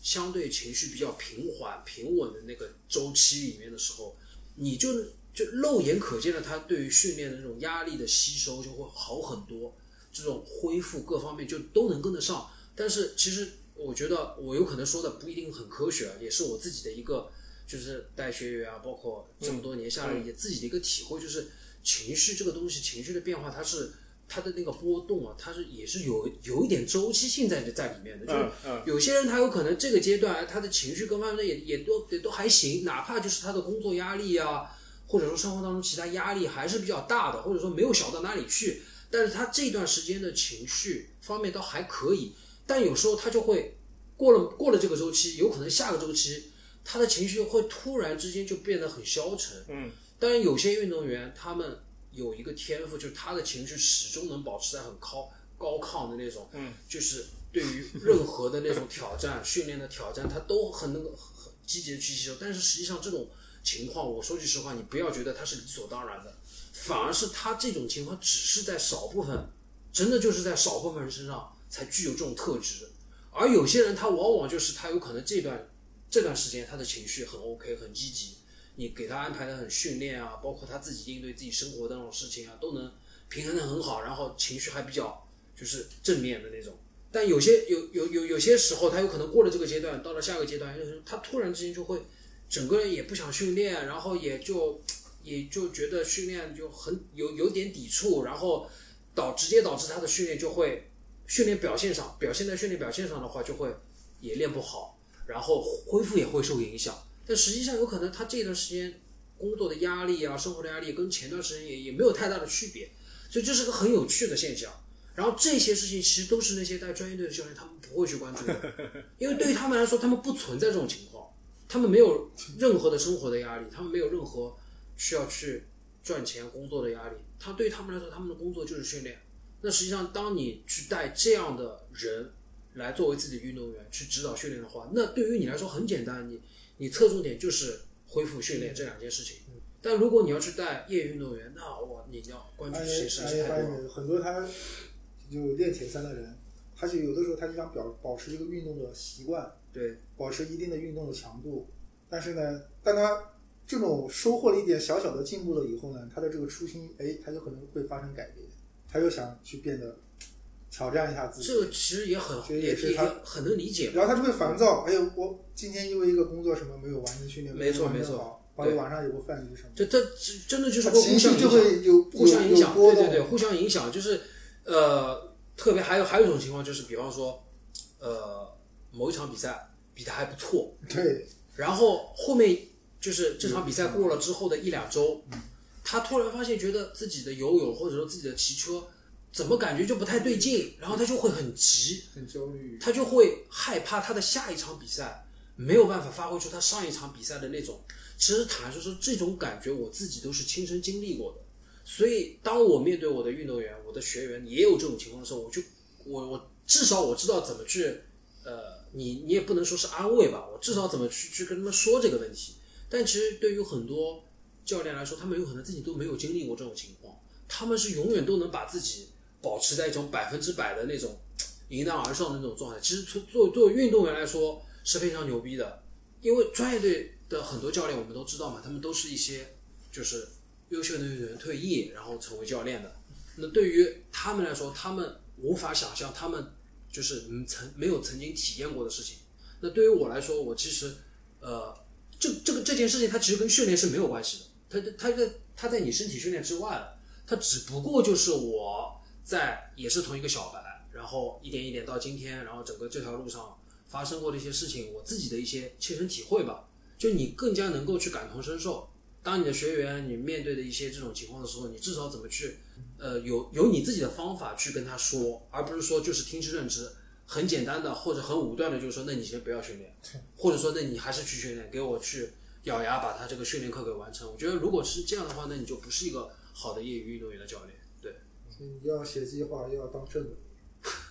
S3: 相对情绪比较平缓、平稳的那个周期里面的时候，你就就肉眼可见的，他对于训练的那种压力的吸收就会好很多，这种恢复各方面就都能跟得上。但是其实我觉得我有可能说的不一定很科学，啊也是我自己的一个就是带学员啊，包括这么多年下来也自己的一个体会，就是情绪这个东西，情绪的变化它是它的那个波动啊，它是也是有有一点周期性在在里面的，就是
S2: 嗯嗯
S3: 有些人他有可能这个阶段他的情绪各方面也也都也都还行，哪怕就是他的工作压力啊，或者说生活当中其他压力还是比较大的，或者说没有小到哪里去，但是他这段时间的情绪方面倒还可以，但有时候他就会过了过了这个周期，有可能下个周期他的情绪会突然之间就变得很消沉。
S2: 嗯
S3: 当然，有些运动员他们有一个天赋，就是他的情绪始终能保持在很高高亢的那种，
S2: 嗯，
S3: 就是对于任何的那种挑战、训练的挑战，他都很能够很积极的去吸收。但是实际上这种情况，我说句实话，你不要觉得他是理所当然的，反而是他这种情况只是在少部分，真的就是在少部分人身上才具有这种特质。而有些人他往往就是他有可能这段这段时间他的情绪很 OK 很积极，你给他安排的很训练啊，包括他自己应对自己生活的那种事情啊，都能平衡的很好，然后情绪还比较就是正面的那种。但有些有有有有些时候，他有可能过了这个阶段，到了下个阶段，就是他突然之间就会整个人也不想训练，然后也就也就觉得训练就很有有点抵触，然后导直接导致他的训练就会训练表现上表现在训练表现上的话，就会也练不好，然后恢复也会受影响。但实际上有可能他这段时间工作的压力啊，生活的压力跟前段时间也也没有太大的区别，所以这是个很有趣的现象。然后这些事情其实都是那些带专业队的教练他们不会去关注的，因为对于他们来说，他们不存在这种情况，他们没有任何的生活的压力，他们没有任何需要去赚钱工作的压力。他对于他们来说，他们的工作就是训练。那实际上，当你去带这样的人来作为自己的运动员去指导训练的话，那对于你来说很简单，你你侧重点就是恢复训练这两件事情。但如果你要去带业余运动员，那我你要关注
S4: 而
S3: 这
S4: 且
S3: 些事
S4: 而
S3: 情
S4: 且
S3: 太
S4: 哎发
S3: 多了。
S4: 现很多他就练铁三的人，他就有的时候他就想表保持一个运动的习惯，
S3: 对，
S4: 保持一定的运动的强度，但是呢，当他这种收获了一点小小的进步了以后呢，他的这个初心，哎，他有可能会发生改变，他又想去变得挑战一下自己，
S3: 这个其实也很
S4: 其实也
S3: 也
S4: 是
S3: 也
S4: 他
S3: 很能理解嘛。
S4: 然后他就会烦躁，哎呦，我今天因为一个工作什么没有完成训练，
S3: 没错
S4: 没有
S3: 没错
S4: 完成好，完了
S3: 对
S4: 晚上有个饭局什么的，
S3: 这这这真的就是
S4: 他
S3: 会
S4: 情
S3: 互相
S4: 绪
S3: 影
S4: 就
S3: 响，
S4: 会有
S3: 互相
S4: 有
S3: 影
S4: 有
S3: 响，
S4: 波
S3: 对
S4: 动，
S3: 对对，互相影响。就是呃，特别还有还有一种情况就是，比方说呃某一场比赛比的还不错，
S4: 对
S3: 然后后面就是这场比赛过了之后的一两周，他突然发现觉得自己的游泳或者说自己的骑车怎么感觉就不太对劲，然后他就会很急，
S4: 很焦虑，
S3: 他就会害怕他的下一场比赛没有办法发挥出他上一场比赛的那种。其实坦率说，这种感觉我自己都是亲身经历过的。所以，当我面对我的运动员、我的学员也有这种情况的时候，我就我我至少我知道怎么去，呃，你你也不能说是安慰吧，我至少怎么去去跟他们说这个问题。但其实对于很多教练来说，他们有可能自己都没有经历过这种情况，他们是永远都能把自己保持在一种百分之百的那种迎难而上的那种状态。其实作作作为运动员来说是非常牛逼的，因为专业队的很多教练我们都知道嘛，他们都是一些就是优秀的运动员退役然后成为教练的。那对于他们来说，他们无法想象他们就是嗯曾没有曾经体验过的事情。那对于我来说，我其实呃，这这个这件事情它其实跟训练是没有关系的，它它在它在你身体训练之外了，它只不过就是我在也是从一个小白，然后一点一点到今天，然后整个这条路上发生过的一些事情，我自己的一些切身体会吧，就你更加能够去感同身受。当你的学员你面对的一些这种情况的时候，你至少怎么去，呃，有有你自己的方法去跟他说，而不是说就是听之任之，很简单的或者很武断的，就是说那你先不要训练，或者说那你还是去训练，给我去咬牙把他这个训练课给完成。我觉得如果是这样的话，那你就不是一个好的业余运动员的教练。对，
S4: 所以要写计划，要当正的，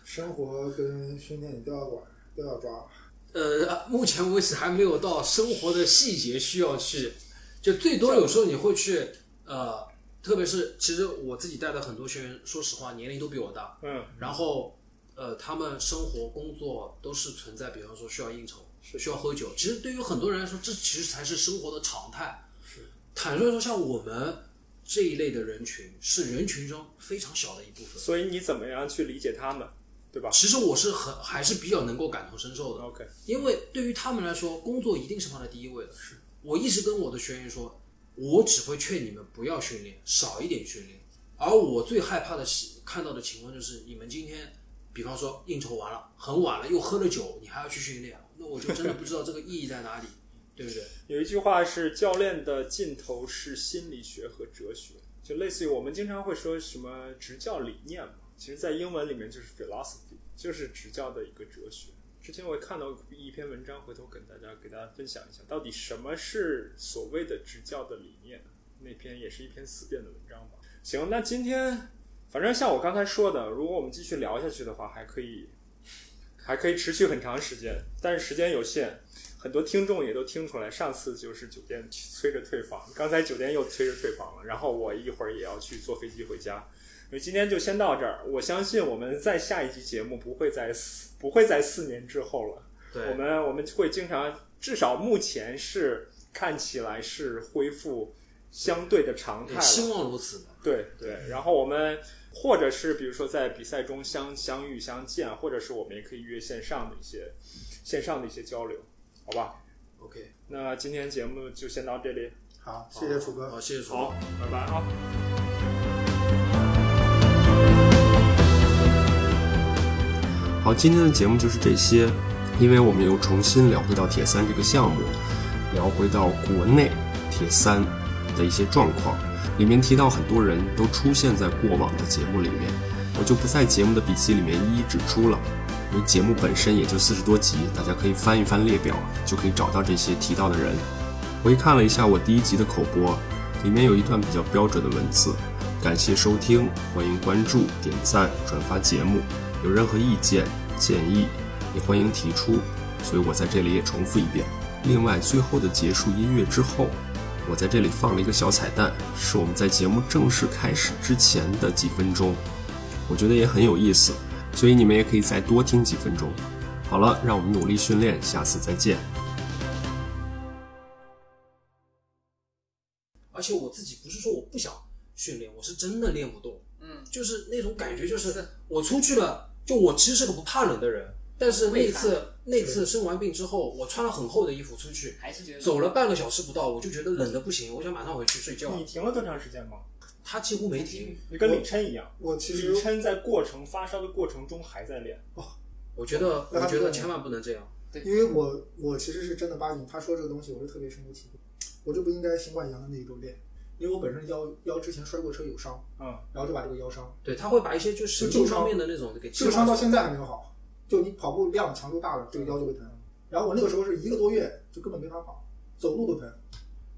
S4: 生活跟训练你都要管，都要抓。
S3: 呃，目前为止还没有到生活的细节需要去，就最多有时候你会去，呃，特别是其实我自己带的很多学员，说实话年龄都比我大，
S2: 嗯，
S3: 然后呃，他们生活工作都是存在，比方说需要应酬，需要喝酒。其实对于很多人来说，这其实才是生活的常态。是，坦率说，像我们这一类的人群，是人群中非常小的一部分。
S2: 所以你怎么样去理解他们，对吧
S3: 其实我是很还是比较能够感同身受的，
S2: ？OK，
S3: 因为对于他们来说，工作一定是放在第一位的。是，我一直跟我的学员说，我只会劝你们不要训练，少一点训练，而我最害怕的是看到的情况就是，你们今天，比方说应酬完了，很晚了，又喝了酒，你还要去训练，那我就真的不知道这个意义在哪里，对不对？
S2: 有一句话是教练的尽头是心理学和哲学，就类似于我们经常会说什么执教理念嘛，其实在英文里面就是 philosophy，就是执教的一个哲学。之前我也看到一篇文章，回头跟大家给大家分享一下，到底什么是所谓的执教的理念？那篇也是一篇思辨的文章吧。行，那今天反正像我刚才说的，如果我们继续聊下去的话，还可以还可以持续很长时间，但是时间有限，很多听众也都听出来，上次就是酒店催着退房，刚才酒店又催着退房了，然后我一会儿也要去坐飞机回家，所以今天就先到这儿。我相信我们在下一期节目不会在四不会在四年之后了，
S3: 对，
S2: 我们我们会经常，至少目前是看起来是恢复相对的常态
S3: 也
S2: 了，
S3: 希望如此吧。
S2: 对对，然后我们或者是比如说在比赛中相相遇相见，或者是我们也可以约线上的一些线上的一些交流，好吧？
S3: OK，
S2: 那今天节目就先到这里，
S4: 好，谢谢楚哥。
S3: 好，谢谢楚哥。
S2: 好，拜拜啊。
S1: 好，今天的节目就是这些，因为我们又重新聊回到铁三这个项目，聊回到国内铁三的一些状况，里面提到很多人都出现在过往的节目里面，我就不在节目的笔记里面一一指出了。因为节目本身也就四十多集，大家可以翻一翻列表，就可以找到这些提到的人。回看了一下我第一集的口播，里面有一段比较标准的文字。感谢收听，欢迎关注、点赞、转发节目。有任何意见、建议，也欢迎提出。所以我在这里也重复一遍。另外，最后的结束音乐之后，我在这里放了一个小彩蛋，是我们在节目正式开始之前的几分钟，我觉得也很有意思，所以你们也可以再多听几分钟。好了，让我们努力训练，下次再见。
S3: 而且我自己不是说我不想训练，我是真的练不动。
S5: 嗯，
S3: 就是那种感觉，就是我出去了，就我其实是个不怕冷的人，但是那
S5: 畏
S3: 次那次生完病之后，我穿了很厚的衣服出去，
S5: 还是觉得
S3: 走了半个小时不到，我就觉得冷的不行，我想马上回去睡觉
S5: 嗯
S2: 你。停了多长时间吗？
S3: 他几乎没停，
S2: 你跟李琛一样，
S4: 我其实
S2: 李琛在过程发烧的过程中还在练，
S3: 我觉得
S4: 那
S3: 我
S4: 他
S3: 觉得
S4: 不能
S3: 千万不能这样。
S4: 因为我我其实是真的八斤，他说这个东西我是特别深有体会，我就不应该新冠阳的那一周练，因为我本身腰腰之前摔过车有伤，
S2: 嗯，
S4: 然后就把这个腰伤，
S3: 对他会把一些就神经方面的那种给
S4: 这个伤到现
S3: 在
S4: 在还没有好，就你跑步量强度大了，这个腰就会
S3: 嗯
S4: 疼。然后我那个时候是一个多月就根本没法跑，走路都疼，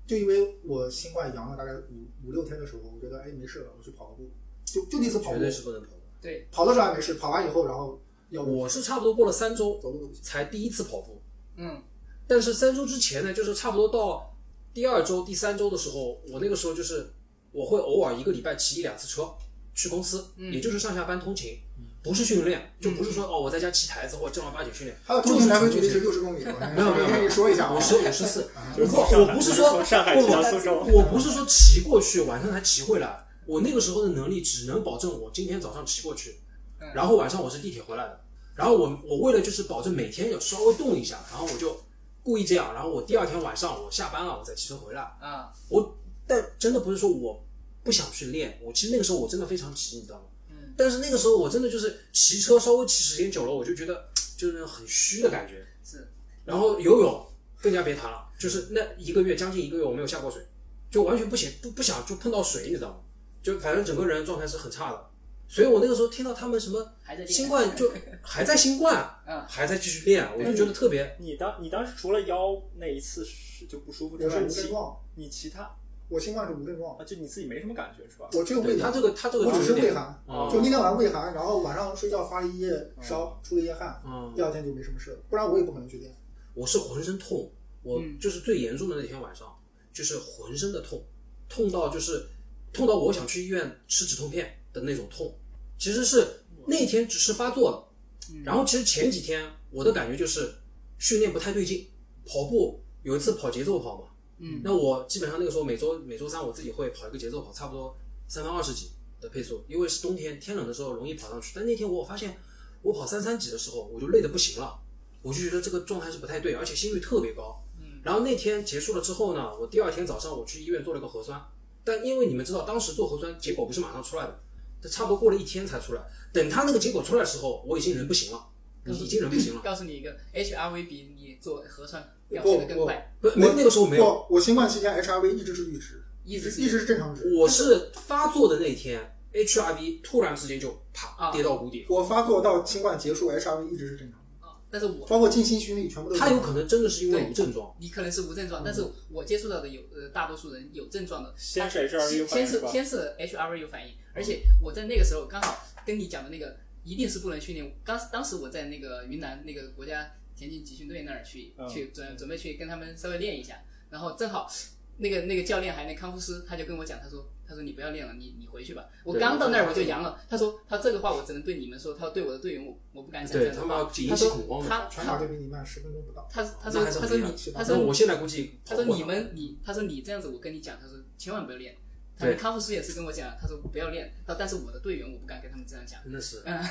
S4: 就因为我新冠阳了大概五五六天的时候，我觉得哎没事了，我去跑个步，就就那次跑
S3: 绝
S4: 步，
S3: 对是不能跑
S5: 对，
S4: 跑的时候还没事，跑完以后然后
S3: 的。
S4: 要
S3: 我是差不多过了三周
S4: 走路都不行，
S3: 才第一次跑步，
S5: 嗯，
S3: 但是三周之前呢，就是差不多到第二周、第三周的时候，我那个时候就是我会偶尔一个礼拜骑一两次车去公司，
S5: 嗯
S3: 也就是上下班通勤，不是训练，就不是说哦我在家骑台子或者正儿八经训练。
S4: 他的通勤来回距离是六十公里，
S3: [laughs] 没有没有
S4: 我跟你说一下啊
S3: 我，是五十四，
S2: 就是从上海
S3: 我不是
S2: 就
S3: 说
S2: 是从上海骑到苏州
S3: 我我不是说骑过去，晚上还骑回来。我那个时候的能力只能保证我今天早上骑过去，
S5: 嗯
S3: 然后晚上我是地铁回来的。然后我我为了就是保证每天有稍微动一下，然后我就故意这样。然后我第二天晚上我下班了，我再骑车回来。
S5: 啊，
S3: 我但真的不是说我不想去练，我其实那个时候我真的非常急，你知道吗？
S5: 嗯，
S3: 但是那个时候我真的就是骑车稍微骑时间久了，我就觉得就是那种很虚的感觉。
S5: 是，
S3: 然后游泳更加别谈了，就是那一个月将近一个月我没有下过水，就完全不行，不不想就碰到水，你知道吗？就反正整个人状态是很差的。所以我那个时候听到他们什么
S5: 还在练
S3: 新冠就还在新冠，
S5: [laughs] 嗯
S3: 还在继续练，我就觉得特别
S2: 你当你当时除了腰那一次是就不舒服之
S4: 我是
S2: 外，
S4: 无
S2: 你
S4: 症
S2: 其
S4: 状，
S2: 你其他啊
S4: 我新冠是无症状，
S2: 就你自己没什么感觉是吧？
S4: 我只有
S3: 对
S4: 胃
S3: 他
S4: 寒
S3: 这，个他这个
S4: 我
S3: 就是
S4: 只是
S3: 有
S4: 胃
S3: 点
S4: 寒，
S3: 哦
S4: 就那天晚上胃寒，然后晚上睡觉发了一夜烧，出了一夜汗，
S3: 嗯
S4: 第二天就没什么事了，不然我也不可能去练。
S3: 我是浑身痛，我
S5: 嗯
S3: 就是最严重的那天晚上，就是浑身的痛，痛到就是痛到我想去医院吃止痛片的那种痛，其实是那天只是发作了。
S5: 嗯
S3: 然后其实前几天我的感觉就是训练不太对劲，跑步有一次跑节奏跑嘛，
S5: 嗯
S3: 那我基本上那个时候每周每周三我自己会跑一个节奏跑，差不多三分二十几的配速，因为是冬天天冷的时候容易跑上去。但那天我发现我跑三三几的时候我就累得不行了，我就觉得这个状态是不太对，而且心率特别高。
S5: 嗯
S3: 然后那天结束了之后呢，我第二天早上我去医院做了个核酸，但因为你们知道，当时做核酸结果不是马上出来的，这差不多过了一天才出来。等他那个结果出来的时候，我已经人不行了，已经人不行了。
S5: 告诉你一个，HRV 比你做核酸表
S4: 不
S5: 现的更
S4: 不
S5: 快，
S3: 不，
S4: 没
S3: 那那个时候没有，
S4: 我我新冠期间 HRV 一直是阈值，
S5: 一直是
S4: 一直是正常值。
S3: 我是发作的那天，HRV 突然之间就啪
S5: 啊
S3: 跌到谷底了。
S4: 我发作到新冠结束，HRV 一直是正常，
S5: 啊，但是我
S4: 包括进新区里全部都是
S3: 他
S4: 正
S3: 有
S4: 常。
S3: 可能真的是因为无症状，
S5: 你可能是无症状，但是我接触到的有呃大多数人有症状的，
S2: 先是
S5: 他
S2: HRV 有反应
S5: 先
S2: 是
S5: 是
S2: 吧嗯
S5: 先是 HRV 有反应，而且我在那个时候刚好跟你讲的那个一定是不能训练，当当时我在那个云南那个国家田径集训队那儿去、
S2: 嗯
S5: 去准准备去跟他们稍微练一下，然后正好那个那个教练还那康复师他就跟我讲，他说他说你不要练了，你你回去吧，我
S3: 对
S5: 刚到那儿
S3: 我
S5: 我就阳了，他说他这个话我只能对你们说，他说对我的队员我我不敢讲这
S3: 对
S5: 样的
S3: 他们要
S5: 话，
S3: 引
S5: 他
S3: 起
S5: 说
S3: 恐慌的
S5: 他
S4: 全马
S5: 他
S4: 就比你慢十分钟不到。
S5: 他他
S3: 那
S5: 说
S3: 还是
S5: 他
S3: 不
S5: 说
S3: 一
S5: 你
S3: 样。
S5: 他
S3: 那
S5: 说
S3: 我现在估计
S5: 他
S3: 跑不
S5: 说
S3: 过了，
S5: 你们你，他说你这样子，我跟你讲，他说千万不要练。他
S3: 对
S5: 们康复师也是跟我讲，他说不要练。他但是我的队员我不敢跟他们这样讲，
S3: 那是
S5: 嗯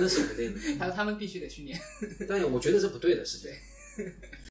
S3: 那是肯定的，
S5: [laughs] 他说他们必须得训练。
S3: 但我觉得这不对的事情。